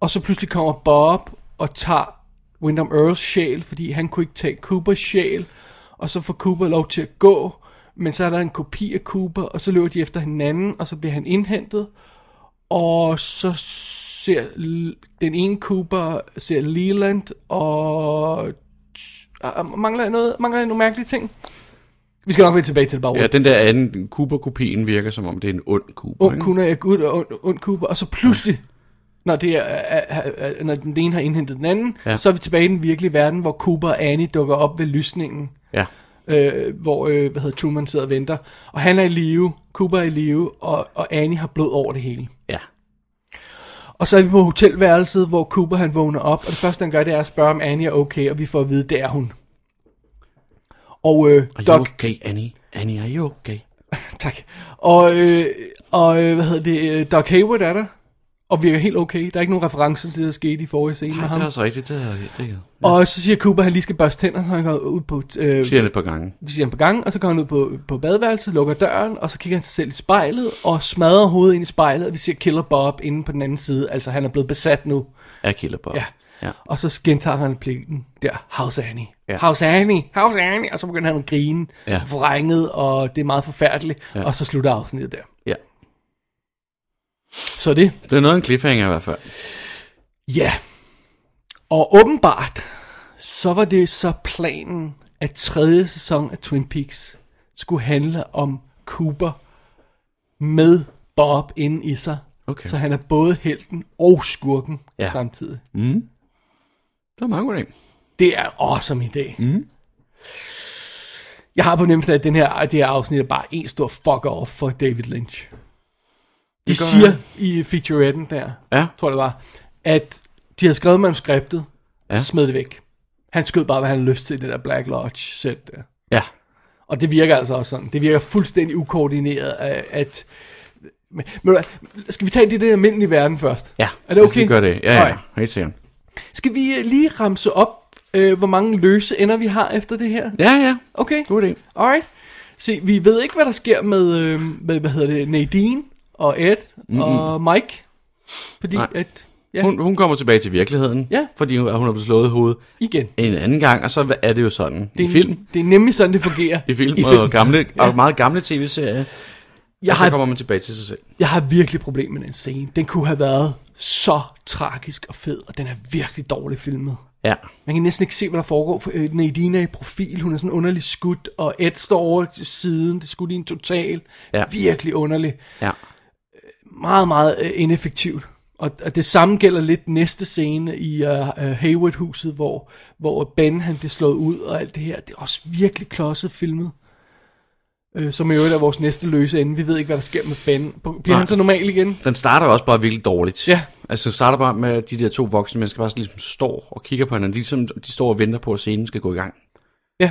D: Og så pludselig kommer Bob og tager Wyndham Earls sjæl, fordi han kunne ikke tage Coopers sjæl, og så får Cooper lov til at gå, men så er der en kopi af Cooper, og så løber de efter hinanden, og så bliver han indhentet, og så ser l- den ene Cooper, ser Leland, og Ah, mangler jeg noget, mangler jeg nogle mærkelige ting? Vi skal nok vende tilbage til det bare
E: Ja, den der anden Cooper-kopien virker som om, det er en ond Cooper.
D: Ung
E: ikke?
D: Kuna er gud og ond, ond Cooper, og så pludselig, når, det er, er, er, er, når den ene har indhentet den anden,
E: Ja.
D: ja. så er vi tilbage i den virkelige verden, hvor Cooper og Annie dukker op ved lysningen,
E: Ja.
D: øh, hvor øh, hvad hedder Truman sidder og venter. Og han er i live, Cooper er i live, og, og Annie har blod over det hele.
E: Ja.
D: Og så er vi på hotelværelset, hvor Cooper han vågner op, og det første han gør, det er at spørge, om Annie er okay, og vi får at vide, det er hun. Og øh,
E: Are you
D: Doc,
E: okay, Annie? Annie, are you okay?
D: Tak. Og, øh, og øh, hvad hedder det, øh, Doc Hayward er der, og virker helt okay. Der er ikke nogen referencer til, det der skete i forrige scene
E: Nej,
D: med ham.
E: det er også rigtigt. Det er, det er.
D: Og så siger Cooper, at han lige skal børste tænder, så han går ud på, øh,
E: Siger det et par gange.
D: det siger han på gangen, og så går han ud på, på badeværelset, lukker døren, og så kigger han sig selv i spejlet, og smadrer hovedet ind i spejlet, og vi ser Killer Bob inde på den anden side, altså han er blevet besat nu.
E: Er Killer Bob.
D: Ja.
E: ja.
D: Og så gentager han pligten der, House Annie,
E: Ja.
D: ja. House Annie, House Annie, og så begynder han at grine,
E: Ja.
D: ja. vrænget, og det er meget forfærdeligt,
E: Ja.
D: ja. og så slutter afsnittet der.
E: Ja.
D: Så er det.
E: Det er noget af en cliffhanger i hvert fald.
D: Ja. Og åbenbart, så var det så planen, at tredje sæson af Twin Peaks skulle handle om Cooper med Bob inde i sig.
E: Okay.
D: Så han er både helten og skurken
E: Ja.
D: ja. samtidig.
E: Det er meget god ting.
D: Det er awesome idé. Mm. Jeg har på nemmelsen, at den her, at det her afsnit er bare en stor fuck-off for David Lynch. De
E: gør
D: siger
E: han.
D: i featuretten der,
E: Ja.
D: tror jeg det var, at de havde skrevet manuskriptet,
E: Ja.
D: ja. smed det væk. Han skød bare, hvad han havde lyst til i det der Black Lodge sæt der.
E: Ja.
D: Og det virker altså også sådan. Det virker fuldstændig ukoordineret, at... at men, men, ved du hvad, skal vi tage det i den almindelige verden først?
E: Ja.
D: Er det okay?
E: Vi gør det. Ja, ja.
D: Nej.
E: Helt sikkert.
D: Skal vi øh, lige ramse op, øh, hvor mange løse ender vi har efter det her?
E: Ja, ja.
D: Okay.
E: God idé.
D: Alright. Se, vi ved ikke, hvad der sker med, øh, med hvad hedder det, Nadine og Ed mm og Mike. Fordi
E: Nej.
D: Nej. at Ja.
E: Hun, hun kommer tilbage til virkeligheden,
D: Ja.
E: fordi hun hun er blevet slået i hovedet
D: Igen.
E: en anden gang, og så er det jo sådan
D: Det
E: i
D: er,
E: film.
D: Det er nemlig sådan, det fungerer.
E: I film,
D: I
E: I
D: film.
E: Og, gamle, og meget gamle tv-serier,
D: Jeg
E: og så
D: har,
E: kommer man tilbage til sig selv.
D: jeg har virkelig problem med den scene. Den kunne have været så tragisk og fed, og den er virkelig dårligt filmet.
E: Ja.
D: Man kan næsten ikke se, hvad der foregår. For, øh, Nadine er i profil, hun er sådan underlig skudt, og Ed står over til siden, det er skudt i en total.
E: Ja.
D: Virkelig underlig.
E: ja.
D: Meget, meget øh, ineffektivt. Og, og det samme gælder lidt næste scene i øh, øh, Hayward-huset, hvor, hvor Ben han bliver slået ud og alt det her. Det er også virkelig klodset filmet. Øh, som i øvrigt er vores næste løse ende. Vi ved ikke, hvad der sker med Ben. Bliver
E: Nej.
D: han så normal igen?
E: Den starter også bare virkelig dårligt.
D: Ja.
E: Altså, den starter bare med, at de der to voksne mennesker bare sådan ligesom står og kigger på hinanden. De, ligesom, de står og venter på, at scenen skal gå i gang.
D: Ja.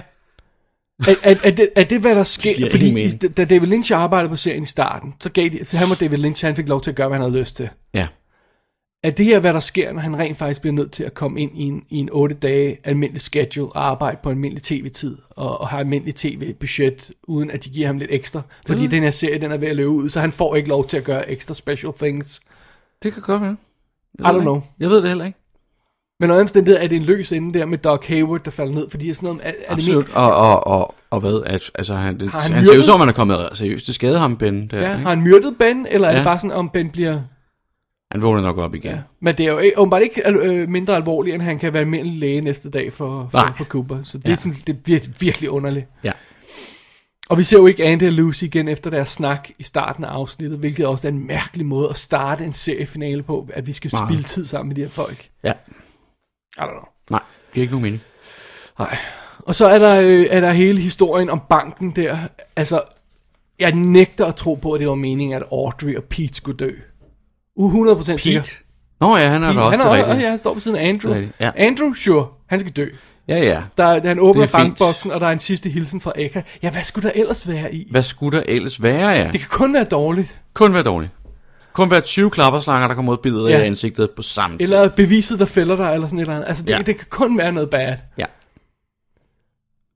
D: Er, er, er, det, er det, hvad der sker?
E: giver
D: Fordi
E: ingen mening.
D: i- da David Lynch arbejdede på serien i starten, så, gav de, så han og David Lynch, han fik lov til at gøre, hvad han havde lyst til.
E: Ja.
D: Er det her, hvad der sker, når han rent faktisk bliver nødt til at komme ind i en, i en 8 dage almindelig schedule og arbejde på almindelig tv-tid og, og have almindelig tv-budget, uden at de giver ham lidt ekstra? Fordi den her serie, den er ved at løbe ud, så han får ikke lov til at gøre ekstra special things.
E: Det kan godt være. Jeg
D: I don't
E: ved det
D: know.
E: ikke. Jeg ved det heller ikke.
D: Men under omstændighed er det en løs ende der med Doc Hayward, der falder ned, fordi det er sådan noget, er, er det min,
E: Absolut. Og, og, og, og hvad? At, altså, han, det,
D: Har
E: han,
D: han
E: han ser
D: myrdet?
E: ud som om, han er kommet seriøst til skade ham, Ben. Der,
D: ja,
E: ikke?
D: har han myrdet Ben, eller ja. er det
E: Ja.
D: bare sådan, om Ben bliver
E: han vågner nok op igen.
D: Ja. Men det er jo ikke- åbenbart ikke al- øh, mindre alvorligt, end han kan være almindelig læge næste dag for, for,
E: Nej.
D: for Cooper. Så det, ja.
E: Ja.
D: er sådan, det er vir- virkelig underligt.
E: Ja.
D: Og vi ser jo ikke Andy og Lucy igen efter deres snak i starten af afsnittet, hvilket også er en mærkelig måde at starte en seriefinale på, at vi skal
E: Nej.
D: spilde tid sammen med de her folk. I
E: ja.
D: don't know.
E: Nej, det giver ikke nogen mening.
D: Og så er der, øh, er der hele historien om banken der. Altså, jeg nægter at tro på, at det var meningen, at Audrey og Pete skulle dø. U 100% sikker.
E: Nå ja, han er da
D: Pete,
E: også
D: han,
E: det
D: er, også,
E: rigtige.
D: ja, han står ved siden af Andrew.
E: Det er rigtigt, ja.
D: Andrew, sure, han skal dø.
E: Ja, ja.
D: Der, han åbner
E: Det er fint.
D: bankboksen, og der er en sidste hilsen fra Eka. Ja, hvad skulle der ellers være i?
E: Hvad skulle der ellers være, ja?
D: Det kan kun være dårligt.
E: Kun være dårligt. Kun være 20 klapperslanger, der kommer ud billeder
D: Ja.
E: ja. i ansigtet på samme tid.
D: Eller beviset, der fælder dig, eller sådan et eller andet. Altså, det, ja.
E: Ja.
D: det kan kun være noget bad.
E: Ja,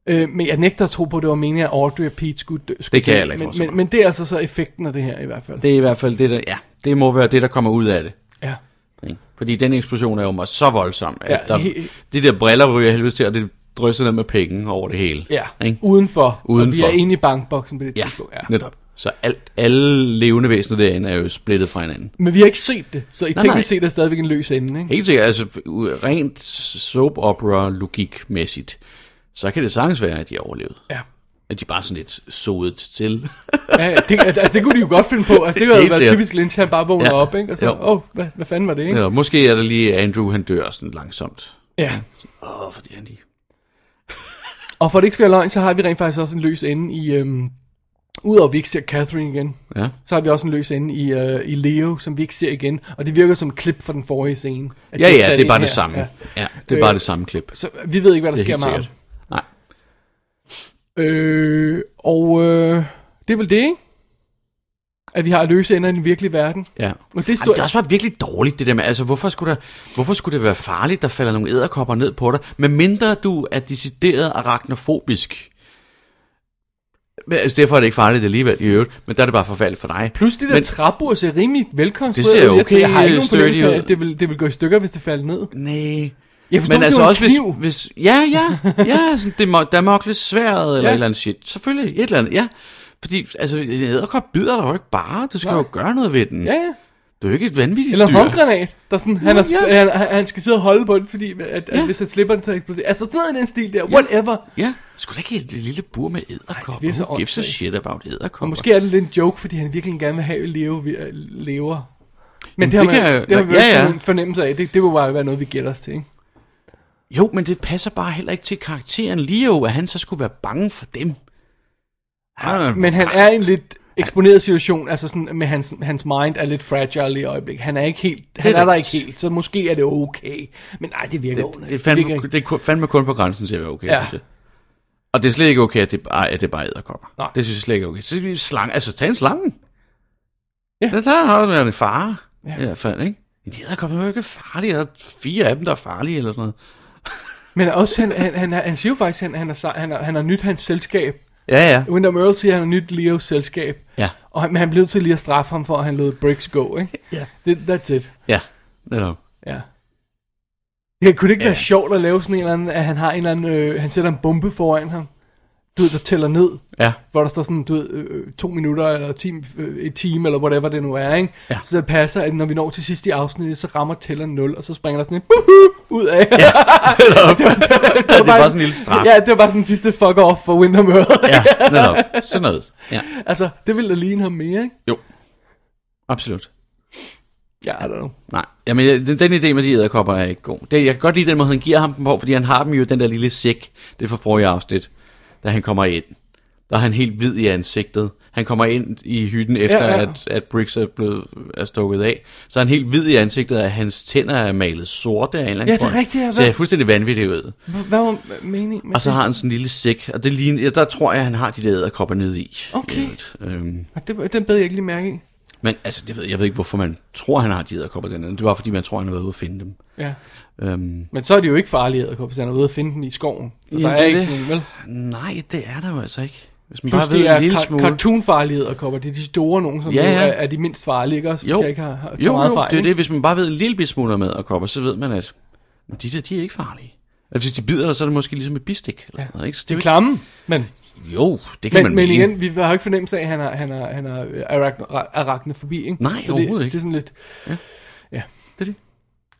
D: Øh, men jeg nægter at tro på, at det var meningen, at Audrey og Pete skulle dø. Skulle
E: Det kan jeg
D: dø.
E: heller ikke
D: men,
E: forestille
D: men, men det er altså så effekten af det her, i hvert fald. Det.
E: det er i hvert fald det, der... Ja, det må være det, der kommer ud af det.
D: Ja.
E: Ikke? Fordi den eksplosion er jo mig så voldsom, at
D: Ja,
E: ja, der,
D: he-
E: de der briller ryger helvede til, og det drysser ned med penge over det hele.
D: ja.
E: Ikke?
D: Udenfor. Og vi
E: Udenfor.
D: er inde i bankboksen på det
E: Ja,
D: tidspunkt. Ja.
E: netop. Så alt, alle levende væsener derinde er jo splittet fra hinanden.
D: Men vi har ikke set det, så i
E: nej.
D: teknisk set er det stadigvæk en løs ende. Ikke?
E: Helt sikkert, altså u- rent soap opera logikmæssigt, så kan det sagtens være, at de har overlevet.
D: Ja.
E: At de bare sådan lidt sodet til.
D: Ja, ja, det, altså, det kunne de jo godt finde på. Altså, det havde
E: Helt
D: været
E: sikkert.
D: typisk Lynch, han bare vågner
E: Ja.
D: op, ikke? Og så,
E: Jo.
D: åh, oh, hvad, hvad fanden var det, ikke?
E: Eller måske er det lige, at Andrew han dør sådan langsomt.
D: Ja.
E: Åh, oh, fordi han lige...
D: Og for at det ikke skal være løgn, så har vi rent faktisk også en løs ende i... Øhm, Udover at vi ikke ser Catherine igen,
E: Ja.
D: så har vi også en løs ende i, øh, i Leo, som vi ikke ser igen. Og det virker som et klip fra den forrige scene. at
E: Ja,
D: de har
E: ja,
D: sat
E: det er bare
D: ind
E: det
D: her.
E: samme.
D: Ja.
E: Ja, det er
D: Øh,
E: bare det samme klip.
D: Så øh, vi ved ikke, hvad der
E: Det er
D: sker med
E: helt
D: ham.
E: sikkert. Nej.
D: Øh, og øh, det er vel det, ikke? At vi har løse ender i den virkelige verden.
E: Ja.
D: Og det er
E: Ej,
D: stort-
E: det er også bare virkelig dårligt, det der med, altså hvorfor skulle, der, hvorfor skulle det være farligt, der falder nogle æderkopper ned på dig, medmindre du er decideret arachnofobisk? Men, altså derfor er det ikke farligt alligevel i øvrigt, men der er det bare forfærdeligt for dig.
D: Plus det der
E: Men-
D: men, trapper ser rimelig velkonstrueret.
E: Det ser
D: ud. Jeg,
E: okay,
D: tænker, jeg har ikke nogen
E: sturdy
D: fornemmelse af,
E: ud.
D: at det vil, det vil gå i stykker, hvis det falder ned.
E: Nej.
D: Jeg forstår,
E: men
D: det
E: altså
D: var en
E: også hvis,
D: kniv.
E: hvis... Ja, ja, ja, sådan, det må, der mokles sværet eller
D: Ja.
E: et eller andet shit. Selvfølgelig, et eller andet, ja. Fordi, altså, en æderkop bider dig jo ikke bare. Du skal
D: Nej.
E: jo gøre noget ved den.
D: Ja, ja.
E: Du er jo ikke et vanvittigt
D: Eller en
E: dyr.
D: håndgranat, der sådan, han, er,
E: Ja,
D: ja. han, han, han skal sidde og holde på den, fordi at, at ja.
E: Ja.
D: hvis han slipper den, så eksploderer. Altså sådan noget i den stil der, whatever. Ja.
E: Ja, skulle da ikke et lille bur med
D: Ej, det er
E: æderkopper?
D: så
E: Who gives a
D: åndssvagt.
E: shit about æderkopper?
D: Og måske er det lidt en joke, fordi han virkelig gerne vil have at leve, vi- øh, lever. Men
E: Jamen,
D: det har
E: det kan
D: man,
E: jeg-
D: det har man
E: ja,
D: ja,
E: ja.
D: ja. en fornemmelse af. Det, det vil bare være noget, vi gætter os til. Ikke?
E: Jo, men det passer bare heller ikke til karakteren Leo, at han så skulle være bange for dem. Han er,
D: Men han er i en lidt eksponeret situation, altså sådan, med hans, hans mind er lidt fragile i øjeblikket. Han er, ikke helt, han
E: er
D: er, er der ikke
E: rigtigt.
D: helt, så måske er det okay. Men nej, det virker
E: det, det, er
D: underligt.
E: fandme,
D: virker
E: det er ku- fandme kun på grænsen til at være okay.
D: Ja.
E: synes jeg. Og det er slet ikke okay, at det bare, at det bare æderkopper.
D: Nej.
E: Det synes jeg slet ikke er okay. Så er vi slange. Altså, tag en slange.
D: Ja.
E: Ja. Der, der har været en fare.
D: Ja.
E: Ja. I hvert fald, ikke? Men de æderkopper er jo ikke farlige. Der er fire af dem, der er farlige eller sådan noget.
D: Men også, han, han, han, han siger jo faktisk, at han, han, har, sej- han, har, han har nyt hans selskab.
E: Ja, ja.
D: Wyndham Earl siger, at han har nyt Leos selskab.
E: Ja.
D: Og han, men han blev til lige at straffe ham for, at han lod Briggs gå, ikke?
E: Ja.
D: Det, that's it.
E: Ja, netop.
D: Ja. Ja, kunne det ikke ja. være sjovt at lave sådan en eller anden, at han har en eller anden, øh, han sætter en bombe foran ham, du ved, der tæller ned,
E: Ja.
D: hvor der står sådan, du ved, øh, to minutter, eller time, øh, et time, eller whatever det nu er, ikke?
E: Ja.
D: Så det passer, at når vi når til sidst i afsnittet, så rammer tælleren 0, og så springer der sådan en buhu ud af. Ja, det
E: Netop. det er bare sådan en lille straf.
D: Ja, det var bare sådan en sidste fuck off for Windham Earl.
E: ja, netop. Sådan noget. Ja.
D: altså, det ville da ligne ham mere, ikke?
E: Jo. Absolut.
D: Ja, I don't know.
E: Nej, jamen, jeg- den, den idé med de æderkopper er ikke god. Det, jeg kan godt lide den måde, han giver ham dem på, fordi han har dem jo i den der lille sæk, det er fra forrige afsnit, da han kommer ind. Der er han helt hvid i ansigtet. Han kommer ind i hytten efter,
D: Ja,
E: ja,
D: ja.
E: ja. At, at Briggs er blevet er stukket af. Så er han helt hvid i ansigtet, og hans tænder er malet sorte af en eller anden
D: Ja, det er
E: grund.
D: rigtigt, ja,
E: Så
D: hvad-
E: er fuldstændig vanvittig ud.
D: H- Hvad var meningen med
E: Og så har han sådan en lille sæk, og det ligner, ja, der tror jeg, han har de der æderkopper nede i.
D: Okay.
E: I øvrigt. Øhm,
D: det? Den, den bed jeg ikke lige mærke i.
E: men altså, det ved, jeg ved ikke, hvorfor man tror, han har de æderkopper dernede. Det var, fordi man tror, han har været ude at finde dem.
D: Ja.
E: Øhm,
D: Men så er det jo ikke farlige æderkopper, hvis han er ude at finde dem i skoven. Så
E: Ja,
D: der
E: det
D: er
E: er
D: ikke
E: det.
D: sådan en, vel?
E: Nej, det er der jo altså ikke. Hvis man
D: Plus
E: bare ved
D: det
E: en
D: er
E: lille
D: ka-
E: smule...
D: cartoon-farlige æderkopper, det er de store nogen, som
E: Ja,
D: ja,
E: ja.
D: ja. Er, er de mindst farlige, ikke også? Hvis
E: jo,
D: jeg ikke har, har så
E: jo,
D: meget
E: jo
D: fejl,
E: det er
D: ikke?
E: det. Hvis man bare ved en lille bit smule om æderkopper, så ved man, at de der, de er ikke farlige. Altså, hvis de bider dig, så er det måske ligesom et bistik. Eller ja. sådan noget, ikke? Så det
D: De
E: er
D: er
E: jo
D: klamme, men,
E: Ikke... Jo, det kan
D: men,
E: man
D: men
E: mene.
D: igen, vi har jo ikke fornemmelse af, at han har, han har, han har øh, arachno, arachne forbi, ikke?
E: Nej,
D: så det,
E: overhovedet ikke.
D: det er sådan lidt...
E: Det er det.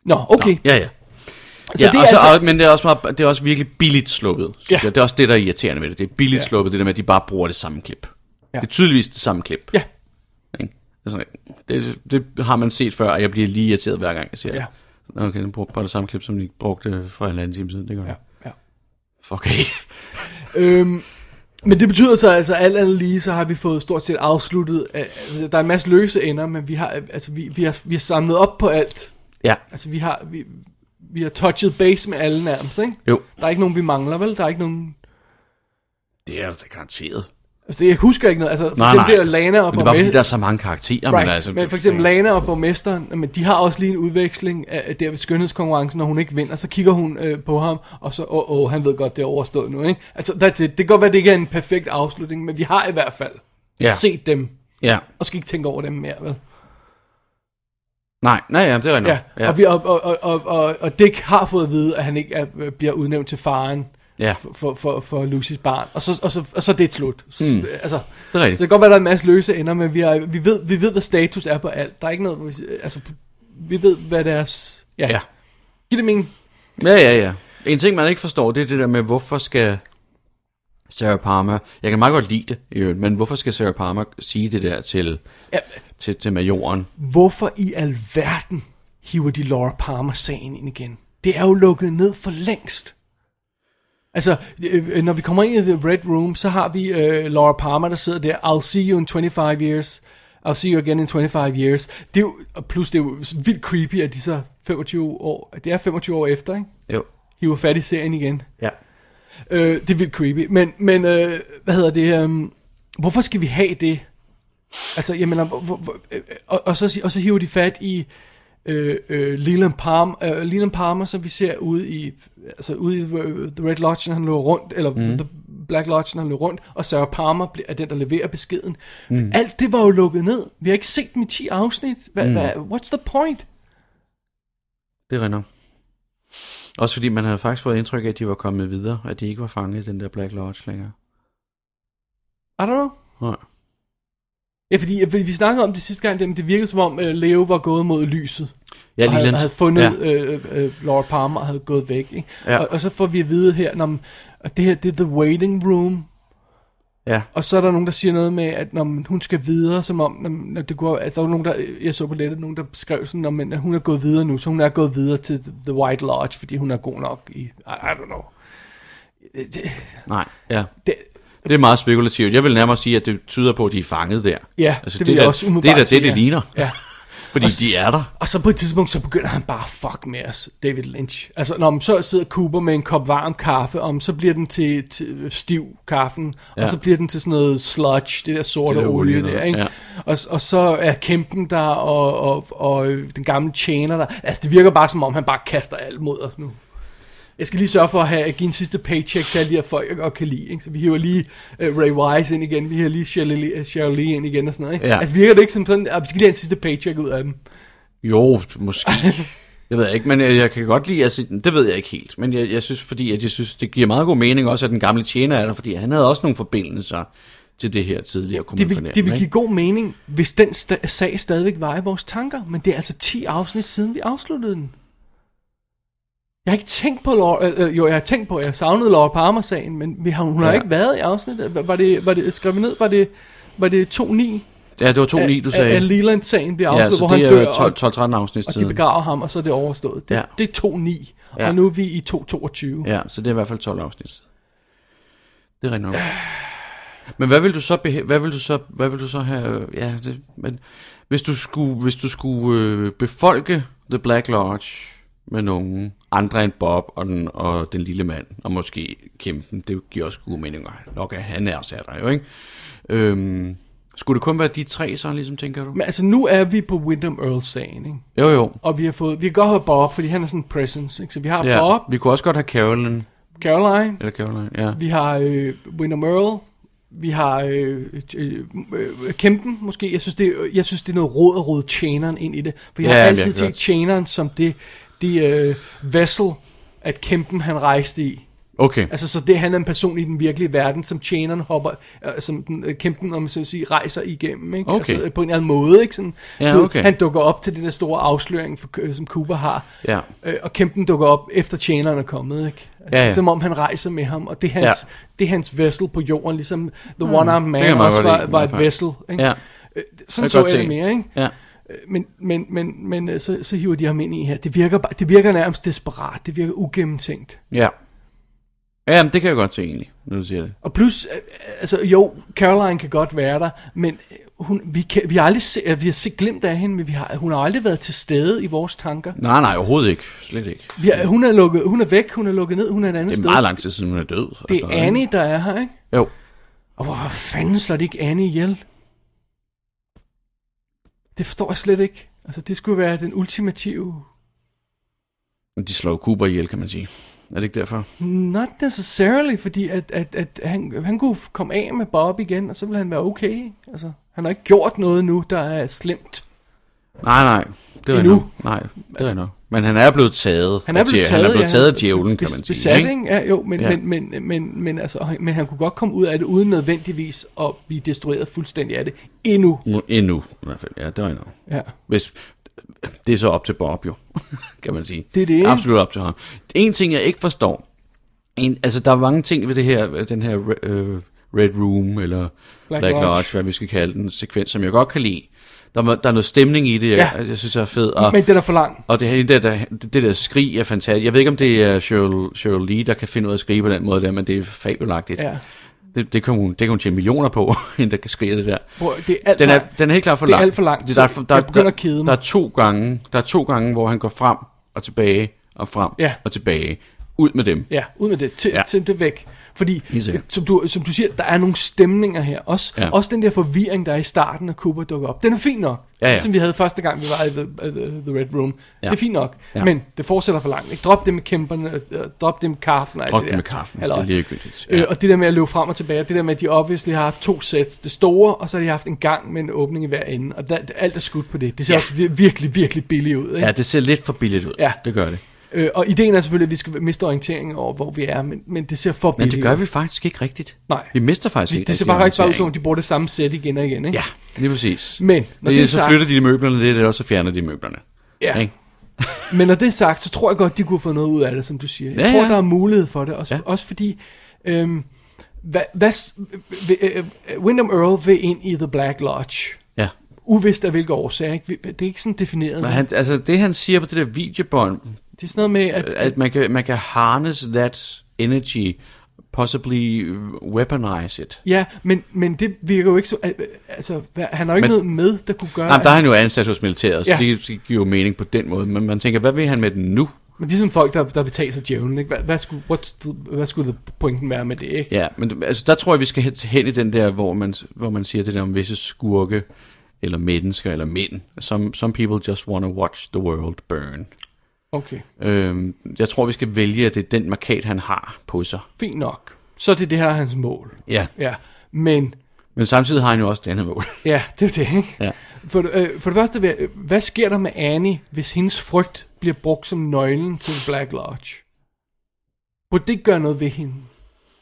D: Nå, okay. Nå,
E: Ja, ja.
D: så
E: Så ja,
D: det
E: det
D: er
E: og så,
D: altså...
E: altså... Men det er, også meget, det er også virkelig billigt sluppet.
D: Ja.
E: Ja. Jeg. Det er også det, der er irriterende ved det. Det er billigt ja. sluppet, det der med, at de bare bruger det samme klip.
D: Ja.
E: Ja. Det er tydeligvis det samme klip.
D: Ja.
E: Ikke? Det, er sådan, det, det har man set før, og jeg bliver lige irriteret hver gang, jeg ser
D: Ja.
E: ja. det. Okay, den bruger bare det samme klip, som de brugte for en eller anden time siden. Det gør
D: Ja,
E: ja.
D: ja.
E: Fuck af.
D: Øhm, men det betyder så altså, alt andet lige, så har vi fået stort set afsluttet. øh, Altså, der er en masse løse ender, men vi har, øh, altså, vi, vi har, vi har samlet op på alt.
E: Ja.
D: Altså, vi har, vi, vi har touchet base med alle nærmest, ikke?
E: Jo.
D: Der er ikke nogen, vi mangler, vel? Der er ikke nogen...
E: Det er da garanteret.
D: Altså, jeg husker ikke noget. Altså, for
E: Nej,
D: eksempel
E: nej.
D: der Lana og
E: Men det er bare, fordi
D: borgmester-
E: der er så mange karakterer.
D: Right.
E: Men, altså,
D: men for eksempel Lana og borgmesteren, men de har også lige en udveksling af, af der ved skønhedskonkurrencen, når hun ikke vinder, så kigger hun øh, på ham, og så, åh, oh, oh, han ved godt, det er overstået nu, ikke? Altså, that's it. det kan godt være, det ikke er en perfekt afslutning, men vi har i hvert fald
E: Ja.
D: set dem,
E: Ja.
D: og skal ikke tænke over dem mere, vel?
E: Nej, nej, ja, det er rigtigt.
D: Ja, ja. Og, vi, og, og, og, og, og, og Dick har fået at vide, at han ikke er, øh, bliver udnævnt til faren
E: ja.
D: for, for, for, for Lucys barn, og så, og så, og så er det slut. Så, mm.
E: Mm.
D: Altså,
E: Det er rigtigt.
D: Så det kan godt være, der er en masse løse ender, men vi, er, vi, ved, vi ved, hvad status er på alt. Der er ikke noget, hvor vi- altså, vi ved, hvad deres... Ja. ja.
E: Ja.
D: Giv det mening.
E: Ja, ja, ja. En ting, man ikke forstår, det er det der med, hvorfor skal Sarah Palmer... Jeg kan meget godt lide det, i øvrigt, men hvorfor skal Sarah Palmer sige det der til,
D: Ja.
E: ja. til, til majoren?
D: Hvorfor i alverden hiver de Laura Palmer-sagen ind igen? Det er jo lukket ned for længst. Altså, øh, når vi kommer ind i The Red Room, så har vi øh, Laura Palmer, der sidder der. I'll see you in 25 years. I'll see you again in 25 years. Det er jo, og plus det er jo vildt creepy, at de så 25 år... Det er 25 år efter, ikke?
E: Jo.
D: Hiver fat i serien igen.
E: Ja.
D: Øh, det er vildt creepy. Men, men øh, hvad hedder det? Øh, hvorfor skal vi have det? Altså, jeg mener, hvor, hvor, hvor, øh, og, og, så, sig- og så hiver de fat i øh, øh, Leland, Palm, øh, Leland Palmer, som vi ser ude i, altså ude i The The Red Lodge, når han løber rundt, eller mm. The Black Lodge, når han løber rundt, og Sarah Palmer bliver- er den, der leverer beskeden. Mm. Alt det var jo lukket ned. Vi har ikke set dem i 10 afsnit. Hva, mm. hva, what's the point?
E: Det er rigtigt. Også fordi man havde faktisk fået indtryk af, at de var kommet videre, at de ikke var fanget i den der Black Lodge længere.
D: I don't know.
E: Nej.
D: Ja, fordi øh, vi, vi snakkede om det sidste gang, det, men det virkede som om, øh, Leo var gået mod lyset.
E: Ja,
D: og havde,
E: Leland.
D: havde fundet
E: Ja.
D: ja. øh, øh, Laura Palmer og havde gået væk. Ikke?
E: Ja.
D: Og, og så får vi at vide her, når, det her det er The Waiting Room,
E: Ja.
D: og så er der nogen, der siger noget med, at når hun skal videre, som om, når, når det går, altså, der var nogen, der, jeg så på nettet, nogen, der skrev sådan, om, at hun er gået videre nu, så hun er gået videre til The, the White Lodge, fordi hun er god nok i, I, I don't know. Det, det,
E: Nej. Ja.
D: det,
E: Det er meget spekulativt. Jeg vil nærmere sige, at det tyder på, at de er fanget der.
D: ja, altså, det, det vil
E: er
D: jeg
E: da-
D: også umiddelbart
E: Det er da det,
D: sige,
E: det
D: ja.
E: ligner.
D: Ja. Altså-
E: Fordi de er der.
D: Og så på et tidspunkt, så begynder han bare at fuck med os, David Lynch. Altså, når man så sidder Cooper med en kop varm kaffe, om så bliver den til, til stiv kaffen, ja.
E: Ja.
D: og så bliver den til sådan noget sludge, det der sorte
E: Det
D: det
E: der
D: der
E: olie
D: olie der,
E: noget,
D: ikke? Ja.
E: ja.
D: Og, og så er kæmpen der, og, og, og øh, den gamle tjener der. Altså, det virker bare som om, han bare kaster alt mod os nu. Jeg skal lige sørge for at, have, at give en sidste paycheck til alle de her folk, jeg godt kan lide. Ikke? Så vi hiver lige uh, Ray Wise ind igen, vi hiver lige Shirley, Lee- Shirley Lee ind igen og sådan noget. Ikke?
E: Ja.
D: Altså virker det ikke som sådan, at vi skal lige have en sidste paycheck ud af dem.
E: Jo, måske. Det ved jeg ikke, men jeg, jeg kan godt lide at se den. Det ved jeg ikke helt, men jeg, jeg synes, fordi at jeg synes, det giver meget god mening også, at den gamle tjener er der, fordi han havde også nogle forbindelser til det her tidligere, kunne
D: Det
E: man
D: vil,
E: fornemme,
D: det vil
E: ikke?
D: give god mening, hvis den sta- sag stadigvæk var i vores tanker, men det er altså 10 afsnit siden, vi afsluttede den. Jeg har ikke tænkt på, Laura, øh, øh, jo, jeg har tænkt på, at jeg savnede Laura Palmer-sagen, men vi har, hun har
E: Ja.
D: ikke været i afsnittet. Hva- Var det, var det skrevet ned, var det, var det 2-9,
E: Ja, det var 2-9, du sagde.
D: at Leland-sagen bliver
E: ja,
D: afsluttet,
E: så
D: hvor han
E: det
D: dør,
E: er
D: og,
E: 12-13 afsnit
D: og de
E: siden.
D: begraver ham, og så er det overstået. Det,
E: Ja.
D: det er 2-9,
E: Ja.
D: og nu er vi i 2-22.
E: Ja, så det er i hvert fald 12 afsnit siden. Det er rigtigt nok. Men hvad vil du så beha- hvad vil du så hvad vil du så have øh, ja, det, men hvis du skulle hvis du skulle øh, befolke The Black Lodge med nogen andre end Bob og den, og den lille mand og måske kæmpen, det giver også gode meninger. Nok at han er også er der jo, ikke? Øhm, skulle det kun være de tre så ligesom tænker du?
D: Men altså, nu er vi på Wyndham Earls-sagen, ikke?
E: Jo jo.
D: Og vi har fået, vi kan godt have Bob, fordi han er sådan en presence, ikke? Så vi har
E: Ja,
D: Bob,
E: vi kunne også godt have Carolyn
D: Caroline,
E: eller Caroline. Ja.
D: Vi har øh, Winner Merle. Vi har øh, øh, øh, Kæmpen, måske. Jeg synes, det, er- jeg synes, det er noget råd at råde tjeneren ind i det. For jeg har
E: Ja, men jeg
D: altid
E: kan
D: set
E: godt-
D: tjeneren som det, det øh, vessel, at Kæmpen han rejste i.
E: Okay.
D: Altså, så det han er en person i den virkelige verden, som tjeneren hopper, øh, som den, øh, kæmpen, om man så vil sige, rejser igennem, ikke?
E: Okay.
D: Altså, øh, på en eller anden måde, ikke? Sådan,
E: Ja, okay.
D: Han dukker op til den der store afsløring, for, øh, som Cooper har,
E: Ja.
D: øh, og kæmpen dukker op, efter tjeneren er kommet, ikke? Altså,
E: Ja, ja.
D: Som om han rejser med ham, og det er hans,
E: Ja. Mm.
D: det er hans vessel på jorden, ligesom The One-Armed Man
E: kan jeg meget
D: også
E: godt
D: var,
E: lide,
D: var
E: i
D: et
E: hvert fald.
D: vessel, ikke?
E: Ja.
D: Sådan
E: kan
D: så
E: godt
D: jeg det
E: se.
D: mere, ikke?
E: Ja.
D: Men, men, men, men øh, så, så hiver de ham ind i her. Det virker, bare- det virker nærmest desperat. Det virker ugennemtænkt.
E: Ja. Ja, men det kan jeg godt se egentlig, når du siger det.
D: Og plus, øh, altså jo, Caroline kan godt være der, men øh, hun, vi, kan, vi, har aldrig se, øh, vi har set glemt af hende, men vi har, hun har aldrig været til stede i vores tanker.
E: Nej, nej, overhovedet ikke. Slet ikke.
D: Vi har, hun, er lukket, hun er væk, hun er lukket ned, hun er et andet
E: Det er
D: sted.
E: meget lang tid siden, hun er død. og
D: det
E: sådan
D: er
E: noget,
D: Annie, der er her, ikke?
E: ikke? Jo.
D: Og hvorfor fanden slår det ikke Annie ihjel? Det forstår jeg slet ikke. Altså, det skulle være den ultimative...
E: Men De slår jo Cooper ihjel, kan man sige. Er det ikke derfor?
D: Not necessarily, fordi at, at, at han, han kunne komme af med Bob igen, og så ville han være okay. Altså, han har ikke gjort noget nu, der er slemt.
E: Nej, nej. Det er
D: Endnu.
E: endnu. Nej, det er nok. Men han er blevet taget.
D: Han er
E: af
D: blevet
E: djæ-
D: taget,
E: han er blevet
D: ja,
E: taget af djævlen, kan
D: bes-
E: man sige.
D: Besat,
E: ikke?
D: ikke? Ja, jo, men, ja.
E: Ja.
D: Men, men, men, men, altså, men han kunne godt komme ud af det, uden nødvendigvis at blive destrueret fuldstændig af det. Endnu.
E: Nu- Endnu, i hvert fald. Ja, det er endnu.
D: Ja.
E: Hvis, det er så op til Bob jo, kan man sige.
D: Det er det, ikke?
E: Absolut op til ham. En ting, jeg ikke forstår, en, altså der er mange ting ved det her, den her re- øh, Red Room, eller Black, Black Lodge.
D: Lodge,
E: hvad vi skal kalde den, sekvens, som jeg godt kan lide. Der, må- der er noget stemning i det, jeg,
D: Ja.
E: jeg synes er fed. Og,
D: Men den er for lang.
E: og det, her, det, der, det der skrig er fantastisk. Jeg ved ikke, om det er Cheryl, Cheryl Lee, der kan finde ud af at skrige på den måde der, men det er fabelagtligt.
D: Ja.
E: Det, det, kan hun, det kan hun tjene millioner på, inden der kan skrige det der.
D: Prøv, det er alt
E: Den
D: for
E: er,
D: lang.
E: den er helt klart for
D: Det er
E: lang.
D: alt for lang
E: Det- Der, er
D: tid.
E: for- der,
D: Jeg begynder
E: der,
D: at kede mig.
E: Der er, to gange, der er to gange, hvor han går frem og tilbage og frem
D: Ja.
E: og tilbage. Ud med dem.
D: Ja, ud med det. Til, ja.
E: Ja.
D: til det væk. Fordi,
E: Helt sikkert.
D: som du, som du siger, der er nogle stemninger her. Også, ja.
E: Ja.
D: også den der forvirring, der er i starten, når Cooper dukker op. Den er fin nok.
E: Ja, ja.
D: Som vi havde første gang, vi var i The, uh, the Red Room. Ja.
E: Ja.
D: Det er fint nok. Ja.
E: Ja.
D: Men det fortsætter for langt. Ikke? Drop det med kæmperne, og- og drop det med kaffen og alt
E: Drop
D: det
E: det
D: der.
E: med kaffen.
D: Halløj.
E: Det er ligegyldigt.
D: Øh,
E: Ja.
D: og det der med at løbe frem og tilbage, det der med, at de obviously har haft to sæt, det store, og så har de haft en gang med en åbning i hver ende, og der, alt er skudt på det. Det ser ja. også vir- virkelig, virkelig billigt ud. Ikke?
E: Ja, det ser lidt for billigt ud.
D: Ja.
E: Det gør det.
D: Øh, og ideen er selvfølgelig, at vi skal miste orienteringen over, hvor vi er, men, men det ser for
E: Men
D: billigt
E: det gør
D: ud.
E: vi faktisk ikke rigtigt.
D: Nej.
E: Vi mister faktisk
D: Vi,
E: ikke
D: det ser
E: rigtig
D: bare faktisk bare ud som om,
E: orientering.
D: de bruger det samme sæt igen og igen, ikke?
E: Ja, lige præcis.
D: Men, når
E: det,
D: det er
E: er så
D: sagt-
E: flytter de møblerne lidt, og så fjerner de møblerne.
D: Ja.
E: Ikke?
D: Men når det er sagt, så tror jeg godt, de kunne få noget ud af det, som du siger. Jeg
E: Ja,
D: tror,
E: ja.
D: der er mulighed for det, også, ja.
E: Ja.
D: også fordi... Øhm, hvad, hvad, s- vil- øh, øh, Wyndham Earl vil ind i The Black Lodge.
E: Ja.
D: Uvist af hvilke årsager. Ikke? Vi- Det er ikke sådan defineret.
E: Men han, altså, det han siger på det der videobånd,
D: det er sådan noget med, at...
E: at man kan, man kan harness that energy, possibly weaponize it.
D: Ja, men, men det virker jo ikke så... al- Altså, hvad- han har jo ikke
E: Men-
D: noget med, der kunne gøre...
E: Nej, men der
D: at-
E: er han jo ansat hos militæret, så
D: Ja.
E: ja. det gi- giver jo mening på den måde. Men man tænker, hvad vil han med den nu?
D: Men ligesom folk, der, der vil tage sig djævlen, ikke? Hvad, hvad, skulle, what, hvad skulle the- pointen være med det, ikke?
E: Ja, men altså, der tror jeg, vi skal hen- hen i den der, hvor man, hvor man siger det der om visse skurke, eller mennesker, eller mænd. Some, some people just want to watch the world burn.
D: Okay,
E: Øhm, jeg tror, vi skal vælge, at det er den markat, han har på sig.
D: fint nok. Så er det det her hans mål.
E: Ja.
D: Ja, men...
E: Men samtidig har han jo også et andet mål.
D: Ja, det er det, ikke?
E: Ja.
D: For, øh, for det første, vil jeg- øh, hvad sker der med Annie, hvis hendes frygt bliver brugt som nøglen til Black Lodge. Burde det ikke gøre noget ved hende?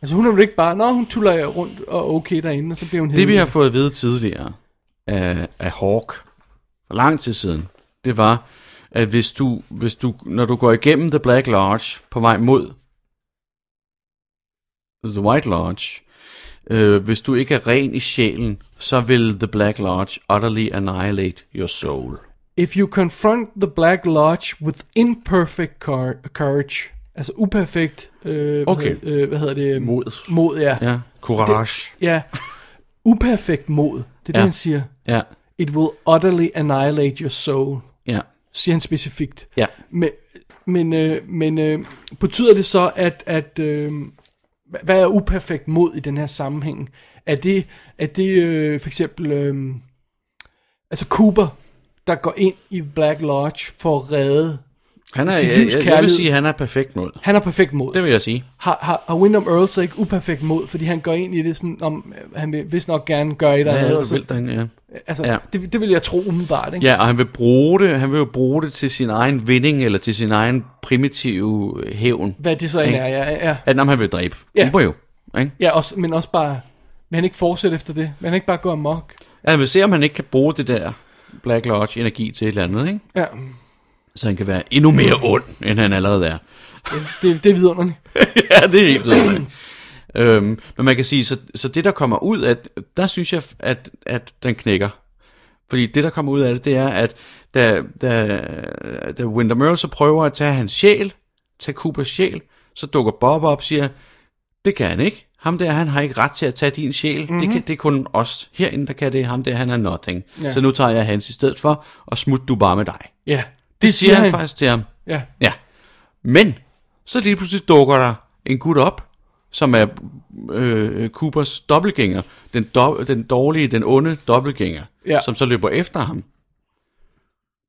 D: Altså hun er vel ikke bare, nå hun tuller rundt og er okay derinde, og så bliver hun
E: Det vi
D: heldig."
E: har fået at vide tidligere af, af Hawk for lang tid siden, det var, at hvis du, hvis du, når du går igennem The Black Lodge på vej mod The White Lodge, øh, hvis du ikke er ren i sjælen, så vil The Black Lodge utterly annihilate your soul.
D: If you confront the Black Lodge with imperfect cour- courage, altså uperfekt, øh,
E: Okay.
D: hvad, øh, hvad hedder det?
E: Mod.
D: Mod, ja.
E: Ja, courage.
D: Ja. Uperfekt mod, det er ja.
E: Ja.
D: det, han siger.
E: Ja,
D: It will utterly annihilate your soul,
E: ja,
D: siger han specifikt.
E: ja.
D: Men, men, øh, men øh, betyder det så, at, at øh, hva- hvad er uperfekt mod i den her sammenhæng? Er det, er det øh, for eksempel, øh, altså Cooper, der går ind i Black Lodge for at redde,
E: Han er,
D: Sit
E: jeg,
D: livs
E: jeg, jeg vil
D: kærlighed.
E: sige, at han er perfekt mod.
D: han har perfekt mod.
E: Det vil jeg sige.
D: Har, har, har Wyndham Earl så ikke uperfekt mod, fordi han går ind i det sådan, om øh, han vil vist nok gerne gøre et eller
E: Ja,
D: andet. og
E: jeg
D: så-
E: vil derinde, ja.
D: altså,
E: ja.
D: det, det vil jeg tro umiddelbart, ikke?
E: Ja, og han vil bruge det, han vil jo bruge det til sin egen vinding, eller til sin egen primitive øh, hævn.
D: Hvad det så end
E: Ikke?
D: er, ja, ja, ja.
E: At jamen, han vil dræbe.
D: Ja.
E: Uber jo. Ikke?
D: ja også, men også bare, vil han ikke fortsætte efter det? Vil han ikke bare gå amok?
E: Ja, Han vil se, om han ikke kan bruge det der Black Lodge energi til et eller andet, ikke?
D: Ja,
E: Så han kan være endnu mere ond, end han allerede er.
D: det, det er vidunderligt.
E: ja, det er helt vildt. øhm, men man kan sige, så, så det der kommer ud af, der synes jeg, at, at den knækker. Fordi det der kommer ud af det, det er, at da, da, da Winter Earl så prøver at tage hans sjæl, tage Coopers sjæl, så dukker Bob op og siger, det kan han ikke. Ham der, han har ikke ret til at tage din sjæl. Mm-hmm. Det, kan, det er kun os herinde, der kan det. Ham der, han er nothing.
D: Ja.
E: Ja. Så nu tager jeg hans i stedet for, og smut du bare med dig. Det,
D: Ja,
E: det siger han faktisk til ham.
D: Ja,
E: Ja. Men, så lige pludselig dukker der en gut op, som er øh, Coopers dobbeltgænger. Den, do- den dårlige, den onde dobbeltgænger,
D: Ja.
E: som så løber efter ham.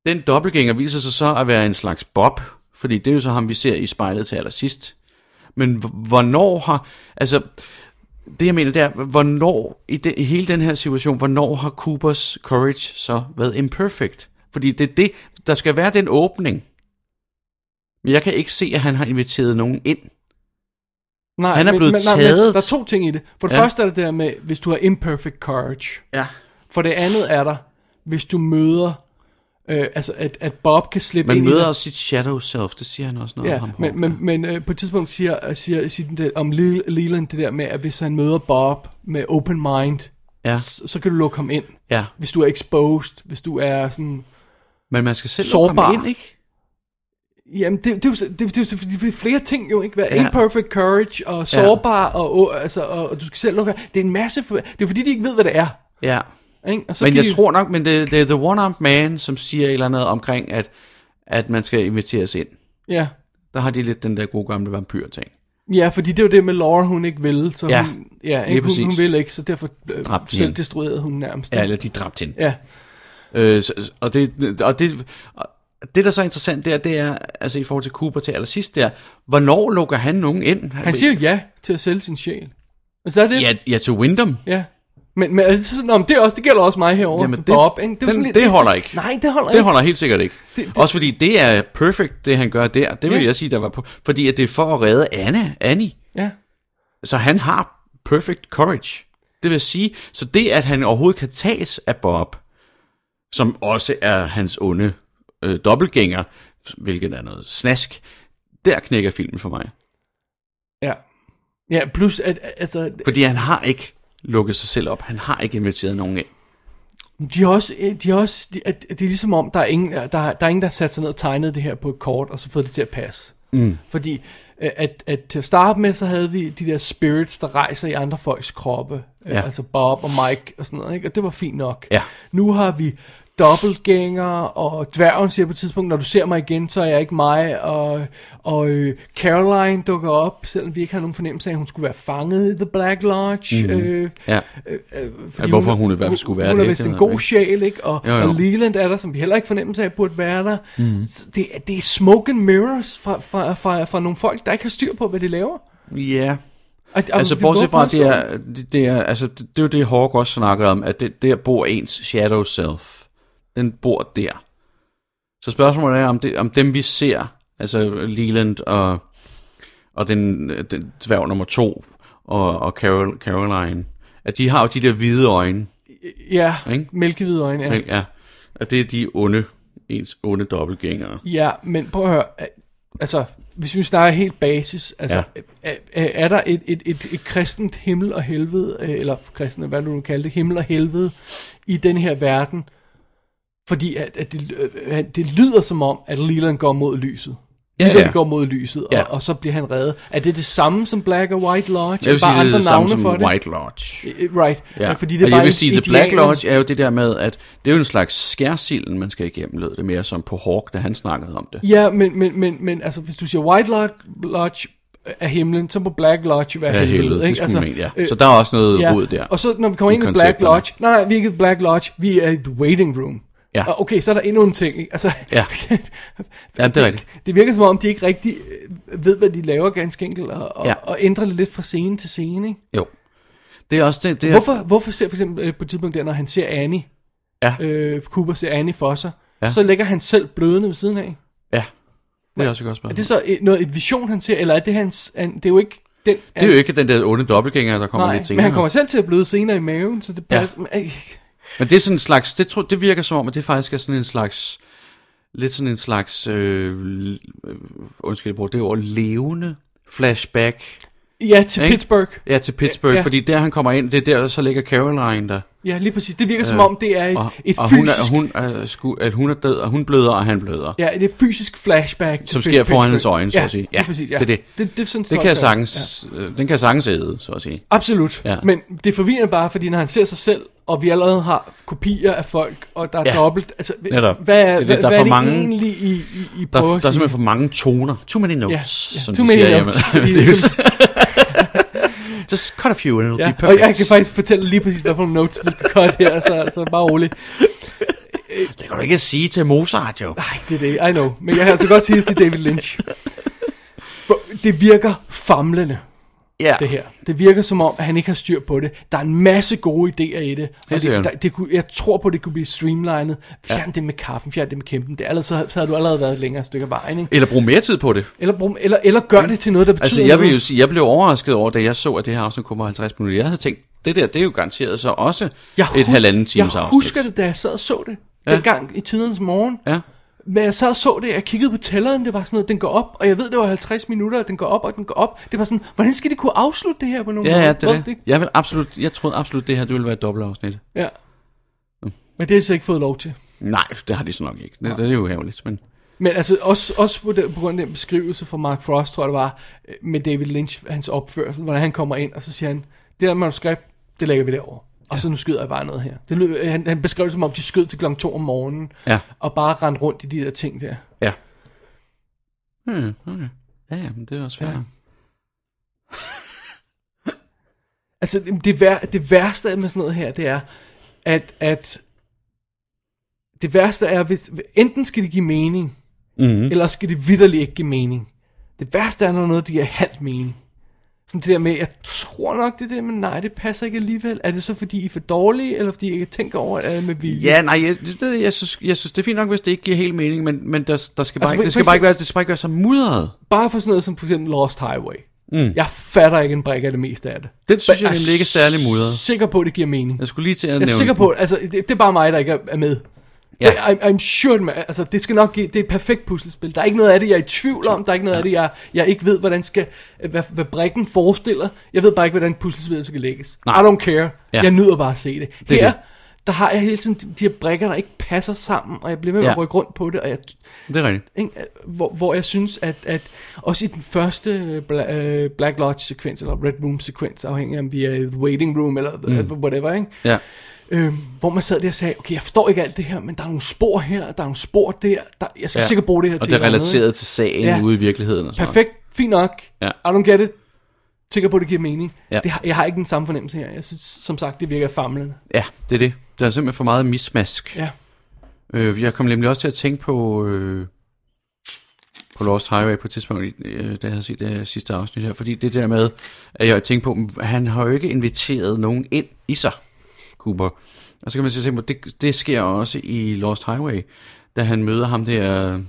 E: Den dobbeltgænger viser sig så at være en slags Bob, fordi det er jo så ham, vi ser i spejlet til allersidst. Men hv- hvornår har... Altså, det jeg mener, det er, hvornår i, de, i hele den her situation, hvornår har Coopers courage så været imperfect? Fordi det er det, der skal være den åbning. Men jeg kan ikke se, at han har inviteret nogen ind.
D: nej,
E: Han er blevet
D: Men,
E: taget.
D: der er to ting i det. For det ja.
E: Ja.
D: første er det der med, hvis du har imperfect courage.
E: Ja.
D: For det andet er der, hvis du møder, øh, altså at, at Bob kan slippe
E: Man
D: ind i
E: møder
D: dig.
E: også sit shadow self, det siger han også noget
D: Ja,
E: om ham.
D: men, men, men øh, på et tidspunkt siger, siger, siger den der, om Lil- Leland det der med, at hvis han møder Bob med open mind,
E: ja,
D: så, så kan du lukke ham ind.
E: ja,
D: Hvis du er exposed, hvis du er sådan...
E: men man skal selv
D: Sårbar.
E: Sårbar. komme ind, ikke?
D: Jamen, det, det, er jo så- det, det, er jo så- fordi det er flere ting jo, ikke? Hvad,
E: Ja.
D: Imperfect courage og sårbar, og, og, altså, og, og du skal selv lukke... Det er en masse... For, det er jo fordi, de ikke ved, hvad det er.
E: Ja.
D: Ikke? Og så
E: Men
D: kan
E: jeg
D: de,
E: tror nok, men det, det er The One-Armed Man, som siger et eller andet omkring, at, at man skal inviteres ind.
D: Ja.
E: Der har de lidt den der gode gamle vampyr-ting.
D: ja, fordi det er jo det med Laura, hun ikke vil. Så
E: Ja.
D: hun, ja
E: Lige
D: ikke? Hun, hun
E: præcis.
D: vil ikke, så derfor øh,
E: Dræbte hende.
D: selv destruerede hun nærmest.
E: Ja,
D: ikke?
E: eller de dræbte hende.
D: ja.
E: Øh, så- så- og, det, og, det, og det, der så er interessant der, det er, altså i forhold til Cooper til allersidst der, hvornår lukker han nogen ind?
D: Han siger jo ja til at sælge sin sjæl. Altså, der er det...
E: Ja, ja til Wyndham.
D: ja. Men, men er det sådan, om det, er også, det gælder også mig herovre.
E: Jamen, det-
D: Bob, ikke? jo
E: den-
D: sådan lidt-
E: det
D: er
E: holder
D: sådan-
E: ikke.
D: Nej, det holder
E: Det
D: ikke.
E: holder helt sikkert ikke. Det, det, også fordi det er perfect, det han gør der. Det vil
D: Ja.
E: jeg sige, der var på. Fordi at det er for at redde Anna, Annie.
D: Ja.
E: Så han har perfect courage. Det vil sige, så det at han overhovedet kan tages af Bob, som også er hans onde øh, dobbeltgænger, hvilket er noget snask, der knækker filmen for mig.
D: Ja. Ja, plus at, altså,
E: Fordi han har ikke lukket sig selv op. Han har ikke inviteret nogen ind.
D: De er også, øh, de er også de, at- at det er ligesom om, der er, ingen, der, der er ingen, der har sat sig ned og tegnet det her på et kort, og så fået det til at passe. Mm. Fordi øh, at, at til at starte med, så havde vi de der spirits, der rejser i andre folks kroppe. Ja.
E: Ja.
D: Altså Bob og Mike og sådan noget, ikke? og det var fint nok.
E: Ja.
D: Nu har vi dobbeltgængere, og dværgen siger på et tidspunkt, når du ser mig igen, så er jeg ikke mig, og, og øh, Caroline dukker op, selvom vi ikke har nogen fornemmelse af, at hun skulle være fanget i The Black Lodge.
E: Mhm.
D: Mm-hmm. Øh,
E: Ja.
D: fordi
E: Ja, hvorfor hun i hvert fald skulle være
D: hun
E: det,
D: Hun er
E: ikke?
D: vist
E: Det
D: en
E: ved
D: god
E: jeg ikke.
D: sjæl, ikke? Og,
E: Jo, jo.
D: og Leland er der, som vi heller ikke fornemmelse af burde være der. Mm. Det, er- det er smoke and mirrors fra, fra, fra, fra nogle folk, der ikke har styr på, hvad de laver.
E: Øh, Ja.
D: Og, og
E: Altså
D: vi både
E: bortset fra, det
D: påstår-
E: er, det, det er, altså, det, det er jo det, Hawk også snakker om, at det, der bor ens shadow self. Den bor der. Så spørgsmålet er, om, det, om dem vi ser, altså Leland og, og den, den dværg nummer to, og, og Carol, Caroline, at de har jo de der hvide øjne,
D: Ja,
E: Ikke?
D: mælkehvide øjne. Ja.
E: ja. ja at det er de onde, ens onde dobbeltgængere.
D: ja, men prøv at høre. Altså, hvis vi snakker helt basis, altså, ja. er, er- er der et, et, et, et kristent himmel og helvede, øh, eller kristne, hvad du nu kalder det, himmel og helvede, i den her verden? Fordi at, at det, øh, at det lyder som om, at Leland går mod lyset.
E: Ja,
D: Leland
E: ja.
D: går mod lyset,
E: Ja.
D: og, og så bliver han reddet. Er det det samme som Black og White Lodge?
E: Jeg vil
D: bare
E: sige, det er
D: andre
E: det samme
D: navne
E: som
D: for det?
E: White Lodge.
D: Øh, Right.
E: Ja.
D: Fordi det er
E: og
D: bare
E: jeg vil sige, The Black
D: indianerne.
E: Lodge er jo det der med, at det er jo en slags skærsilden, man skal igennem, lød det mere som på Hawk, da han snakkede om det.
D: Ja, men, men, men, men altså, hvis du siger White Lodge, Lodge er himlen, så må Black Lodge være
E: Ja,
D: helvede.
E: helvede, det
D: ikke?
E: skulle man mene, ja.
D: øh,
E: Så der er også noget rod der.
D: Og så når vi kommer
E: i
D: ind i Black
E: koncepterne.
D: Lodge, nej, nej, vi er ikke i Black Lodge, vi er i The Waiting Room.
E: Ja.
D: Og okay, så er der endnu en ting. Ikke? Altså,
E: Ja. Ja, det er rigtigt.
D: det virker som om, de ikke rigtig øh, ved, hvad de laver ganske enkelt, og, og,
E: Ja.
D: og ændrer det lidt fra scene til scene. Ikke?
E: Jo. Det er også det, det er,
D: Hvorfor, hvorfor ser for eksempel øh, på et tidspunkt der, når han ser Annie,
E: Ja.
D: øh, Cooper ser Annie for sig,
E: Ja.
D: så lægger han selv blødende ved siden af?
E: Ja, det er også et godt spørgsmål.
D: Er det så et, noget, et vision, han ser, eller er det hans... Han, det er jo ikke den...
E: Det er jo ikke den der onde dobbeltgænger, der kommer
D: Nej,
E: lidt
D: men
E: senere.
D: han kommer selv til at bløde senere i maven, så det
E: Ja.
D: passer... Ja.
E: men det er sådan en slags, det, tror, det virker som om, at det faktisk er sådan en slags, lidt sådan en slags, øh, l- øh, undskyld, jeg bruger det ord, levende flashback.
D: ja, til
E: Ikke?
D: Pittsburgh.
E: Ja, til Pittsburgh,
D: Ja.
E: ja. fordi der han kommer ind, det er der, så ligger Caroline der.
D: Ja, lige præcis. Det virker som om, det er et,
E: Øh, Og,
D: et
E: og hun, er,
D: fysisk...
E: hun er, sku, at hun er død, og hun bløder, og han bløder.
D: Ja, det er et fysisk flashback. til
E: Som
D: Pit-
E: sker foran hans
D: Pittsburgh.
E: øjne, så
D: ja,
E: at sige.
D: Ja, lige præcis, ja.
E: det er det.
D: det, det, er sådan,
E: Det kan jeg
D: sådan,
E: sagtens, øh, den kan jeg sagtens æde, så at sige.
D: Absolut, ja.
E: Ja.
D: men det forvirrer bare, fordi når han ser sig selv, og vi allerede har kopier af folk, og der er ja.
E: Ja.
D: dobbelt, altså,
E: Netop.
D: hvad er,
E: Det er det,
D: hvad,
E: der er
D: hvad
E: for
D: er det
E: mange-
D: egentlig, I, I, I
E: Der,
D: prøver
E: der
D: at
E: er
D: sige?
E: simpelthen for mange toner. Too many notes,
D: Ja, ja.
E: yeah. som
D: Too
E: de
D: many Ligesom-
E: siger
D: notes.
E: hjemme. det er jo så- Just cut a few and it'll
D: Ja,
E: be perfect.
D: og jeg kan faktisk fortælle lige præcis, hvad for nogle notes, du skal cut her, så, så bare rolig.
E: Det kan du ikke sige til Mozart, jo.
D: Nej, det er det, I know. Men jeg kan altså godt sige det til David Lynch. For det virker famlende,
E: Ja,
D: det her. Det virker som om, at han ikke har styr på det. Der er en masse gode idéer i det. Og det,
E: sikkert.
D: der, det kunne, jeg tror på, det kunne blive streamlinet. Fjern ja. det med kaffen, fjern det med kæmpen. Det, er allerede, så, så havde du allerede været et længere stykke af vejen. Ikke?
E: Eller brug mere tid på det.
D: Eller, brum- eller, eller gør det til noget, der betyder
E: Altså, jeg vil jo
D: noget.
E: sige, jeg blev overrasket over, da jeg så, at det her afsnit kun var 50 minutter. Jeg havde tænkt, det der, det er jo garanteret så også
D: jeg
E: et halvanden times
D: Jeg
E: afsnit.
D: husker det, da jeg sad og så det. Ja.
E: Ja.
D: Den gang i tidernes morgen.
E: Ja.
D: Men jeg sad og så det, jeg kiggede på tælleren, det var sådan noget, den går op, og jeg ved, det var 50 minutter, og den går op, og den går op. Det var sådan, hvordan skal de kunne afslutte det her på nogen
E: Ja,
D: måde?
E: ja, det er
D: Ved du
E: det. Jeg, vil absolut, jeg troede absolut, det her det ville være et dobbeltafsnit.
D: Ja. Men det har jeg så ikke fået lov til.
E: Nej, det har de så nok ikke. Det, det er jo ærgerligt, men...
D: Men altså, også, også på, den, på grund af den beskrivelse fra Mark Frost, tror jeg det var, øh, med David Lynch, hans opførsel, hvordan han kommer ind, og så siger han, det der manuskript, det lægger vi derover. Og så nu skyder jeg bare noget her. Det lød, øh, han, han beskrev det som om, de skød til klokken 2 om morgenen,
E: Ja.
D: og bare rendte rundt i de der ting der.
E: Ja. Hmm, okay. Ja, ja, men det er også fair.
D: Ja. Altså, det, det, vær, det værste med sådan noget her, det er, at, at det værste er, hvis enten skal det give mening,
E: Mm-hmm.
D: eller skal det vidderligt ikke give mening. Det værste er, når noget giver halvt mening. Sådan det der med, jeg tror nok det er det, men nej, det passer ikke alligevel. Er det så, fordi I er for dårlige, eller fordi jeg ikke tænker over det øh, med vilje?
E: Ja, nej, jeg, det, det- jeg, synes, jeg synes, det er fint nok, hvis det ikke giver helt mening, men, men der, der skal
D: Altså,
E: bare,
D: for-
E: altså, ikke, det,
D: for
E: skal bare
D: eksempel-
E: ikke være, det skal bare ikke være så mudret.
D: Bare for sådan noget som for eksempel Lost Highway. Mm. Jeg fatter ikke en brik af det meste af det.
E: Den synes jeg
D: er
E: nemlig ikke er særlig mudret.
D: sikker på, at det giver mening.
E: Jeg skulle lige til at
D: Jeg
E: nævne
D: er sikker
E: den.
D: på, altså, det, det er bare mig, der ikke er, er med. Ja.
E: Ja.
D: I'm, I'm sure, man, altså, det skal nok give, det er et perfekt puslespil. Der er ikke noget af det, jeg er i tvivl om. Der er ikke noget af det, jeg, jeg ikke ved, hvordan skal, hvad, hvad brikken forestiller. Jeg ved bare ikke, hvordan puslespillet skal lægges. Nej.
E: Nej.
D: I don't care. Ja.
E: Ja.
D: Jeg nyder bare at se det.
E: Det
D: det
E: er
D: her,
E: det.
D: der har jeg hele tiden de, de her brikker, der ikke passer sammen, og jeg bliver ved med ja.
E: Ja.
D: at rykke rundt på det, og jeg,
E: Det er rigtigt.
D: ikke, hvor, hvor jeg synes, at, at også i den første øh, Bla, øh, Black Lodge-sekvens, eller Red Room-sekvens, afhængig af, om vi er i The Waiting Room, eller mm. whatever, ikke?
E: Ja.
D: øh, hvor man sad der og sagde, okay, jeg forstår ikke alt det her, men der er nogle spor her, der er nogle spor der, der jeg skal ja.
E: ja.
D: sikkert bruge det her
E: Og
D: til
E: det er
D: et eller andet,
E: relateret til sagen
D: Ja.
E: ja. ude i virkeligheden. Og
D: ikke?
E: sådan
D: Perfekt, fint nok, ja.
E: Ja.
D: I don't get it, tænker på, at det giver mening. Ja.
E: Ja.
D: Det, har- jeg har ikke den samme fornemmelse her, jeg synes, som sagt, det virker famlende.
E: noget. Ja, det er det. Der er simpelthen for meget mismask.
D: Ja.
E: Øh, jeg kom nemlig også til at tænke på, øh, på Lost Highway på et tidspunkt, øh, da jeg havde set det her sidste afsnit her. Fordi det der med, at jeg tænkte på, at han har jo ikke inviteret nogen ind i sig, Cooper. Og så kan man så tænke på, det, det sker også i Lost Highway. da han møder ham der, øh,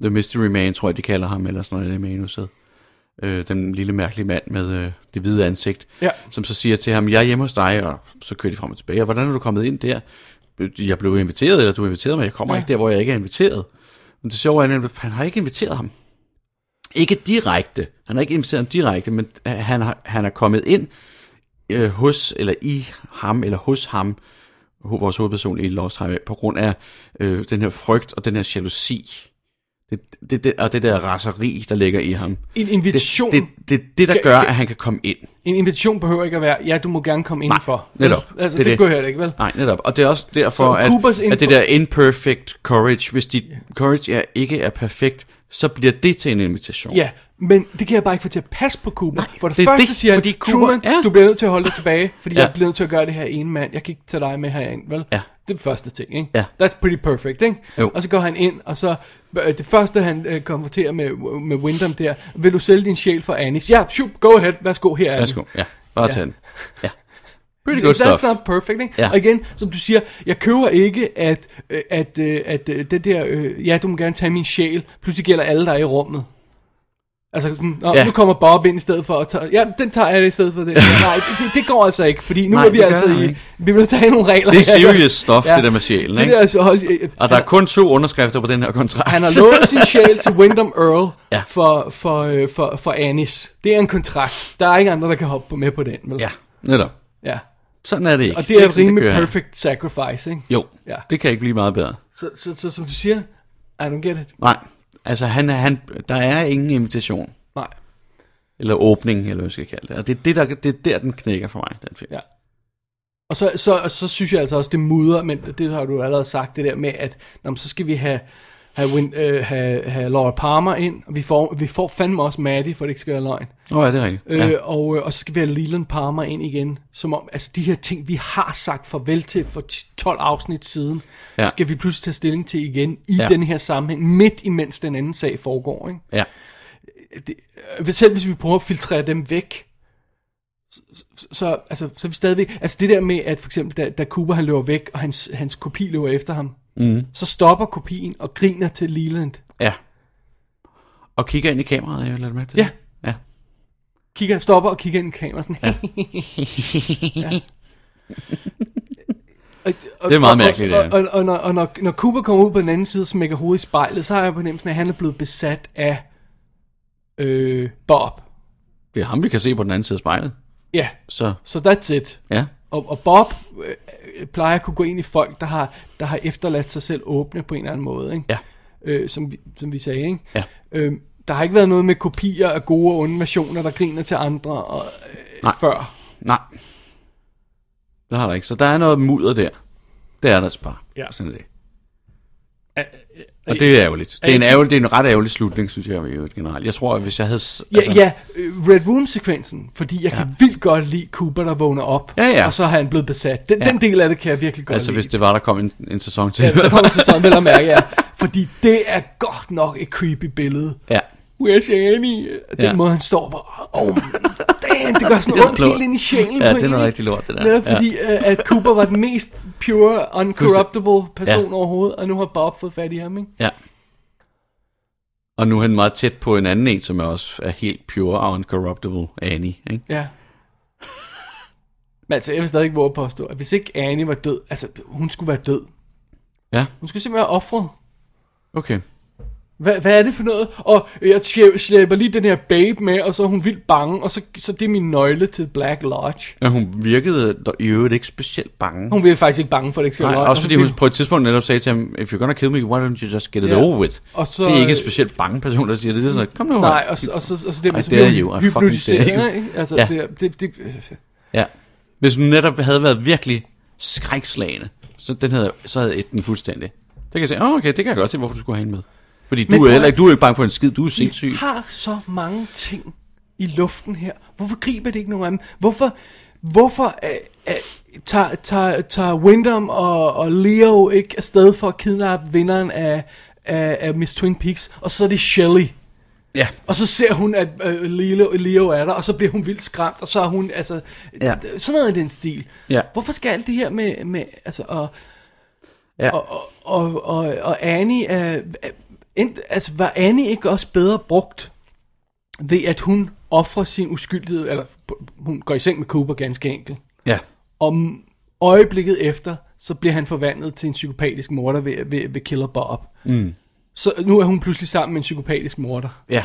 E: The Mystery Man, tror jeg, de kalder ham, eller sådan noget i det manuset. Øh, den lille mærkelige mand med øh, det hvide ansigt,
D: Ja.
E: som så siger til ham, jeg er hjemme hos dig, og så kører de frem og tilbage. Og hvordan er du kommet ind der? "Øh, Jeg blev inviteret, eller du inviterede mig, jeg kommer ja. ikke der, hvor jeg ikke er inviteret. Men det sjove er, at han har ikke inviteret ham. Ikke direkte. Han har ikke inviteret ham direkte, men øh, han, har, han er kommet ind øh, hos, eller i ham, eller hos ham, ho- vores hovedperson i Lost Highway, på grund af øh, den her frygt og den her jalousi. Det, det, det, og det der raseri, der ligger i ham.
D: En invitation.
E: Det er det, det, det, der
D: Kan-
E: gør,
D: kan-
E: at han kan komme ind.
D: En invitation behøver ikke at være, ja, du må gerne komme indenfor. Vel?
E: netop.
D: Altså,
E: Det er
D: det, det
E: det.
D: gør jeg da ikke, vel?
E: Nej, netop. Og det er også derfor,
D: Så
E: at,
D: Coopers
E: at det
D: input-
E: der imperfect courage, hvis dit courage er, ikke er perfekt, så bliver det til en invitation.
D: Ja, men det kan jeg bare ikke få til at passe på Cooper. Nej, For det, det
E: det er
D: første
E: det,
D: siger han,
E: fordi Cooper
D: Truman,
E: er-
D: du bliver nødt til at holde dig tilbage, fordi ja.
E: Ja.
D: jeg bliver nødt til at gøre det her ene mand. Jeg kan ikke tage dig med herind, vel?
E: Ja.
D: Det er den første ting, ikke?
E: Ja.
D: That's pretty perfect, ikke?
E: Jo.
D: Og så går han ind, og så øh, det første, han øh, konfronterer med, med Wyndham der, vil du sælge din sjæl for Anis? Ja, shoot, go ahead, værsgo, her er den.
E: Værsgo. Ja, bare
D: Ja.
E: ja. tag den. Ja.
D: Pretty
E: good
D: That's
E: stuff.
D: not perfect, ikke?
E: Ja.
D: Og igen, som du siger, jeg køber ikke, at, øh, at, øh, at øh, det der, øh, ja, du må gerne tage min sjæl, pludselig gælder alle, der er i rummet. Altså, sådan, Nå, ja.
E: Ja.
D: nu kommer Bob ind i stedet for, og tager, ja, den tager jeg i stedet for det. Nej, det, det går altså ikke, fordi nu
E: Nej,
D: er vi
E: det gør
D: altså
E: jeg
D: i,
E: ikke.
D: vi bliver nødt til at have nogle regler.
E: Det er
D: her.
E: serious stuff, det der med sjælen,
D: Det
E: ikke?
D: der, altså, hold, øh,
E: Og der er kun to underskrifter på den her kontrakt.
D: han har lovet sin sjæl til Wyndham Earl ja.
E: Ja.
D: for, for, øh, for, for Anis. Det er en kontrakt. Der er ikke andre, der kan hoppe med på den. Vel?
E: Ja, netop.
D: ja.
E: Sådan er det ikke.
D: Og det er
E: ikke
D: et
E: sådan,
D: rimelig
E: kører.
D: perfect sacrifice, ikke?
E: Jo,
D: Ja.
E: ja. det kan ikke blive meget bedre.
D: Så, så, så som du siger, I don't get it.
E: Nej, altså han, han, der er ingen invitation.
D: Nej.
E: Eller åbning, eller hvad man skal kalde det. Og det er, det, der, det er der, den knækker for mig, den film.
D: Ja. Og så, så, og så synes jeg altså også, det mudrer, men det har du allerede sagt, det der med, at nå, men så skal vi have, have, Win, øh, have, have Laura Palmer ind, og vi får, vi får fandme også Maddie, for det ikke skal være løgn.
E: Åh, oh, ja, det er rigtigt.
D: Øh,
E: ja.
D: og, øh, og så skal vi have Leland Palmer ind igen, som om, altså de her ting, vi har sagt farvel til for 10 12 afsnit siden, ja.
E: Ja.
D: skal vi pludselig tage stilling til igen i ja.
E: Ja.
D: den her sammenhæng, midt imens den anden sag foregår, ikke?
E: ja.
D: Øh, selv hvis vi prøver at filtrere dem væk, så, så, altså, så er vi stadigvæk... Altså det der med, at for eksempel, da, da Cooper han løber væk, og hans, hans kopi løber efter ham,
E: Mhm.
D: mm. så stopper kopien og griner til Leland.
E: Ja. Og kigger ind i kameraet, har jeg lagt mærke til
D: Ja.
E: det? Ja.
D: Kigger, stopper og kigger ind i kameraet sådan... Ja. Og, og,
E: Det er meget
D: og-
E: mærkeligt,
D: Og,
E: det
D: og, og, og, når, og når, når Cooper kommer ud på den anden side og smækker hovedet i spejlet, så har jeg på nemmelsen, at han er blevet besat af øh, Bob.
E: Det er ham, vi kan se på den anden side af spejlet.
D: Ja,
E: Så,
D: så so that's it.
E: ja.
D: Og, og Bob øh, øh, plejer at kunne gå ind i folk, der har, der har efterladt sig selv åbne på en eller anden måde, ikke?
E: Ja.
D: Øh, som, vi, som vi sagde. Ikke?
E: Ja.
D: Øh, der har ikke været noget med kopier af gode og onde versioner, der griner til andre og, øh,
E: Nej.
D: før.
E: Nej. Det har der ikke. Så der er noget mudder der. Det er der altså bare.
D: Ja.
E: Sådan er det. Og det er ærgerligt. Det er, en ærgerlig, det er en ret ærgerlig slutning, synes jeg, i øvrigt generelt. Jeg tror, at hvis jeg havde... s-
D: Ja, altså. ja øh, Red Room-sekvensen, fordi jeg ja. kan vildt godt lide Cooper, der vågner op,
E: Ja, ja.
D: og så har han blevet besat. Den, ja.
E: Ja.
D: den del af det kan jeg virkelig godt
E: Altså,
D: lide.
E: hvis det var, der kom en, en sæson til.
D: ja, så kommer til sådan, vel at mærke, ja. Fordi det er godt nok et creepy billede.
E: ja.
D: Where's Annie? Den ja.
E: Ja.
D: måde, han står på. Oh, damn, det gør sådan
E: Det er
D: ondt
E: lort.
D: helt ind i sjælen
E: Ja,
D: på
E: det er
D: en.
E: noget rigtig lort, det der.
D: Netop fordi, ja. at Cooper var den mest pure, uncorruptible person
E: Ja.
D: overhovedet, og nu har Bob fået fat i ham, ikke?
E: Ja. Og nu er han meget tæt på en anden en, som er også er helt pure og uncorruptible, Annie. Ikke?
D: Ja. Men altså, jeg vil stadig ikke våge at påstå, at hvis ikke Annie var død, altså, hun skulle være død.
E: Ja,
D: Hun skulle simpelthen være offret.
E: okay.
D: Hvad, hvad er det for noget? Og jeg slæ- slæber lige den her babe med, og så er hun vildt bange, og så, så det er min nøgle til Black Lodge.
E: Men hun virkede dog i øvrigt ikke specielt bange.
D: Hun blev faktisk ikke bange for, at det ikke skal
E: Nej,
D: være løgn,
E: også fordi
D: blev-
E: hun på et tidspunkt netop sagde til ham, if you're gonna kill me, why don't you just get it
D: Ja.
E: over with?
D: Og så-
E: det er ikke en specielt bange person, der siger det. Det er sådan, kom nu.
D: Nej,
E: mand.
D: og, så- og, så, og så det
E: I
D: med, så
E: dare
D: bliver
E: you,
D: hun
E: I fucking dare
D: hypnotiseret,
E: you.
D: ikke? Altså,
E: Ja.
D: det, det, det,
E: Ja. Hvis hun netop havde været virkelig skrækslagende, så, den havde, så havde et den fuldstændig. Det kan jeg sige, oh, okay, det kan jeg godt se, hvorfor du skulle have hende med. Fordi
D: Men
E: du er,
D: prøv
E: heller
D: at-
E: ikke, du er ikke bange for en skid, du er sindssyg.
D: Vi har så mange ting i luften her. Hvorfor griber det ikke nogen af dem? Hvorfor, hvorfor øh, øh, tager, tager, tager Wyndham og, og Leo ikke afsted for at kidnappe vinderen af, af, af Miss Twin Peaks? Og så er det Shelley.
E: Ja.
D: Og så ser hun, at øh, Leo, Leo er der, og så bliver hun vildt skræmt, og så er hun, altså, ja.
E: Ja.
D: sådan noget i den stil.
E: Ja.
D: Hvorfor skal alt det her med, med altså, og,
E: Ja.
D: Og, og, og, og, og Annie er, er- ent, altså var Annie ikke også bedre brugt ved, at hun offrer sin uskyldighed, eller p- hun går i seng med Cooper ganske enkelt.
E: Ja.
D: Om øjeblikket efter, så bliver han forvandlet til en psykopatisk morder ved, ved, ved Killer Bob. Mm. Så nu er hun pludselig sammen med en psykopatisk morder.
E: Ja.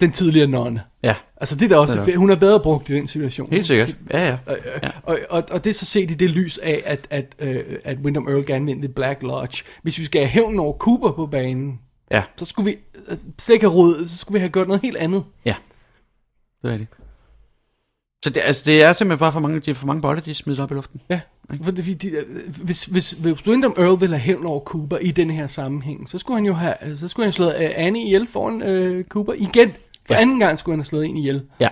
D: Den tidligere nonne.
E: Ja.
D: Altså det er da også
E: Det
D: det
E: er
D: fedt. Hun er bedre brugt i den situation.
E: Helt sikkert. Ja, ja.
D: Og, og, og, og det er så set i det lys af, at, at, øh, at Wyndham Earl gerne vil ind i Black Lodge. Hvis vi skal have hævn over Cooper på banen,
E: Ja.
D: så skulle vi øh, slet ikke have råd, så skulle vi have gjort noget helt andet.
E: Ja. Det er rigtigt. Så det, altså, det er simpelthen bare for mange, det er for mange bolde, de smider op i luften.
D: Ja, fordi de, øh, hvis, hvis, hvis Wyndham Earl ville have hævn over Cooper i den her sammenhæng, så skulle han jo have, øh, så skulle han have slået øh, Annie ihjel foran øh, Cooper igen. For
E: Ja.
D: ja. anden gang skulle han have slået en ihjel.
E: Ja.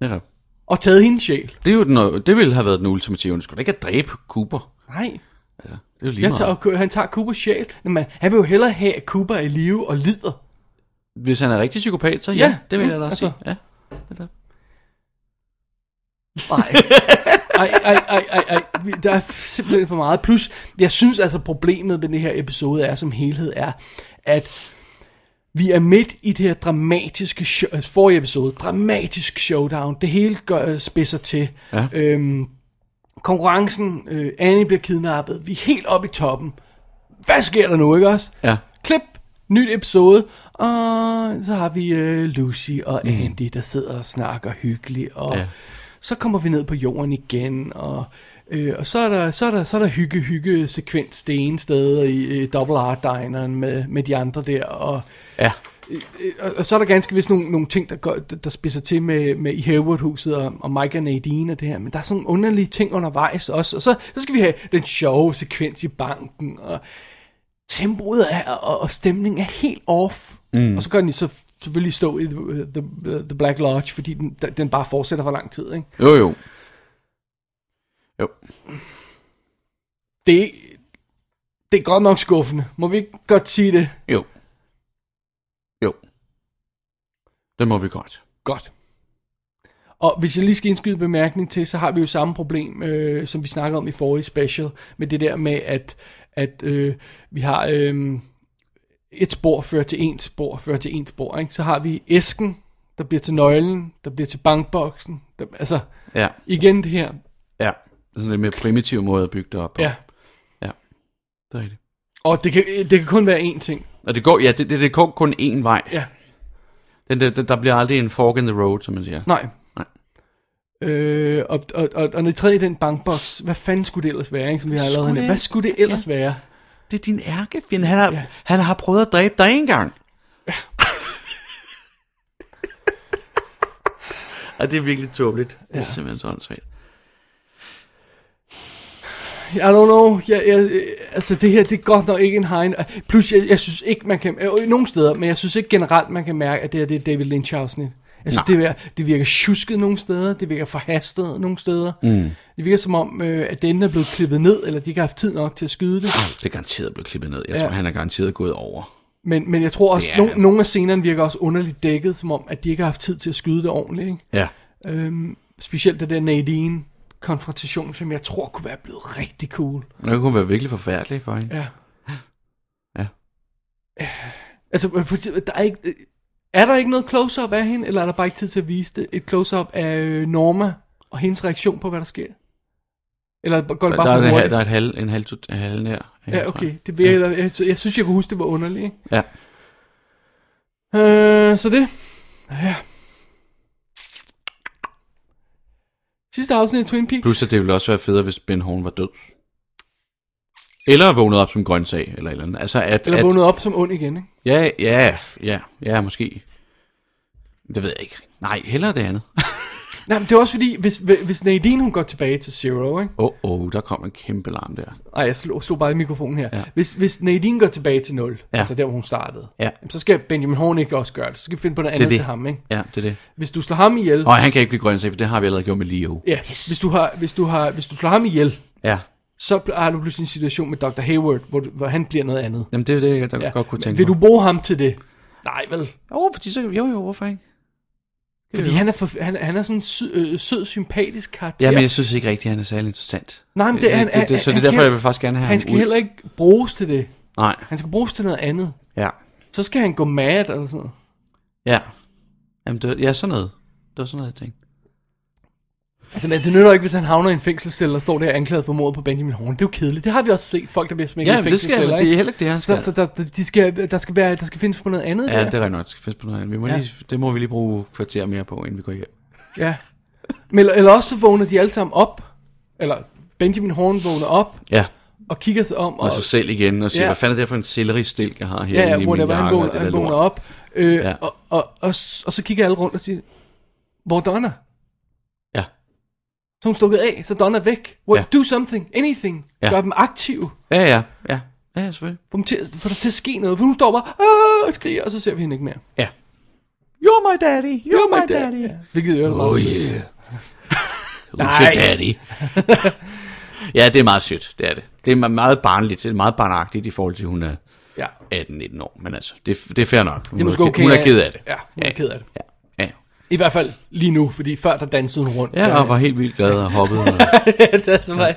E: Netop.
D: Og taget hendes sjæl.
E: Det, er jo den, det ville have været den ultimative ønske. ikke at dræbe Cooper.
D: Nej,
E: Altså, det er jo lige
D: jeg
E: meget.
D: tager, og han tager Coopers sjæl. Men man, han vil jo hellere have, at Cooper er i live og lider.
E: Hvis han er rigtig psykopat, så ja,
D: Ja,
E: det vil
D: mm,
E: jeg da også
D: altså.
E: sige. Ja.
D: Nej. Ej, ej, ej, ej, ej. Vi- Der er simpelthen for meget. Plus, jeg synes altså, problemet med det her episode er som helhed er, at vi er midt i det her dramatiske show, altså forrige episode, dramatisk showdown. Det hele gør, øh, spidser til.
E: Ja.
D: Øhm, konkurrencen, øh, Annie bliver kidnappet. Vi er helt oppe i toppen. Hvad sker der nu, ikke også?
E: Ja.
D: Klip, nyt episode, og så har vi øh, Lucy og Andy, der sidder og snakker hyggeligt, og
E: Ja.
D: ja. så kommer vi ned på jorden igen, og, øh, og så er der, så er der, så er der hygge, hygge sekvens det ene sted i øh, Double R-dineren med, med de andre der, og,
E: Ja.
D: øh, og, og så er der ganske vist nogle, nogle ting, der, går, der, der spidser til med, med i Harewood-huset og, og Mike og Nadine og det her, men der er sådan nogle underlige ting undervejs også, og så, så skal vi have den sjove sekvens i banken, og tempoet er, og, og stemningen er helt off. Mm. Og så går den så selvfølgelig stå i The, the, the Black Lodge, fordi den, den bare fortsætter for lang tid. Ikke?
E: Jo, jo. Jo.
D: Det, det er godt nok skuffende. Må vi ikke godt sige det?
E: Jo. Jo. Det må vi godt.
D: Godt. Og hvis jeg lige skal indskyde en bemærkning til, så har vi jo samme problem, øh, som vi snakkede om i forrige special, med det der med, at, at øh, vi har øh, et spor fører til en spor, fører til en spor. Ikke? Så har vi æsken, der bliver til nøglen, der bliver til bankboksen. Der, altså,
E: Ja.
D: igen det her.
E: Ja. Det er sådan en lidt mere primitiv måde at bygge det op på.
D: Ja.
E: Det er rigtigt.
D: Og det kan, det kan kun være én ting.
E: Og det går, ja, det, det, det går kun én vej.
D: Ja.
E: Den, der, der bliver aldrig en fork in the road, som man siger.
D: Nej.
E: Nej.
D: Øh, og, og, og, og når I træder i den bankboks, hvad fanden skulle det ellers være, ikke, som vi har allerede
E: Skulle
D: nævnt?
E: det-
D: Hvad skulle det ellers ja. være?
E: Det er din ærkefjende. Han har,
D: Ja.
E: han har prøvet at dræbe dig en gang. og det er virkelig tåbeligt. Ja. Det er simpelthen sådan svært.
D: I don't know. Jeg, jeg, øh, altså, det her, det er godt nok ikke en hegn. Plus, jeg, jeg synes ikke, man kan... Øh, nogle steder, men jeg synes ikke generelt, man kan mærke, at det her, det er David Lynch afsnit. Jeg synes, det virker, det virker tjusket nogle steder, det virker forhastet nogle steder. Mm. Det virker som om, øh, at det enten er blevet klippet ned, eller de ikke har haft tid nok til at skyde det.
E: Det er garanteret blevet klippet ned. Jeg ja.
D: Ja.
E: tror, han er garanteret gået over.
D: Men, men jeg tror også,
E: Det
D: at
E: er
D: no,
E: han.
D: nogle af scenerne virker også underligt dækket, som om, at de ikke har haft tid til at skyde det ordentligt. Ikke?
E: Ja.
D: Øhm, specielt det der Nadine-konfrontation, som jeg tror kunne være blevet rigtig cool.
E: Det kunne være virkelig forfærdeligt for hende.
D: Ja.
E: Ja.
D: Altså, øh, for, der er, ikke, øh, er der ikke noget close-up af hende, eller er der bare ikke tid til at vise det? Et close-up af øh, Norma og hendes reaktion på, hvad der sker? Eller går det
E: der,
D: bare
E: er,
D: for
E: en hal-
D: hurtigt?
E: der er et halv, en halv, tut- en halv nær.
D: Ja, okay. Det vil, jeg, jeg, jeg synes, jeg kunne huske, det var underligt. ikke?
E: Ja.
D: Øh, så det. Ja. Sidste afsnit af Twin Peaks.
E: Plus, at det ville også være federe, hvis Ben Horn var død. Eller vågnet op som grøntsag, eller et eller andet. Altså, at,
D: eller
E: at,
D: vågnet op som ond igen, ikke?
E: Ja, ja, ja, ja, måske. Det ved jeg ikke. Nej, hellere det andet.
D: Nej, men det er også fordi, hvis, hvis Nadine hun går tilbage til Zero, ikke?
E: Åh, oh, oh, der kom en kæmpe larm der.
D: Ej, jeg slog, slog bare i mikrofonen her.
E: Ja.
D: Ja. Hvis, hvis Nadine går tilbage til 0,
E: Ja.
D: ja. altså der, hvor hun startede,
E: Ja.
D: jamen, så skal Benjamin Horn ikke også gøre det. Så skal vi finde på noget andet
E: det.
D: til ham, ikke?
E: Ja, det er det.
D: Hvis du slår ham ihjel...
E: Og han kan ikke blive grøntsag, for det har vi allerede gjort med Leo.
D: Ja, yes. hvis, du har, hvis, du har, hvis du slår ham ihjel,
E: Ja.
D: så bl- har du pludselig en situation med Dr. Hayward, hvor, du, hvor han bliver noget andet.
E: Jamen, det er det, jeg der ja. godt kunne
D: men
E: tænke
D: Vil du
E: mig.
D: bruge ham til det? Nej, vel?
E: Åh, oh, fordi så... Jo, jo, hvorfor ikke?
D: Fordi han er, for, han, han er sådan en sød, øh, sød, sympatisk karakter.
E: Ja, men jeg synes ikke rigtigt, han er særlig interessant. Øh,
D: Nej, men det- han-
E: det, det, det, så
D: han-
E: det
D: han
E: er derfor,
D: skal-
E: jeg vil faktisk gerne have
D: han
E: ham
D: skal
E: ud.
D: heller ikke bruges til det.
E: Nej,
D: Han skal bruges til noget andet.
E: ja.
D: Så skal han gå mad eller sådan noget.
E: Ja. Jamen, det, var- ja, sådan noget. Det var sådan noget, jeg tænkte.
D: Altså, men det nytter jo ikke, hvis han havner i en fængselscelle og står der anklaget for mordet på Benjamin Horn. Det er jo kedeligt. Det har vi også set, folk der bliver smækket
E: Ja,
D: i
E: men det skal,
D: fængselsceller.
E: det er heller ikke det, han
D: skal.
E: skal.
D: Så, så der, de skal, der, skal være, der skal findes på noget andet
E: ja,
D: der.
E: det er nok, skal findes på noget andet. Vi må
D: Ja.
E: ja. lige, det må vi lige bruge et kvarter mere på, inden vi går hjem.
D: Ja. Men, eller- eller også så vågner de alle sammen op. Eller Benjamin Horn vågner op
E: Ja,
D: og kigger sig om.
E: og sig selv igen og sige,
D: Ja.
E: ja. hvad fanden er det for en selleristilk, jeg har her
D: Ja,
E: inde
D: ja,
E: i min
D: whatever, han
E: jakke? og
D: vågner,
E: det
D: han
E: der
D: vågner
E: lort.
D: op, øh, ja.
E: Ja.
D: og, og, og, s- og så kigger alle rundt og siger, hvor er Donna?
E: Ja.
D: Så er hun stukket af, så Donna er væk. What,
E: Ja.
D: Do something, anything. Ja.
E: Ja.
D: Gør dem aktive.
E: Ja, ja, ja. Ja, ja, selvfølgelig.
D: Få, dem til, få det til at ske noget. For hun står bare "Ah," og skriger, og så ser vi hende ikke mere.
E: Ja.
D: You're my daddy, you're, you're my, my daddy. daddy. Ja. Hvilket jo er meget
E: Oh
D: sødt.
E: yeah. Who's your daddy? ja, det er meget sødt, det er det. Det er meget barnligt, det er meget barnagtigt i forhold til, at hun er
D: Ja.
E: 18-19 år. Men altså, det, er- det er fair nok. Hun
D: Det er måske
E: ked-
D: okay.
E: Hun er
D: at-
E: ked af det.
D: Ja, hun er ked af det.
E: Ja, ja.
D: I hvert fald lige nu, fordi før der dansede hun rundt.
E: ja og var helt vildt glad og hoppede. Og...
D: det er så meget.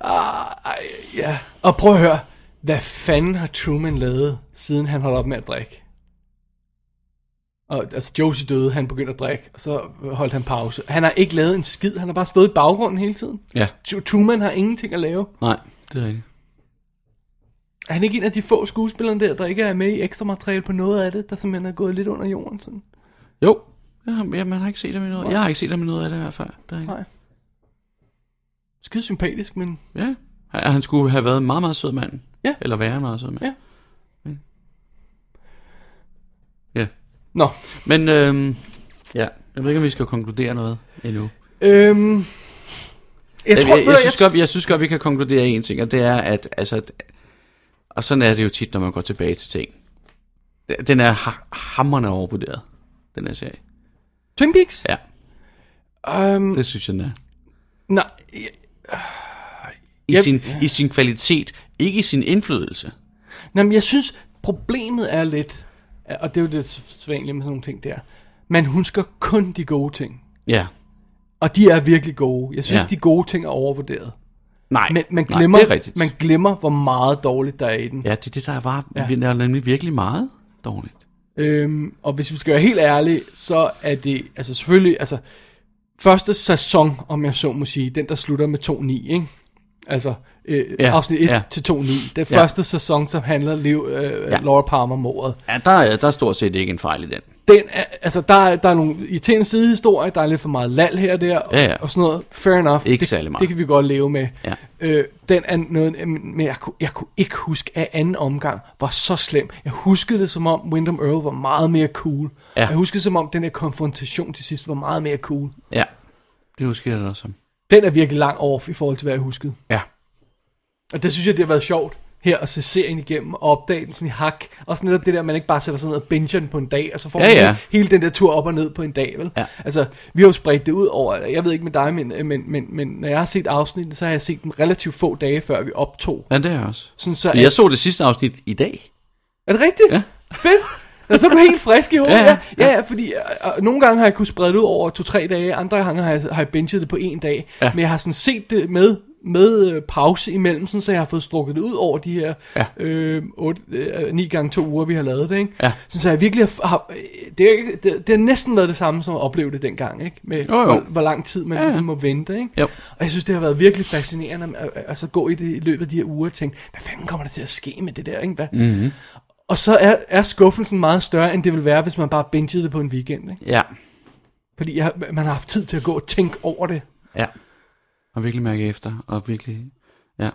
D: Ah, ej, ja. Og prøv at høre, hvad fanden har Truman lavet, siden han holdt op med at drikke? Og, altså, Josie døde, han begyndte at drikke, og så holdt han pause. Han har ikke lavet en skid, han har bare stået i baggrunden hele tiden.
E: Ja,
D: Tru- Truman har ingenting at lave.
E: nej, det er rigtigt.
D: Er han ikke en af de få skuespillere der, der ikke er med i ekstra materiale på noget af det, der simpelthen er gået lidt under jorden? Sådan?
E: Jo. Ja, man har ikke set ham i noget. Jeg har ikke set ham i noget af det i hvert fald. Det er rigtigt.
D: Nej. Skide sympatisk, men
E: Ja. Han han skulle have været en meget, meget sød mand.
D: Ja.
E: Eller være en meget sød mand.
D: Ja.
E: Ja. ja.
D: Nå,
E: Men øhm, ja. jeg ved ikke, om vi skal konkludere noget endnu.
D: øhm, jeg,
E: Jeg,
D: tror,
E: jeg, jeg,
D: ved du,
E: synes godt, jeg synes godt, vi kan konkludere en ting, og det er, at... Altså, at og sådan er det jo tit, når man går tilbage til ting. Den er ha- hammerne overvurderet, den her serie.
D: Twin Peaks?
E: Ja,
D: Øhm,
E: det synes jeg, den er.
D: nej, jeg,
E: I,
D: Yep.
E: yep. sin, I sin kvalitet, ikke i sin indflydelse.
D: nej, men jeg synes, problemet er lidt, og det er jo det svanlige med sådan nogle ting der, man husker kun de gode ting.
E: Ja.
D: Og de er virkelig gode. Jeg synes,
E: Ja.
D: ja. de gode ting er overvurderet.
E: Nej,
D: Men man
E: nej,
D: glemmer,
E: det er rigtigt.
D: man glemmer, hvor meget dårligt der er i den.
E: Ja, det er det, der er bare, ja. der er nemlig virkelig meget dårligt.
D: Øhm, og hvis vi skal være helt ærlige, så er det, altså selvfølgelig, altså, første sæson, om jeg så må sige, den der slutter med 2-9, ikke? Altså, øh, ja,
E: Ja,
D: afsnit 1 ja.
E: ja.
D: til 2-9. Den ja.
E: Ja.
D: første sæson, som handler Liv, øh, ja.
E: Ja.
D: Laura Palmer mordet.
E: Ja, der er, der er stort set ikke en fejl i den.
D: den er, altså der, er- der er nogle irriterende sidehistorier, der er lidt for meget lal her og der, og,
E: Ja, ja.
D: og sådan noget. Fair enough.
E: Ikke
D: det,
E: særlig meget.
D: Det kan vi godt leve med.
E: Ja.
D: Øh, den er noget, men jeg kunne, jeg kunne ikke huske, at anden omgang var så slem. Jeg huskede det som om, Wyndham Earl var meget mere cool.
E: Ja.
D: Jeg huskede det som om, den der konfrontation til sidst var meget mere cool.
E: Ja. Det husker jeg da også som.
D: Den er virkelig lang off i forhold til, hvad jeg huskede.
E: Ja.
D: Og det synes jeg, det har været sjovt her at se serien igennem og opdage den sådan i hak. Og sådan netop det der, at man ikke bare sætter sig ned og binger den på en dag, og så får
E: Ja,
D: man
E: ja.
D: hele- hele den der tur op og ned på en dag, vel?
E: Ja.
D: Altså, vi har jo spredt det ud over, jeg ved ikke med dig, men, men, men, men når jeg har set afsnitten, så har jeg set dem relativt få dage, før vi optog.
E: Ja, det er jeg også.
D: Sådan så,
E: Jeg så det sidste afsnit i dag.
D: er det rigtigt?
E: Ja.
D: Fedt! Og så er du helt frisk i hovedet.
E: Ja,
D: Ja,
E: ja,
D: ja, ja, fordi øh, øh, nogle gange har jeg kunnet sprede det ud over to-tre dage, andre gange har jeg, har jeg binget det på en dag. Ja. Men jeg har sådan set det med, med øh, pause imellem, sådan, så jeg har fået strukket det ud over de her
E: Ja.
D: øh, 8, øh, 9 gange 2 uger, vi har lavet det. Ikke?
E: Ja.
D: Sådan, så jeg virkelig har, har øh, det, er, ikke- det, det har næsten været det samme som at opleve det dengang, ikke? med
E: Jo, jo.
D: Hvor, hvor lang tid man ja, ja. må vente. Ikke?
E: Jo.
D: Og jeg synes, det har været virkelig fascinerende at, at, at så gå i det i løbet af de her uger og tænke, hvad fanden kommer der til at ske med det der? Ikke? Hvad? Mm-hmm. Og så er, er skuffelsen meget større, end det ville være, hvis man bare bingede det på en weekend. Ikke?
E: Ja.
D: Fordi jeg, man har haft tid til at gå og tænke over det.
E: Ja. Og virkelig mærke efter, og virkelig... Ja.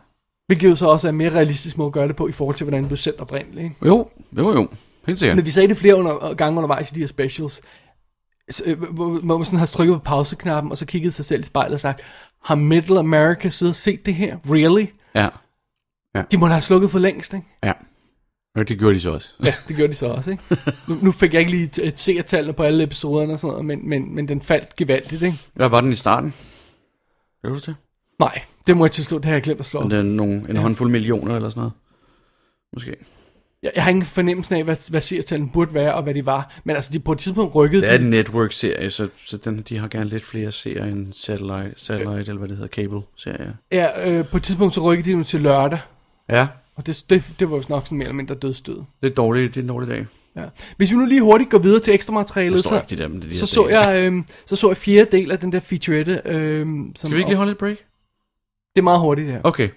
D: Hvilket jo så også er en mere realistisk måde at gøre det på, i forhold til, hvordan det blev sendt oprindeligt. Ikke?
E: Jo, jo, jo. Helt sikkert.
D: Men vi sagde det flere under, gange undervejs i de her specials, så, øh, hvor hvor man sådan har trykket på pauseknappen, og så kigget sig selv i spejlet og sagt, har Middle America siddet og set det her? Really?
E: Ja.
D: De må da have slukket for længst, ikke?
E: Ja. Og det gjorde de så også.
D: Ja, det gjorde de så også, ikke? Nu, nu fik jeg ikke lige t- seertallene på alle episoderne og sådan noget, men, men, men den faldt gevaldigt, ikke?
E: Hvad var den i starten? Gjorde du det?
D: Nej, det må jeg tilstå, det har jeg glemt at slå. op.
E: Men det er nogle, en håndfuld millioner eller sådan noget. Måske.
D: Jeg, jeg har ingen fornemmelse af, hvad, hvad seertallene burde være, og hvad de var. Men altså, de på et tidspunkt rykkede
E: Det er
D: den.
E: en network-serie, så, så den, de har gerne lidt flere seere end satellite, satellite eller hvad det hedder, cable-serier.
D: Ja, øh, på et tidspunkt så rykkede de nu til lørdag.
E: Ja,
D: Og det, det, det var jo nok sådan mere eller mindre dødstød.
E: det er dårligt, det er en dårlig dag.
D: Ja. Hvis vi nu lige hurtigt går videre til ekstra materialet,
E: Jeg står
D: så,
E: ikke, de der med de der
D: så, så,
E: dage.
D: jeg, øhm, så så jeg fjerde del af den der featurette. Øhm, som,
E: Skal vi ikke lige holde et break?
D: Det er meget hurtigt, det her.
E: Okay.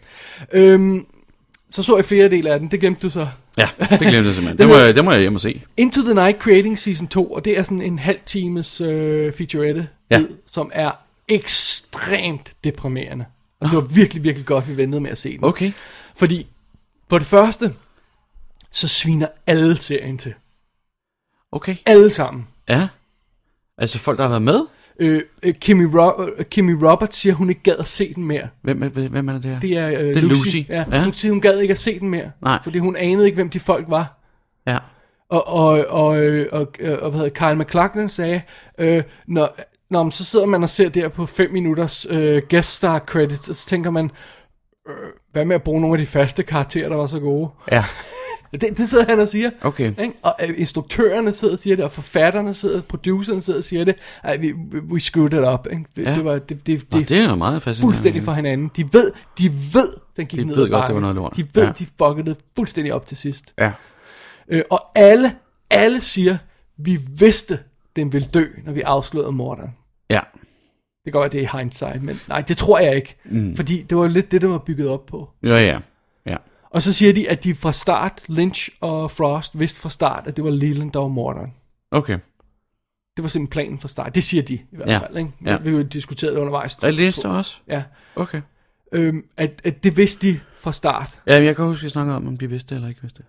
D: Øhm, så så jeg flere del af den, det glemte du så.
E: Ja, det glemte jeg simpelthen. Det må, jeg, det må jeg hjem og se.
D: Into the Night Creating Season 2, og det er sådan en halv times øh, featurette,
E: Ja.
D: ja. som er ekstremt deprimerende. Og det var virkelig, virkelig godt, vi ventede med at se den.
E: Okay.
D: Fordi på det første, så sviner alle serien til.
E: Okay.
D: Alle sammen.
E: Ja. Altså folk, der har været med?
D: Øh, øh, Kimmy, Ro- øh, Kimmy Roberts siger, hun ikke gad at se den mere.
E: Hvem, er- hvem er det her?
D: Det er, øh,
E: det er Lucy.
D: Ja,
E: Ja.
D: Hun siger, hun gad ikke at se den mere.
E: Nej.
D: Fordi hun anede ikke, hvem de folk var.
E: Ja.
D: Og, og, og, øh, og, og, og hvad hedder Kyle McLachlan sagde, øh, når, når man så sidder man og ser der på 5 minutters øh, guest star credits, og så tænker man, øh, hvad med at bruge nogle af de faste karakterer, der var så gode?
E: Ja.
D: Det, det sidder han og siger.
E: Okay.
D: Ikke? Og øh, instruktørerne sidder og siger det, og forfatterne sidder, og producerne sidder og siger det. Ej, vi, we, we screwed it up. Ikke? Det,
E: Ja.
D: det, var, det, det, det,
E: Nå, det er jo meget fascinerende.
D: fuldstændig fra hinanden. De ved, de ved, den gik
E: De
D: ned
E: ved
D: ad
E: godt, det
D: bakke.
E: var noget lort.
D: De ved,
E: Ja.
D: ja. de fuckede det fuldstændig op til sidst.
E: Ja.
D: Øh, og alle, alle siger, vi vidste, den ville dø, når vi afslørede morderen.
E: Ja.
D: Det kan godt være, det er i hindsight, men nej, det tror jeg ikke. Mm. Fordi det var lidt det, der var bygget op på.
E: Ja, ja. Ja.
D: Og så siger de, at de fra start, Lynch og Frost, vidste fra start, at det var Leland, der var morderen.
E: Okay.
D: Det var simpelthen planen fra start. Det siger de i hvert
E: Ja.
D: fald. Ikke?
E: Ja.
D: Vi har jo diskuteret det undervejs.
E: Er det også?
D: Ja.
E: Okay.
D: Øhm, at, at det vidste de fra start,
E: Jamen, jeg kan huske, at vi snakkede om, om de vidste det eller ikke vidste det.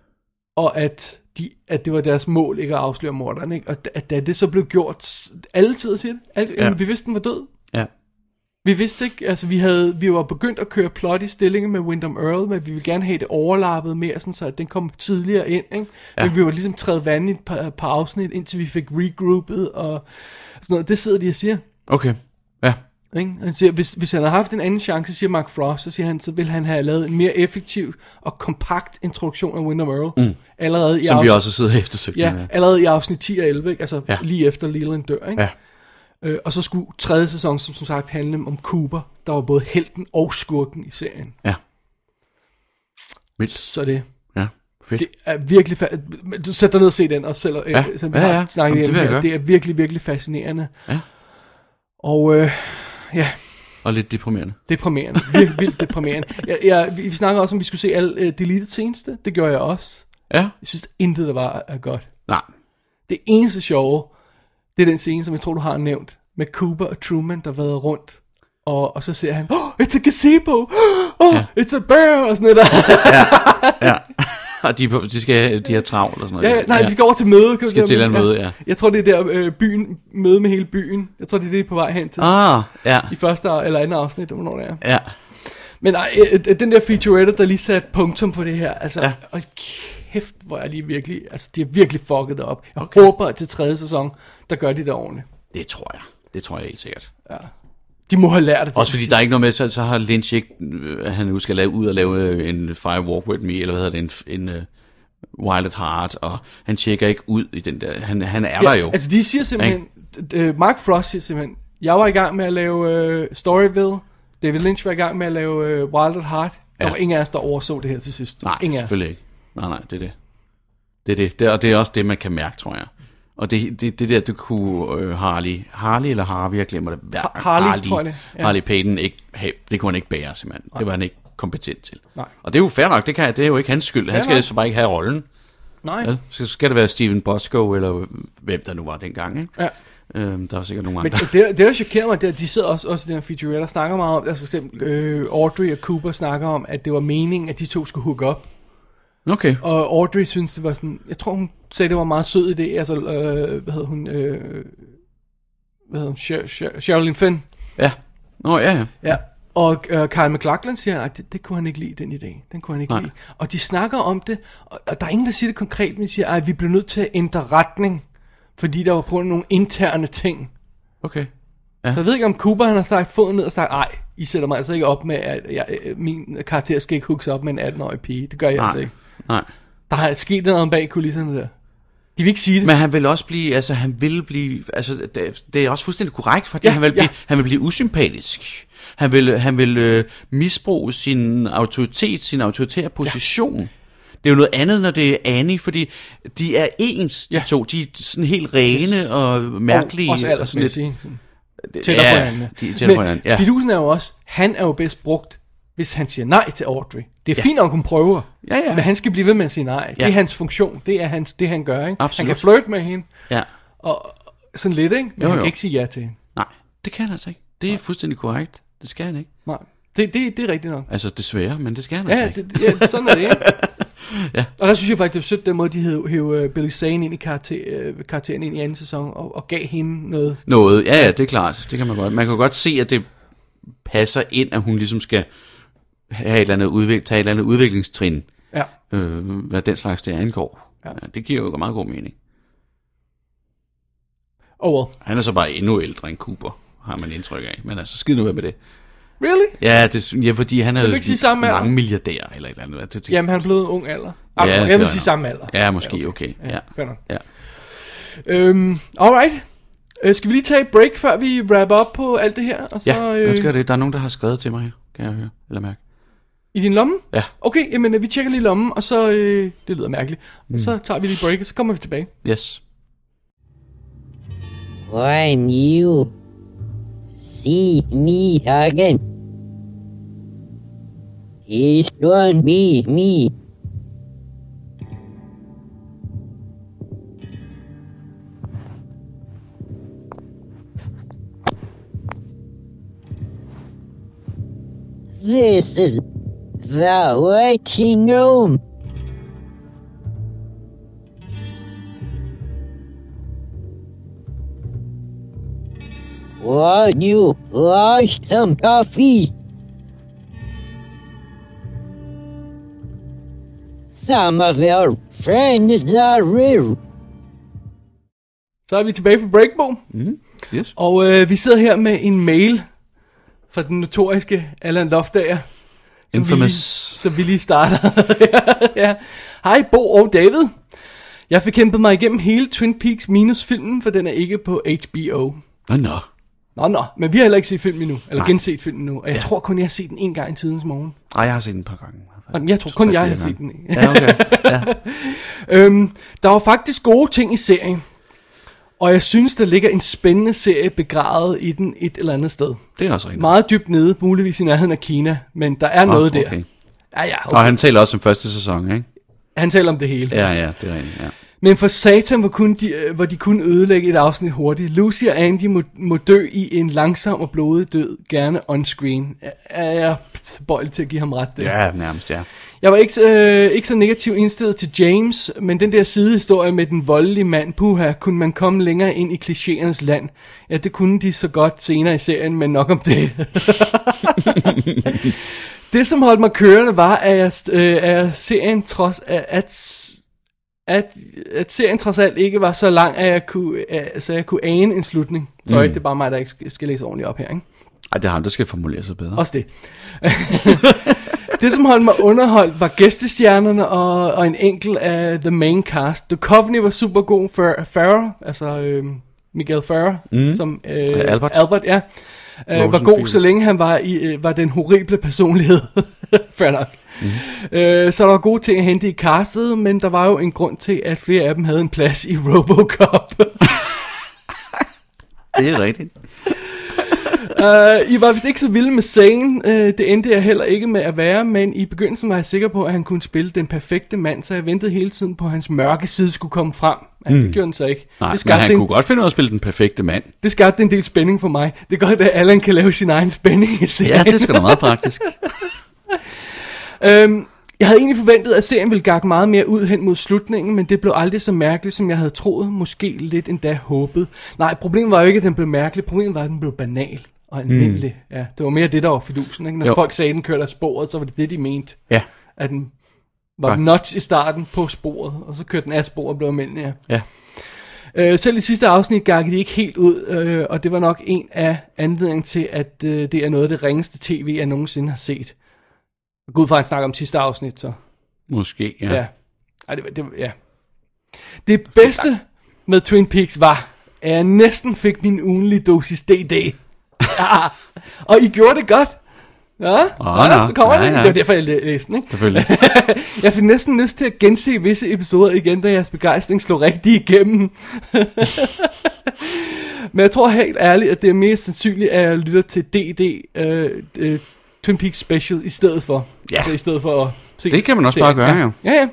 D: og at, de, at det var deres mål ikke at afsløre morderen. Ikke? Og at da det så blev gjort, s- alle tider siger det. Alle,
E: Ja.
D: ja. Vi vidste, den var død.
E: Ja.
D: Vi vidste ikke, altså vi, havde, vi var begyndt at køre plot i stillingen med Wyndham Earl, men vi ville gerne have det overlappet mere, sådan så at den kom tidligere ind, ikke? Ja. Men vi var ligesom træet vand i et par, par afsnit, indtil vi fik regroupet og sådan noget. Det sidder de og siger.
E: Okay. Ja.
D: Ikke? Han siger, hvis, hvis han havde haft en anden chance, siger Mark Frost, så siger han, så ville han have lavet en mere effektiv og kompakt introduktion af Wyndham Earl. Mm. Allerede i
E: Som vi
D: afsnit-
E: også sidder eftersøgt
D: Ja, allerede i afsnit 10 og 11, ikke? altså
E: Ja.
D: ja. lige efter Leland dør. Ikke?
E: Ja.
D: Øh, og så skulle tredje sæson, som som sagt, handle om Cooper, der var både helten og skurken i serien.
E: Ja. Vildt.
D: Så det,
E: Ja. Fedt.
D: det er virkelig... Fa- men du sætter dig ned og se den, og selv,
E: Ja,
D: øh, selvom
E: ja,
D: vi
E: ja.
D: har snakket
E: Jamen,
D: igennem
E: det vil jeg
D: her.
E: gøre.
D: det er virkelig, virkelig fascinerende.
E: Ja.
D: Og øh,
E: Og lidt deprimerende.
D: deprimerende. Virkelig vildt deprimerende. Jeg, jeg, vi vi snakker også om, at vi skulle se alle øh, deleted seneste. Det gjorde jeg også.
E: Ja.
D: Jeg synes, intet der var er godt.
E: Nej.
D: Det eneste sjove, det er den scene, som jeg tror, du har nævnt, med Cooper og Truman, der vader rundt. Og, og så ser han, oh, it's a gazebo, oh,
E: Ja.
D: it's a bear, og sådan noget der.
E: Og de, er på- de, skal, de har travlt og sådan noget.
D: Ja, nej, de skal over til møde. Kan
E: Skal
D: du-
E: til et møde, ja.
D: Jeg tror, det er der øh, byen, møde med hele byen. Jeg tror, det er det, de er på vej hen til.
E: Ah, ja.
D: I første eller andet afsnit, hvornår det er.
E: Ja.
D: Men ej, øh, øh, den der featurette, der lige satte punktum på det her, altså,
E: Ja.
D: ja. hold kæft, hvor er lige virkelig, altså, de har virkelig fucket det op. Jeg okay. håber, at til tredje sæson, der gør de det ordentligt.
E: Det tror jeg. Det tror jeg helt sikkert.
D: De må have lært det.
E: Også fordi der er ikke noget med, så, så har Lynch ikke, øh, at han nu skal lave, ud og lave øh, en Fire Walk With Me, eller hvad hedder det, en, en uh, Wild at Heart, og han tjekker ikke ud i den der, han, han er der Ah, jo.
D: Altså, de siger simpelthen, øh, Mark Frost siger simpelthen, jeg var i gang med at lave øh, Storyville, David Lynch var i gang med at lave øh, Wild at Heart, der
E: Ja.
D: var ingen af os, der overså det her til sidst.
E: nej,
D: ingen af os.
E: selvfølgelig ikke. Nej, nej, det er det. Det er det. det, og det er også det, man kan mærke, tror jeg. Og det, det, det der, du kunne øh, Harley, Harley eller Harvey, jeg glemmer det. hver-
D: Har- Harley, tror jeg det.
E: Ja.
D: Ja.
E: Harley Payton, ikke, have, det kunne han ikke bære, simpelthen. Det var han ikke kompetent til.
D: Nej.
E: Og det er jo fair nok, det, kan, det er jo ikke hans skyld. han
D: Fair
E: skal
D: nok.
E: så bare ikke have rollen.
D: Nej.
E: Ja, så skal det være Steven Bosco, eller hvem der nu var dengang, ikke?
D: Ja.
E: Øhm, der var sikkert nogle
D: Men
E: andre.
D: det, det, der chokerer mig, det er, at de sidder også, også i den her featurette og snakker meget om, altså for eksempel øh, Audrey og Cooper snakker om, at det var meningen, at de to skulle hook op.
E: Okay.
D: Og Audrey synes, det var sådan, jeg tror hun sagde, det var en meget sød idé, altså, øh, hvad hedder hun, øh, hvad hedder hun, Sher- Sher- Sherilyn Finn.
E: Ja. Nå, ja, ja.
D: Ja. Og øh, Kyle McLachlan siger, at det, det kunne han ikke lide, den idé. Den kunne han ikke
E: Nej.
D: Nej. lide. Og de snakker om det, og, og der er ingen, der siger det konkret, men de siger, at vi blev nødt til at ændre retning, fordi der var på grund af nogle interne ting.
E: Okay.
D: Så jeg ved ikke, om Cooper han har sagt foden ned og sagt, nej, I sætter mig altså øh, ikke op med, at jeg, øh, min karakter skal ikke hooks op med en 18-årig pige. Det gør jeg
E: Nej.
D: altså ikke.
E: Nej.
D: Der er sket noget om bag kulisserne der. De vil ikke sige det.
E: Men han vil også blive, altså han vil blive, altså det, det er også fuldstændig korrekt, fordi
D: Ja,
E: ja, han, vil
D: ja.
E: blive, han vil blive usympatisk. Han vil, han vil øh, misbruge sin autoritet, sin autoritære position. Ja. Det er jo noget andet, når det er Annie, fordi de er ens, de
D: Ja.
E: ja. to. De er sådan helt rene yes. og mærkelige.
D: Og, også
E: og sådan lidt-
D: aldersmæssigt. ikke? Sådan. Tættere
E: ja,
D: på hinanden.
E: de er tættere på hinanden, ja.
D: Fidusen er jo også, han er jo bedst brugt, hvis han siger nej til Audrey. Det er ja. fint, at hun prøver.
E: Ja, ja.
D: Men han skal blive ved med at sige nej. Ja.
E: Ja.
D: Det er hans funktion. Det er hans, det, han gør. Ikke?
E: Absolut.
D: Han kan flirte med hende.
E: Ja.
D: Sådan lidt, ikke? Men jo,
E: Jo,
D: han
E: jo.
D: kan ikke sige ja til hende.
E: Nej, det kan han altså ikke. Det er Nej. fuldstændig korrekt. Det skal han ikke.
D: Nej. Det, det, det er rigtigt nok.
E: Altså desværre, men det skal han
D: Ja,
E: altså ikke.
D: det, ja, sådan er det, ikke? ja. Og der synes jeg faktisk, det var sødt, den måde, de hævde hævde, øh, Billy Zane ind i karakter, øh, karakteren ind i anden sæson, og, og gav hende noget.
E: Noget, ja, ja, det er klart. Det kan man godt. Man kan godt se, at det passer ind, at hun ligesom skal have et eller andet udvik- tage et eller andet udviklingstrin,
D: Ja.
E: øh, hvad den slags det angår. Ja. Ja, det giver jo meget god mening.
D: Oh well.
E: Han er så bare endnu ældre end Cooper, har man indtryk af. Men altså, skid nu være med det.
D: Really?
E: Ja, det, sy- ja fordi han er
D: du ikke sige samme alder?
E: mange milliardær eller et eller andet. Det, det,
D: Jamen, han blev en ung alder.
E: Ja,
D: Ja,
E: det
D: jeg vil
E: var
D: sige
E: nok.
D: samme alder.
E: ja, måske, okay. okay. Ja.
D: Fair nok.
E: Ja.
D: Øhm, alright. Øh, skal vi lige tage et break, før vi wrap op på alt det her? Og så, øh,
E: Ja, lad os gøre det. Der er nogen, der har skrevet til mig her, kan jeg høre eller mærke.
D: I din lomme?
E: Ja.
D: Okay, jamen øh, vi tjekker lige lommen, og så... Øh, det lyder mærkeligt. Mm. Så tager vi lige break, og så kommer vi tilbage.
E: Yes.
I: When you see me again, it won't be me. This is the waiting room. Would you like some coffee? Some of your friends are real.
D: Så er vi tilbage fra breakbo.
E: Yes.
D: Og øh, vi sidder her med en mail fra den notoriske Allan Loftager. som vi lige-
E: Infamous.
D: Som vi lige starter. ja. Hej Bo og David. Jeg fik kæmpet mig igennem hele Twin Peaks minus filmen, for den er ikke på HBO.
E: Nå, nå.
D: Nå, nå, men vi har heller ikke set filmen endnu, eller Nej.
E: Nej.
D: genset filmen endnu, og jeg ja. tror kun, jeg har set den en gang i tidens morgen.
E: Ej, jeg har set den et par gange.
D: Jamen, jeg tror
E: To,
D: kun,
E: tre,
D: jeg
E: fire
D: har set
E: gange.
D: den.
E: Ja, okay.
D: Øhm, der var faktisk gode ting i serien, og jeg synes, der ligger en spændende serie begravet i den et eller andet sted.
E: Det er også rigtigt.
D: Meget dybt nede, muligvis i nærheden af Kina, men der er noget der.
E: Okay.
D: Ja, ja,
E: Og
D: okay.
E: han taler også om første sæson, ikke?
D: Han taler om det hele.
E: Ja, ja, det er rigtigt, ja.
D: Men for satan, hvor, kun de, øh, hvor de kunne ødelægge et afsnit hurtigt. Lucy og Andy må, må dø i en langsom og blodig død, gerne on screen. Jeg er jeg bøjlet til at give ham ret der.
E: Ja, nærmest, ja.
D: Jeg var ikke, øh, ikke så negativ indstillet til James, men den der sidehistorie med den voldelige mand, puha, kunne man komme længere ind i klichéernes land. Ja, det kunne de så godt senere i serien, men nok om det. det, som holdt mig kørende, var, at, jeg, øh, at serien trods at, at at, at serien trods alt ikke var så lang, at jeg kunne, øh, så jeg kunne ane en slutning. Sorry, mm. det er bare mig, der ikke skal, skal læse ordentligt op her, ikke?
E: Ej, det er ham, der skal formulere sig bedre.
D: Også det. det, som holdt mig underholdt, var gæstestjernerne og, og en enkelt af the main cast. Duchovny var super god for Farrah, altså øh, Miguel Farrah, mm. som øh,
E: Ja, Albert.
D: Albert ja, øh, var god,
E: Rosenfield.
D: så længe han var, i, øh, var den horrible personlighed. Fair nok. Mm. Øh, så der var gode ting at hente i castet, men der var jo en grund til, at flere af dem havde en plads i Robocop.
E: Det er rigtigt.
D: Øh, I var vist ikke så vilde med Zane, øh, det endte jeg heller ikke med at være, men i begyndelsen var jeg sikker på, at han kunne spille den perfekte mand, så jeg ventede hele tiden på, at hans mørke side skulle komme frem. Ja, mm. det gjorde den så ikke.
E: Nej,
D: det,
E: men han
D: skabte en,
E: kunne godt finde ud af at spille den perfekte mand.
D: det skabte en del spænding for mig. Det er godt, at Allan kan lave sin egen spænding i serien.
E: Ja, det skal da meget praktisk.
D: Øhm, jeg havde egentlig forventet, at serien ville gakke meget mere ud hen mod slutningen, men det blev aldrig så mærkeligt, som jeg havde troet. Måske lidt endda håbet. Nej, problemet var jo ikke, at den blev mærkelig. Problemet var, at den blev banal og almindelig. Mm. Ja, det var mere det, der var fidusen. Ikke? Når jo.
E: Jo.
D: folk sagde, at den kørte af sporet, så var det det, de mente.
E: Ja,
D: At den var
E: Ja.
D: nuts i starten på sporet, og så kørte den af sporet og blev almindelig. Ja.
E: ja.
D: Øh, selv i sidste afsnit gakkede de ikke helt ud, øh, og det var nok en af anledningen til, at øh, det er noget af det ringeste tv, jeg nogensinde har set. Gud for, at han snakker om sidste afsnit, så.
E: Måske, ja.
D: Ja. ja. Ej, det, var- det, var- ja. det bedste med Twin Peaks var, at jeg næsten fik min ugenlige dosis DD. Ja. Og I gjorde det godt. Ja, oh,
E: nå.
D: så kommer
E: Ja,
D: det.
E: ja.
D: Det var derfor, jeg læ- læste den, ikke?
E: Selvfølgelig.
D: jeg fik næsten lyst til at gense visse episoder igen, da jeres begejstring slog rigtig igennem. Men jeg tror helt ærligt, at det er mere sandsynligt, at jeg lytter til DD øh, øh, Twin Peaks Special i stedet for.
E: Ja.
D: Altså, I stedet for at se
E: Det kan man også bare gøre,
D: ja.
E: jo.
D: Ja, ja.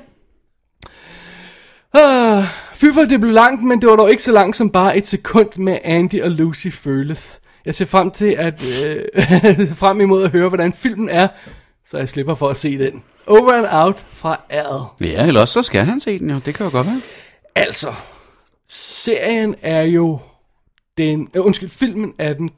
D: Ah, fy for, det blev langt, men det var dog ikke så langt som bare et sekund med Andy og Lucy føles. Jeg ser frem til at øh, frem imod at høre, hvordan filmen er, så jeg slipper for at se den. Over and out fra ad.
E: Ja, eller også så skal han se den jo. Det kan jo godt være.
D: Altså, serien er jo den, øh, undskyld, filmen er den,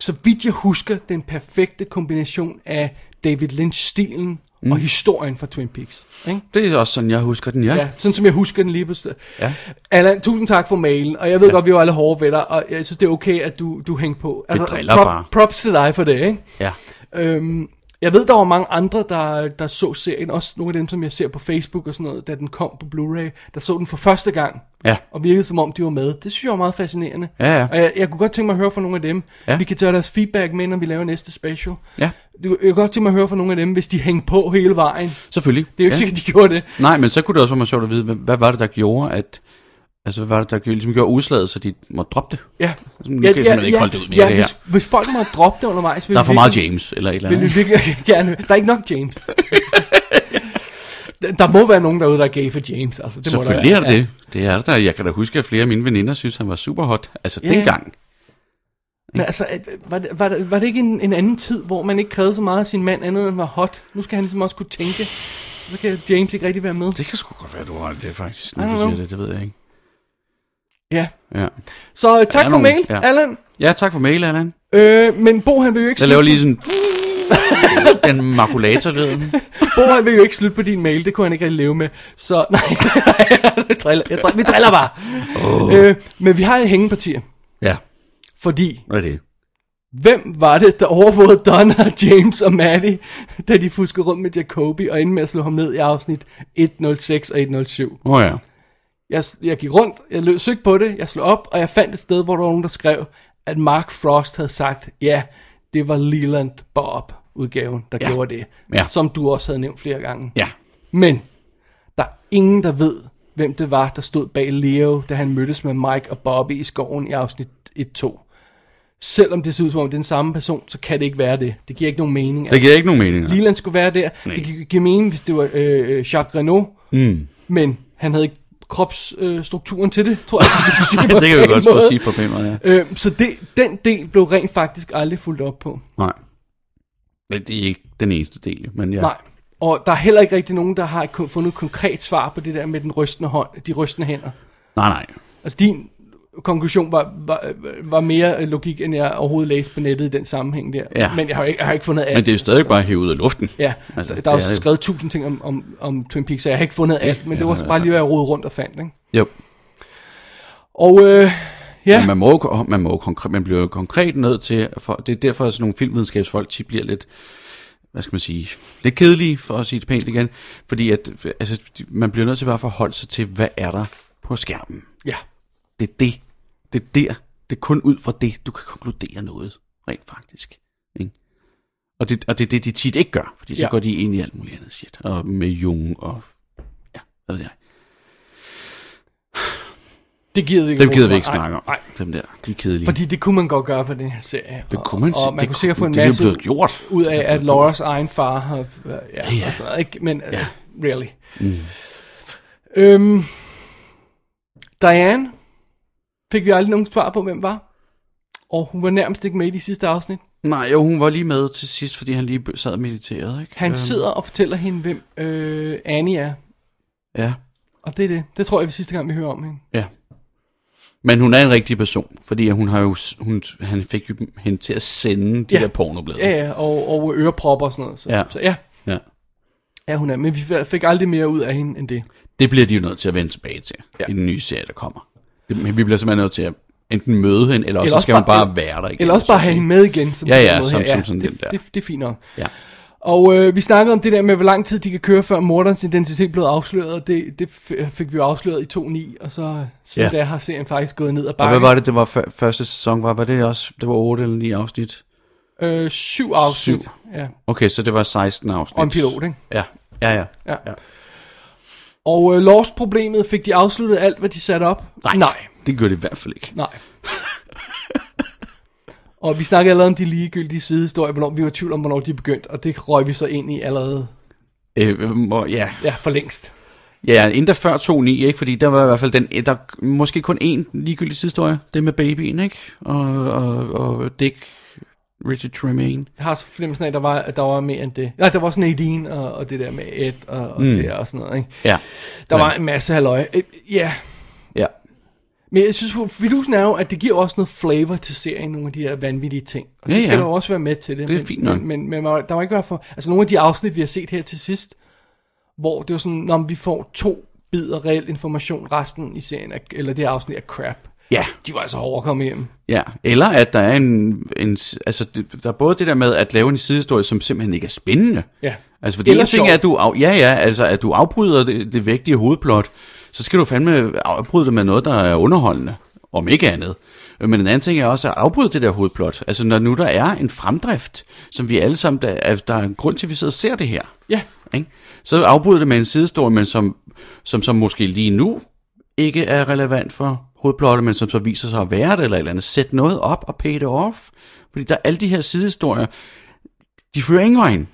D: så vidt jeg husker, den perfekte kombination af David Lynch-stilen mm. og historien fra Twin Peaks. Ikke?
E: Det er også sådan, jeg husker den, ja.
D: Ja,
E: ja.
D: sådan som jeg husker den lige på stedet.
E: Ja.
D: Allan, tusind tak for mailen, og jeg ved ja. godt, vi var alle hårde ved dig, og jeg synes, det er okay, at du, du hænger på. Altså,
E: driller bare.
D: Props til dig for det, ikke?
E: ja.
D: Øhm, jeg ved, der var mange andre, der, der så serien, også nogle af dem, som jeg ser på Facebook og sådan noget, da den kom på Blu-ray, der så den for første gang,
E: Ja.
D: og virkede som om, de var med. Det synes jeg var meget fascinerende.
E: Ja, ja.
D: Og jeg, jeg kunne godt tænke mig at høre fra nogle af dem.
E: Ja.
D: Vi kan tage deres feedback med, når vi laver næste special.
E: Ja.
D: Du, jeg kunne godt tænke mig at høre fra nogle af dem, hvis de hængte på hele vejen. Det
E: Selvfølgelig.
D: er jo ikke
E: ja.
D: sikkert, de gjorde det.
E: Nej, men så kunne det også være meget sjovt at vide, hvad, hvad var det, der gjorde, at... Altså, hvad var det, der gjorde, ligesom gjorde udslaget, så de måtte droppe det?
D: Ja.
E: Nu kan jeg simpelthen ikke holde det ud mere,
D: ja,
E: det her.
D: hvis, hvis folk må droppe det undervejs, vil
E: Der er
D: vi
E: for meget
D: virkelig-
E: James, eller et eller
D: Vil vi
E: andet.
D: virkelig gerne høre. Der er ikke nok James. Der- der må være nogen derude, der er gay for James. Altså, det må der
E: Selvfølgelig er
D: være.
E: det det. Det er der. Jeg kan da huske, at flere af mine veninder synes, han var super hot. Altså,
D: Ja,
E: yeah.
D: ja.
E: dengang.
D: Men altså, at- var det, var det, var det ikke en, en anden tid, hvor man ikke krævede så meget af sin mand, andet end var hot? Nu skal han ligesom også kunne tænke. Så kan James ikke rigtig være med.
E: Det kan sgu godt være, du har det, faktisk.
D: I
E: Nu
D: don't
E: du
D: know.
E: siger det, det ved jeg ikke.
D: Ja.
E: Ja,
D: Så øh, tak
E: er
D: for
E: nogen-
D: mail,
E: ja.
D: Allan.
E: ja tak for mail, Allan.
D: Øh, men Bo, han vil jo ikke
E: Jeg
D: slutte,
E: laver lige sådan... den makulatorlyden.
D: Bo, han vil jo ikke slutte på din mail. Det kunne han ikke rigtig leve med. Så nej, jeg driller, jeg driller, vi driller bare. Oh. Øh, men vi har et hængepartier.
E: Ja,
D: Fordi
E: hvad er det?
D: Hvem var det, der overvågede Donna, James og Maddie, da de fuskede rundt med Jacoby og endte med at slå ham ned i afsnit 106 og 107?
E: Åh oh, ja.
D: Jeg, jeg gik rundt, jeg løb, søgte på det, jeg slog op, og jeg fandt et sted, hvor der var nogen, der skrev, at Mark Frost havde sagt, ja, det var Leland Bob-udgaven, der
E: Ja.
D: ja. gjorde det.
E: Ja.
D: Som du også havde nævnt flere gange.
E: Ja.
D: Men der er ingen, der ved, hvem det var, der stod bag Leo, da han mødtes med Mike og Bobby i skoven i afsnit 1-2. Selvom det ser ud som om, det er den samme person, så kan det ikke være det. Det giver ikke nogen mening.
E: Det giver ikke nogen mening. altså.
D: Leland skulle være der. Nej. Det gi- giver mening, hvis det var øh, Jacques Renault,
E: Mm.
D: men han havde ikke kropsstrukturen øh, strukturen til det, tror jeg. hvis vi siger det på
E: det kan vi
D: den
E: godt få
D: måde.
E: at sige på pæmere, ja.
D: Øh, så det, den del blev rent faktisk aldrig fuldt op på.
E: Nej. Men det er ikke den eneste del, jo, men ja.
D: Ja. Nej. Og der er heller ikke rigtig nogen, der har kun- fundet et konkret svar på det der med den rystende hånd, de rystende hænder.
E: Nej, nej.
D: Altså din konklusion var, var, var mere logik, end jeg overhovedet læste på nettet i den sammenhæng der.
E: Ja.
D: Men jeg har, jo ikke, jeg har ikke fundet af.
E: Men det er jo stadig bare hævet ud af luften.
D: Ja,
E: Altså,
D: altså, der,
E: det
D: der er
E: er det
D: jo
E: jo.
D: skrevet tusind ting om, om, om Twin Peaks, så jeg har ikke fundet alt, men det
E: ja,
D: var
E: ja,
D: bare lige, hvad jeg rodede rundt og fandt. Ikke?
E: Jo.
D: Og øh,
E: Ja.
D: ja,
E: Men man, må, jo- man, må, jo konkret, man bliver jo konkret nødt til, at for, det er derfor, at sådan nogle filmvidenskabsfolk tit bliver lidt, hvad skal man sige, lidt kedelige, for at sige det pænt igen, fordi at, altså, de- man bliver nødt til bare at forholde sig til, hvad er der på skærmen.
D: ja,
E: Det er det. Det er der. Det er kun ud fra det, du kan konkludere noget, rent faktisk. Ikke? Og, det, og det er det, de tit ikke gør, fordi så
D: Ja.
E: ja. går de ind i alt muligt andet shit, og med Jung og, ja, hvad ved jeg.
D: det gider vi ikke.
E: Dem
D: at
E: gider vi
D: bruge.
E: ikke
D: Nej,
E: snakke om.
D: Nej,
E: Dem der, de er kedelige.
D: fordi det kunne man godt gøre for den her serie.
E: det
D: og-
E: kunne man,
D: og man
E: det
D: kunne sikkert få en
E: det er jo
D: masse
E: blevet gjort.
D: ud
E: Det er
D: af, at
E: blevet
D: Lauras egen far har... Ja, ja.
E: ja.
D: Altså, ikke, men ja.
E: Ja.
D: uh, really. Mm. Øhm, Diane fik vi aldrig nogen svar på, hvem var. Og hun var nærmest ikke med i de sidste afsnit.
E: Nej, jo, hun var lige med til sidst, fordi han lige sad og mediterede, ikke?
D: Han
E: Øhm,
D: sidder og fortæller hende, hvem øh, Annie er.
E: Øh, Ja,
D: Og det er det. Det tror jeg, vi sidste gang, vi hører om hende.
E: ja. Men hun er en rigtig person, fordi hun har jo, s- hun, han fik jo hende til at sende de
D: Ja.
E: der pornoblade.
D: Ja, ja, og, og ørepropper og sådan noget. Så ja.
E: Ja.
D: så ja,
E: ja.
D: ja, hun er. Men vi fik aldrig mere ud af hende end det.
E: Det bliver de jo nødt til at vende tilbage til
D: Ja.
E: ja. i den nye serie, der kommer. Det, men vi bliver simpelthen nødt til at enten møde hende, eller også,
D: Eller
E: eller
D: også
E: skal hun
D: bare-
E: bare være der igen.
D: Eller også
E: så
D: bare
E: at
D: have
E: sige.
D: hende med igen. Som
E: Ja,
D: på den
E: ja,
D: måde
E: som-
D: her.
E: som sådan
D: det,
E: den der.
D: Det, det er fint nok.
E: Ja.
D: Og øh, vi snakkede om det der med, hvor lang tid de kan køre, før morderens identitet blev afsløret. og Det, det f- fik vi jo afsløret i 2.9, og så siden
E: Ja.
D: ja. da har serien faktisk gået ned ad
E: Og
D: bakke.
E: hvad var det, det var før- første sæson? Var, var det også, det var 8 eller 9 afsnit?
D: Øh, syv afsnit.
E: Syv.
D: Ja,
E: Okay, så det var 16 afsnit.
D: og en pilot, ikke?
E: Ja, ja, ja.
D: Ja. ja. Og øh, Lost-problemet, fik de afsluttet alt, hvad de satte op? Nej.
E: Det gør det i hvert fald ikke.
D: Nej. og vi snakkede allerede om de ligegyldige sidehistorier, hvornår vi var i tvivl om, hvornår de begyndte, og det røg vi så ind i allerede
E: Øh, må, ja.
D: ja, for længst.
E: ja, endda før 2-9, ikke? Fordi der var i hvert fald den, der er måske kun én ligegyldig historie. Det med babyen, ikke? Og, og, og Dick, Richard Tremaine.
D: Jeg har så fornemmelsen af, at der var, at der var mere end det. Nej, der var sådan Nadine og, og det der med Ed og, og mm. det der og sådan noget. Ikke?
E: Ja.
D: Der
E: Men-
D: var en masse halløj. Øh, Ja,
E: Ja.
D: men jeg synes, for- fidusen er jo, at det giver også noget flavor til serien, nogle af de her vanvittige ting. Og det
E: Ja,
D: ja, skal
E: ja.
D: der jo også være med til det.
E: Det er
D: men,
E: fint nok.
D: Men, men, men man må- der må ikke være for... Altså nogle af de afsnit, vi har set her til sidst, hvor det var sådan, når vi får to bidder reel information, resten i serien, er, eller det her afsnit er crap.
E: Ja,
D: De var altså hårde at komme hjem.
E: ja. Eller at der er en, en altså det, der er både det der med at lave en sidehistorie, som simpelthen ikke er spændende.
D: Ja.
E: Altså, fordi
D: Eller
E: en ting
D: sjov.
E: er, at du, af, ja, ja, altså, at du afbryder det, det vigtige hovedplot, så skal du fandme afbryde det med noget, der er underholdende, om ikke andet. Men en anden ting er også at afbryde det der hovedplot. Altså, når nu der er en fremdrift, som vi alle sammen, der, er- der er en grund til, at vi sidder og ser det her,
D: Ja,
E: ikke? så afbryder det med en sidestory, men som, som, som måske lige nu ikke er relevant for hovedplottet, men som så viser sig at være det eller et eller andet. Sæt noget op og pay det off. Fordi der er alle de her sidehistorier, de fører ingen vejen.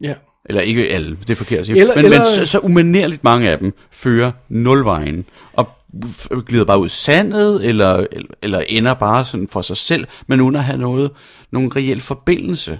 D: ja.
E: Eller ikke alle, det er forkert at sige.
D: Eller-
E: men,
D: eller-
E: men så, så umanerligt mange af dem fører nulvejen og f- glider bare ud i sandet, eller, eller ender bare sådan for sig selv, men uden at have noget, nogen reel forbindelse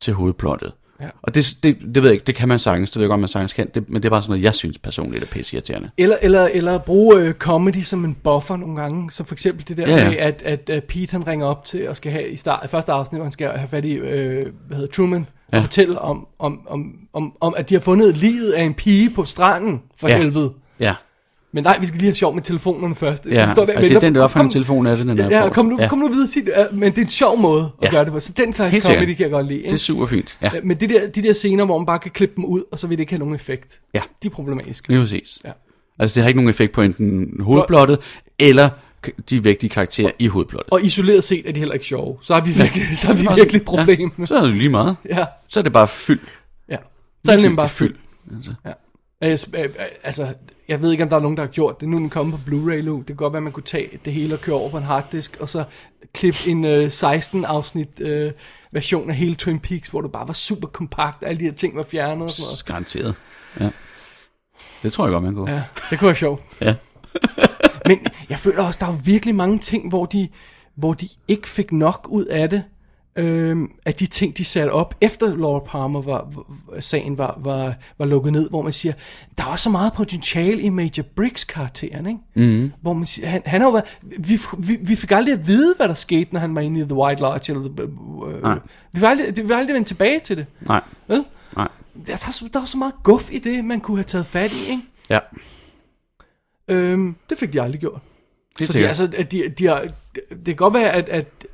E: til hovedplottet.
D: Ja.
E: Og det, det, det ved jeg ikke, det kan man sagtens, det ved jeg godt, man sagtens kan, det, men det er bare sådan noget, jeg synes personligt er pisseirriterende.
D: Eller, eller, eller bruge øh, comedy som en buffer nogle gange, som for eksempel det der
E: Ja,
D: ja,
E: ja.
D: ja. med, at, at, at Pete han ringer op til og skal have i start, første afsnit, hvor han skal have fat i øh, hvad hedder, Truman, ja.
E: Ja.
D: og fortælle om, om, om, om, om, at de har fundet livet af en pige på stranden, for
E: Ja.
D: ja. helvede.
E: Ja, Men,
D: Men nej, vi skal lige have sjov med telefonerne først.
E: ja.
D: vi står
E: og
D: der og
E: det er
D: venter
E: den,
D: på-
E: der opfandt
D: kom-
E: telefonen af det, den er
D: Ja,
E: på.
D: kom nu, ja. kom nu videre, sig det. Ja, men det er en sjov måde at
E: Ja.
D: ja. gøre det på. Så den slags
E: Helt
D: comedy
E: sikkert.
D: kan jeg godt lide. Ikke?
E: Det er super fint, ja,
D: Ja, Men det der, de der scener, hvor man bare kan klippe dem ud, og så vil det ikke have nogen effekt.
E: Ja.
D: De er problematiske.
E: lige præcis.
D: Ja.
E: Altså det har ikke nogen effekt på enten hovedplottet, eller k- de vigtige karakterer i hovedplottet.
D: Og isoleret set er de heller ikke sjove. Så har vi virkelig, så har vi virkelig et problem.
E: Ja, så er det lige meget.
D: Ja,
E: Så er det bare fyld.
D: ja. Så er det nemlig bare
E: Fyld.
D: fyld. Ja. Øh, s- øh, øh, Altså, jeg ved ikke, om der er nogen, der har gjort det. Nu er den kommet på Blu-ray nu. Det kan godt være, man kunne tage det hele og køre over på en harddisk, og så klippe en øh, 16-afsnit øh, version af hele Twin Peaks, hvor det bare var super kompakt, og alle de her ting var fjernet og sådan noget.
E: Garanteret. Ja. Det tror jeg godt, man kunne. Ja.
D: Ja, det kunne være sjovt.
E: Ja.
D: Men jeg føler også, der er jo virkelig mange ting, hvor de, hvor de ikke fik nok ud af det, øhm, af de ting, de satte op, efter Laura Palmer var, var, sagen var, var, var lukket ned, hvor man siger, der er også så meget potentiale i Major Briggs karakteren, ikke?
E: Mm-hmm.
D: Mm. Hvor man siger, han, han har jo været, vi, vi, vi fik aldrig at vide, hvad der skete, når han var inde i The White Lodge, eller, the- øh,
E: Nej.
D: øh, vi vil aldrig, vi vil aldrig vende tilbage til det,
E: Nej.
D: vel?
E: Nej.
D: Der, der, er så, der er så meget guf i det, man kunne have taget fat i, ikke?
E: Ja.
D: Øhm, det fik de aldrig gjort.
E: Det
D: Fordi
E: er sikkert.
D: altså, at de, de har, det kan godt være, at, at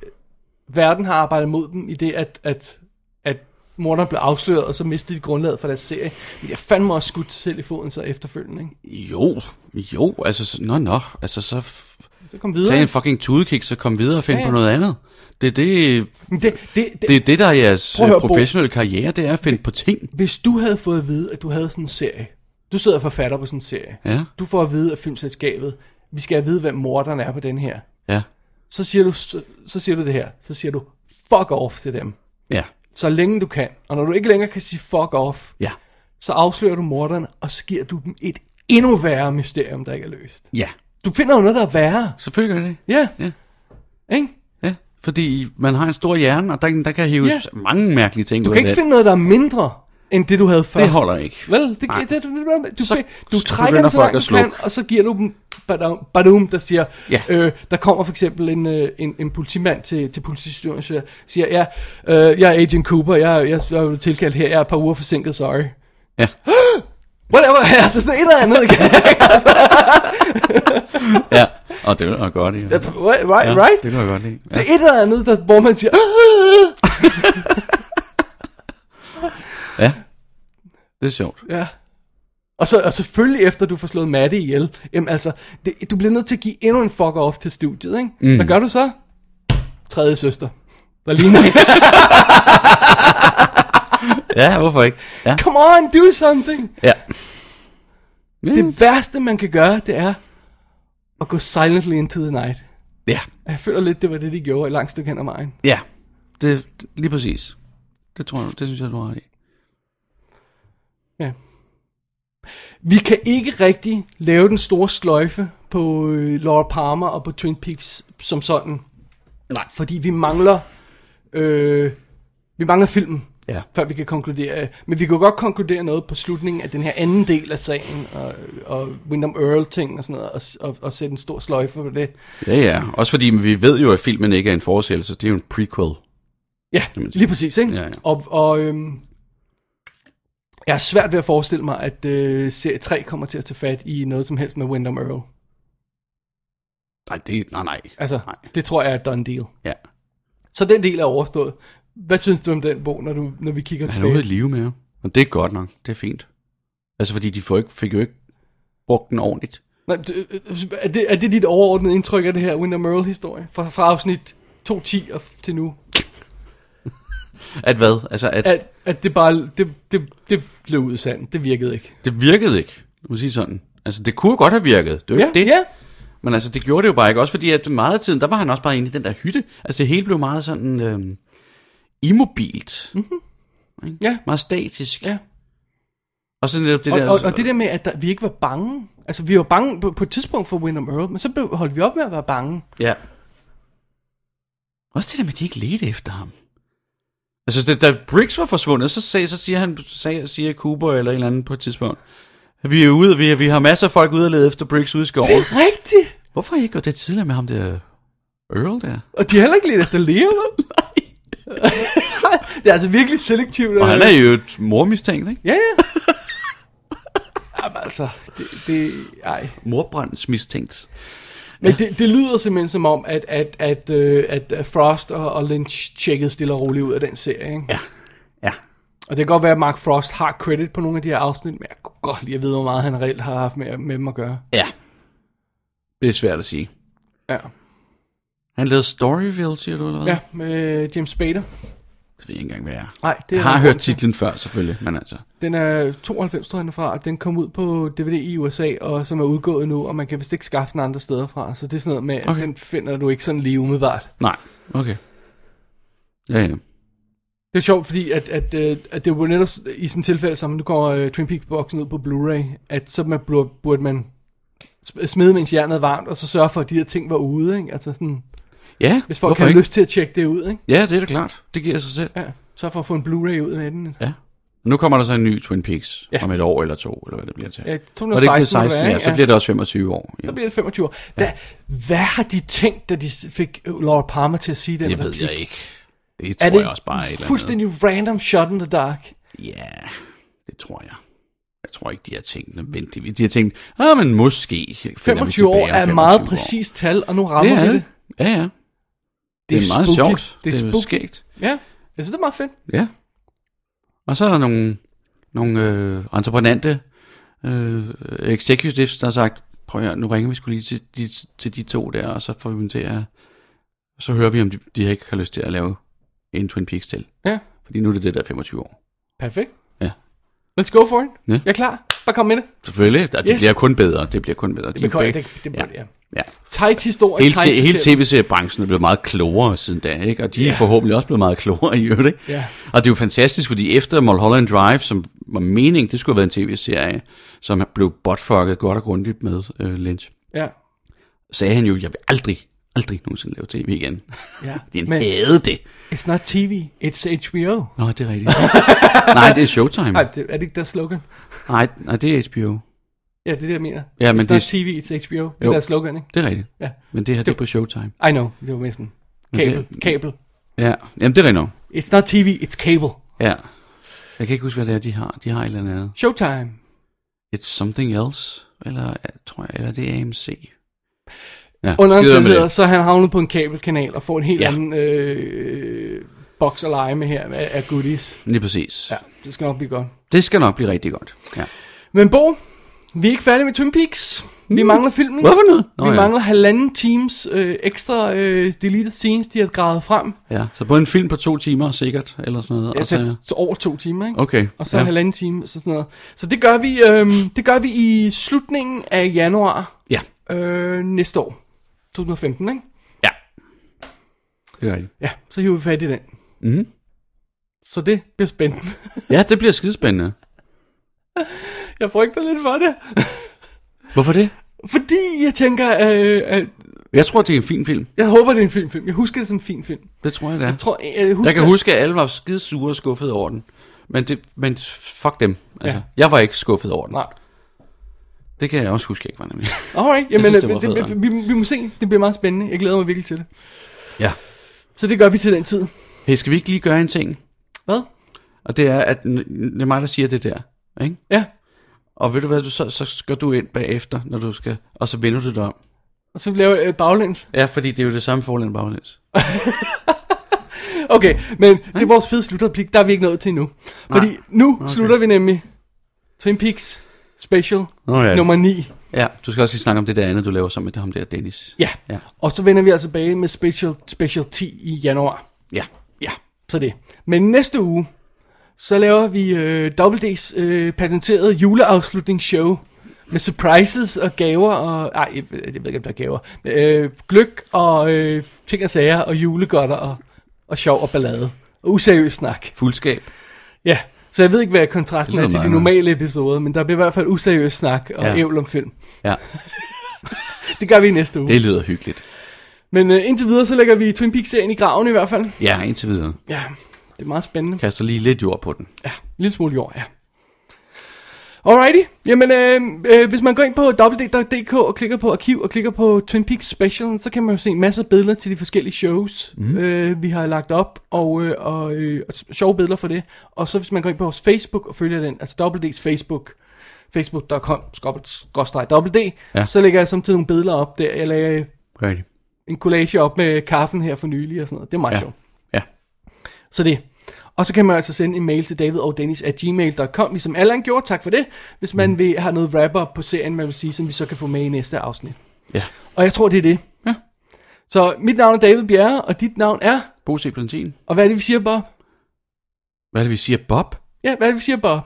D: verden har arbejdet mod dem i det, at, at, at morderen blev afsløret, og så mistede de grundlaget for deres serie. Men jeg fandme også skudt sig selv i foden så efterfølgende. Ikke?
E: Jo. Jo. Altså, så- nå, nå. Altså, så f-
D: Så kom
E: tag
D: videre.
E: en fucking tudekik, så kom videre og find ja,
D: Ja,
E: ja.
D: ja.
E: på noget andet. Det er det,
D: Men det, det, det,
E: det, er det der er jeres
D: Prøv at høre, Bo.
E: professionelle karriere, det er at finde på ting.
D: Hvis du havde fået at vide, at du havde sådan en serie. Du sidder og forfatter på sådan en serie.
E: Ja.
D: Du får at vide af filmselskabet, vi skal have at vide, hvem morderen er på den her.
E: Ja.
D: Så siger du, så, så siger du det her. Så siger du, fuck off til dem.
E: Ja.
D: Så længe du kan. Og når du ikke længere kan sige fuck off,
E: Ja.
D: så afslører du morderen, og så giver du dem et endnu værre mysterium, der ikke er løst.
E: Ja.
D: Du finder jo noget, der er værre.
E: Selvfølgelig gør det.
D: Ja.
E: Ja.
D: Ikke?
E: Ja. Fordi man har en stor hjerne, og der, der kan hives
D: Ja.
E: ja. mange mærkelige ting
D: Du
E: ud
D: kan ikke
E: af det.
D: finde noget, der er mindre, end det du havde først.
E: holder ikke.
D: Vel, det,
E: Nej.
D: det, det, det, du,
E: Så
D: så, du
E: s-
D: trækker
E: begynder
D: den så
E: folk
D: langt
E: at
D: du kan,
E: slukke.
D: og så giver du dem badum, badum der siger,
E: Ja.
D: øh, der kommer for eksempel en, øh, en, en politimand til, til politistyrelsen, og siger- siger, ja, øh, jeg er Agent Cooper, jeg, er- jeg, jeg er blevet tilkaldt her, jeg er et par uger forsinket, sorry.
E: Ja.
D: Whatever, altså sådan et eller andet, ikke? altså,
E: Ja. Og det vil jeg godt lide.
D: right, right,
E: Ja,
D: right?
E: Det kan jeg godt lide. Ja.
D: "Ah!" Det er et eller andet, der, hvor man siger,
E: Det er sjovt.
D: Ja. Og, så, og selvfølgelig efter du får slået Matte ihjel, jamen altså, det, du bliver nødt til at give endnu en fuck off til studiet, ikke? Mm. Hvad gør du så? Tredje søster. Der ligner
E: Ja, hvorfor ikke? Ja.
D: Come on, do something!
E: ja.
D: Det værste, man kan gøre, det er at gå silently into the night.
E: Ja.
D: Jeg føler lidt, det var det, de gjorde et langt stykke hen ad vejen.
E: Ja. Det, det- lige præcis. Det tror jeg, det synes jeg, du har ret i.
D: Ja. Vi kan ikke rigtig lave den store sløjfe på øh, Laura Palmer og på Twin Peaks som sådan. Nej. Fordi vi mangler, øh, vi mangler filmen,
E: Ja.
D: før vi kan konkludere. øh, Men vi kan jo godt konkludere noget på slutningen af den her anden del af sagen, og, og Wyndham Earl-ting og sådan noget, og, og, og sætte en stor sløjfe på det.
E: Ja, ja. Også fordi vi ved jo, at filmen ikke er en forestillelse. Det er jo en prequel.
D: Ja,
E: man sige.
D: lige præcis, ikke?
E: Ja, ja.
D: Og, og øhm, jeg har svært ved at forestille mig, at øh, serie 3 kommer til at tage fat i noget som helst med Wyndham Earl.
E: Nej, det, nej, nej.
D: Altså,
E: Nej.
D: det tror jeg er et done deal.
E: Ja.
D: Så den del er overstået. Hvad synes du om den bog, når, du, når vi kigger
E: Han er ude i
D: tilbage?
E: live med ham. Og det er godt nok. Det er fint. Altså, fordi de får ikke, fik jo ikke brugt den ordentligt.
D: Nej, d- øh, er, det, er det dit overordnede indtryk af det her Wyndham Earl-historie? Fra, fra afsnit 2.10 og f- til nu?
E: At hvad? Altså, at, at...
D: At, at det bare, det, det, det blev ud i sanden. Det virkede ikke.
E: det virkede ikke. Lad mig sige sådan. Altså, det kunne godt have virket. Det er jo
D: Ja,
E: ikke det.
D: ja.
E: Men altså, det gjorde det jo bare ikke. Også fordi, at meget af tiden, der var han også bare inde i den der hytte. Altså, det hele blev meget sådan øh, immobilt. Mm-hmm.
D: Mhm. Ja.
E: Meget statisk.
D: Ja.
E: Og så netop det altså.
D: Og,
E: der...
D: og, og det der med, at der, vi ikke var bange. Altså, vi var bange på, på et tidspunkt for Wyndham Earl, men så blev, holdt vi op med at være bange.
E: Ja. Også det der med, at de ikke ledte efter ham. Altså, det, da Briggs var forsvundet, så, sagde, så siger han, sagde, siger Cooper eller en eller anden på et tidspunkt, at vi er ude, vi, vi har masser af folk ude at lede efter Briggs ude i
D: Det
E: skoven.
D: er rigtigt!
E: Hvorfor har I ikke gjort det tidligere med ham der Earl der?
D: Og de har heller ikke lidt efter Leo. det er altså virkelig selektivt.
E: Og han er jo et mormistænkt, ikke?
D: Ja, ja. Jamen altså, det, det, ej.
E: Morbrands mistænkt.
D: Men det, det lyder simpelthen som om, at, at, at, øh, at Frost og, og Lynch tjekkede stille og roligt ud af den serie. Ikke?
E: Ja. Ja.
D: Og det kan godt være, at Mark Frost har credit på nogle af de her afsnit, men jeg kunne godt lide at vide, hvor meget han reelt har haft med, med dem at gøre.
E: Ja. Det er svært at sige.
D: Ja,
E: Han lavede Storyville, siger du, eller hvad?
D: ja med James Spader.
E: Det ved jeg ikke engang, hvad jeg er.
D: Nej, det er
E: Jeg har
D: en
E: hørt
D: grund til.
E: titlen før, selvfølgelig, men altså...
D: Den er 92, tror jeg, den er fra, og den kom ud på DVD i USA, og som er udgået nu, og man kan vist ikke skaffe den andre steder fra. Så det er sådan noget med, at
E: Okay.
D: den finder du ikke sådan lige umiddelbart.
E: Nej, okay. Ja, ja.
D: Det er sjovt, fordi at, at, øh, at det var netop i sådan et tilfælde, som nu kommer øh, Twin Peaks-boksen ud på Blu-ray, at så man burde, burde man sm- smide, mens jernet er varmt, og så sørge for, at de der ting var ude, ikke? Altså sådan,
E: Ja,
D: hvis folk
E: hvorfor
D: har
E: ikke?
D: lyst til at tjekke det ud, ikke?
E: Ja, det er da klart. Det giver sig selv.
D: Ja, så for at få en Blu-ray ud af den.
E: Ja. Nu kommer der så en ny Twin Peaks
D: Ja.
E: ja. om et år eller to, eller hvad det bliver til.
D: Ja, 216
E: Var det ikke det
D: må det
E: 16,
D: være,
E: ja,
D: ikke?
E: så
D: Ja.
E: bliver det også 25 år. Ja.
D: Så bliver det 25 år. Hvad, hvad har de tænkt, da de fik Laura Palmer til at sige den
E: Det ved
D: replik?
E: jeg ikke. Det tror
D: Er det
E: jeg også bare er et eller andet.
D: fuldstændig random shot in the dark?
E: Ja, det tror jeg. Jeg tror ikke, de har tænkt nødvendigt. De har tænkt, ah, men måske finder vi
D: 25 år
E: tilbage om
D: er et
E: 25
D: meget
E: år."
D: præcist tal, og nu
E: Det
D: rammer
E: er
D: vi
E: det.
D: det.
E: Ja, ja. Det er,
D: er
E: meget
D: spooky.
E: sjovt.
D: Det er
E: det er
D: spooky.
E: skægt.
D: Ja, jeg synes, det er meget fedt.
E: Ja. Og så er der nogle, nogle øh, entreprenante øh, executives, der har sagt, prøv at høre, nu ringer vi skulle lige til de, til de to der, og så får vi dem til at... Så hører vi, om de, de ikke har lyst til at lave en Twin Peaks til.
D: Ja,
E: Fordi nu er det det, der er 25 år.
D: perfekt.
E: Ja.
D: Let's go for it.
E: Ja.
D: Jeg er klar. Bare kom med det.
E: Selvfølgelig, der, det
D: Yes.
E: bliver kun bedre. Det bliver kun bedre. De
D: Det,
E: er
D: det,
E: begge-
D: det, det, det ja.
E: ja.
D: Tight historie.
E: Hele,
D: tight
E: t- hele
D: fortælling.
E: tv-seriebranchen er blevet meget klogere siden da, ikke? Og de er forhåbentlig også blevet meget klogere i øvrigt, ikke?
D: Ja.
E: Og det er jo fantastisk, fordi efter Mulholland Drive, som var meningen, det skulle have været en tv-serie, som blev botfucket godt og grundigt med øh, Lynch,
D: Ja.
E: sagde han jo, jeg vil aldrig, aldrig nogensinde lave tv igen.
D: Ja,
E: Han
D: men
E: havde det.
D: it's not TV, it's HBO.
E: Nå, det er rigtigt. nej, det er Showtime.
D: Nej, det, er det ikke deres slogan?
E: Nej, nej, det er HBO.
D: Ja, det er det, jeg mener.
E: Ja, men
D: it's
E: det-
D: not TV, it's HBO. Det er
E: Jo.
D: deres slogan, ikke?
E: Det er rigtigt.
D: Ja.
E: Men det her, det er på Showtime.
D: I know, det var mere sådan.
E: det-
D: Kabel, kabel.
E: Ja, jamen det er rigtigt nok.
D: It's not TV, it's cable.
E: Ja. Jeg kan ikke huske, hvad det er, de har. De har et eller andet.
D: Showtime.
E: It's Something Else, eller tror jeg, eller det er AMC. Ja,
D: Under
E: skidt om
D: omstændigheder,
E: det.
D: så er han havnet på en kabelkanal og får en helt
E: Ja.
D: anden øh, boks at lege med her af, af goodies.
E: Lige præcis. Ja.
D: Ja, det skal nok blive godt.
E: Det skal nok blive rigtig godt. Ja.
D: Men Bo, vi er ikke færdige med Twin Peaks.
E: Mm.
D: Vi mangler filmen.
E: Hvad for noget?
D: Nå,
E: Nå,
D: vi
E: ja.
D: mangler halvanden times øh, ekstra øh, deleted scenes, de har gravet frem.
E: ja. Så på en film på to timer sikkert, eller sådan noget. og
D: Altså,
E: så-
D: altså så over to timer, ikke?
E: Okay,
D: Og så ja.
E: ja.
D: halvanden time, så sådan noget. Så det gør vi, øhm, det gør vi i slutningen af januar
E: ja.
D: øh, næste år. 2015, ikke?
E: Ja. Det er rigtigt.
D: Ja, så hiver vi fat i den.
E: Mhm.
D: Så det bliver spændende.
E: Ja, det bliver skidespændende.
D: Jeg frygter lidt for det.
E: Hvorfor det?
D: Fordi jeg tænker, øh, øh,
E: Jeg tror, det er en fin film.
D: jeg håber, det er en fin film. Jeg husker det som en fin film.
E: Det tror jeg, det er.
D: Jeg, tror, jeg, husker,
E: Jeg kan huske, at alle var skide sure og skuffede over den. Men, det, men fuck dem. Altså,
D: Ja.
E: ja. Jeg var ikke skuffet over den.
D: Nej.
E: Det kan jeg også huske, jeg ikke var nemlig.
D: Alright, jamen,
E: synes,
D: synes,
E: det var
D: det det,
E: federe.
D: vi, vi må se. Det bliver meget spændende. Jeg glæder mig virkelig til det.
E: Ja.
D: Så det gør vi til den tid.
E: Hey, skal vi ikke lige gøre en ting?
D: Hvad?
E: Og det er, at n- det er mig, der siger det der. Ikke?
D: Ja,
E: Og ved du hvad, du, så, så går du ind bagefter, når du skal, og så vender du det om.
D: og så laver jeg øh, baglæns.
E: Ja, fordi det er jo det samme forlænd baglæns.
D: Okay, men det er vores fede slutreplik, der er vi ikke nået til nu. Fordi
E: Nej.
D: nu okay. slutter vi nemlig Twin Peaks Special
E: Nå ja.
D: nummer 9.
E: Ja, du skal også lige snakke om det der andet, du laver sammen med ham der, Dennis.
D: Ja. ja,
E: Ja.
D: og så vender vi altså tilbage med special, special 10 i januar.
E: Ja.
D: Ja, så det. Men næste uge, så laver vi øh, WD's øh, patenterede juleafslutningsshow med surprises og gaver og... Ej, jeg ved jeg ved ikke, om der er gaver. Øh, gløk og øh, ting og sager og julegodter og, og sjov og ballade. Og useriøs snak.
E: Fuldskab.
D: Ja, så jeg ved ikke, hvad kontrasten
E: Det
D: er
E: lyder
D: til de
E: meget
D: normale episoder, men der bliver i hvert fald useriøs snak og
E: Ja.
D: ævl om film.
E: Ja,
D: Det gør vi i næste uge.
E: det lyder hyggeligt.
D: Men øh, indtil videre, så lægger vi Twin Peaks-serien i graven i hvert fald.
E: Ja, indtil videre.
D: Ja, det er meget spændende.
E: Kaster lige lidt jord på den.
D: Ja, en lille smule jord, ja. Alrighty, jamen øh, øh, hvis man går ind på www.dk og klikker på arkiv og klikker på Twin Peaks Special, så kan man jo se masser af billeder til de forskellige shows, mm. øh, vi har lagt op, og, øh, og, øh, og s- sjove billeder for det. Og så hvis man går ind på vores Facebook og følger den, altså WD's Facebook, facebook.com, wd, ja.
E: Ja.
D: så lægger jeg samtidig nogle billeder op der. Jeg lagde
E: Rigtigt.
D: en collage op med kaffen her for nylig og sådan noget. Det er meget ja.
E: Ja.
D: sjovt.
E: Ja.
D: Så det. Og så kan man altså sende en mail til David og Dennis at gmail.com, ligesom Allan gjorde. Tak for det. Hvis man mm. vil have noget wrap-up på serien, man vil sige, som vi så kan få med i næste afsnit.
E: Ja.
D: Og jeg tror, det er det.
E: Ja.
D: Så mit navn er David Bjerre, og dit navn er...
E: Bo C. Plantin.
D: Og hvad er det, vi siger, Bob?
E: Hvad er det, vi siger? Bob?
D: Ja, hvad er det, vi siger, Bob?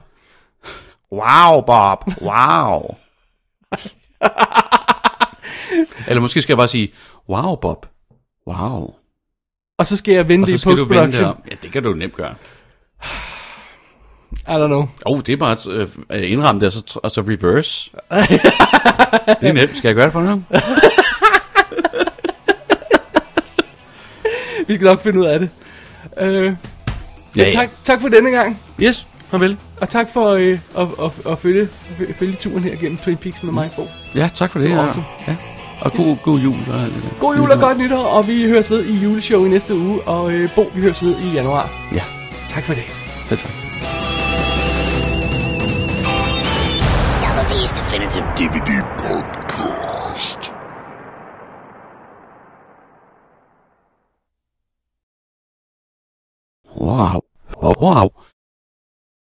E: Wow, Bob. Wow. Eller måske skal jeg bare sige, wow, Bob. Wow.
D: Og så skal jeg vende
E: Og så
D: det i
E: skal du vende det
D: post-production.
E: om. Ja, det kan du nemt gøre.
D: I don't know.
E: Åh, oh, det er bare at øh, indramme det, og så, og så reverse. det er nemt. Skal jeg gøre det for dig?
D: Vi skal nok finde ud af det. Øh, ja, tak, tak for denne gang.
E: Yes, farvel.
D: Og tak for øh, at, at, at, følge, at følge turen her gennem Twin Peaks
E: Mm.
D: med mig, Bo.
E: Ja, tak for det.
D: Det var
E: ja.
D: awesome.
E: ja. Og god, god jul. Og alt det der.
D: God jul og godt nytår, og vi høres ved i juleshow i næste uge, og øh, Bo, vi høres ved i januar.
E: Ja,
D: Tak for det.
E: det tak.
C: Double D's Definitive DVD Podcast.
E: Wow. Wow.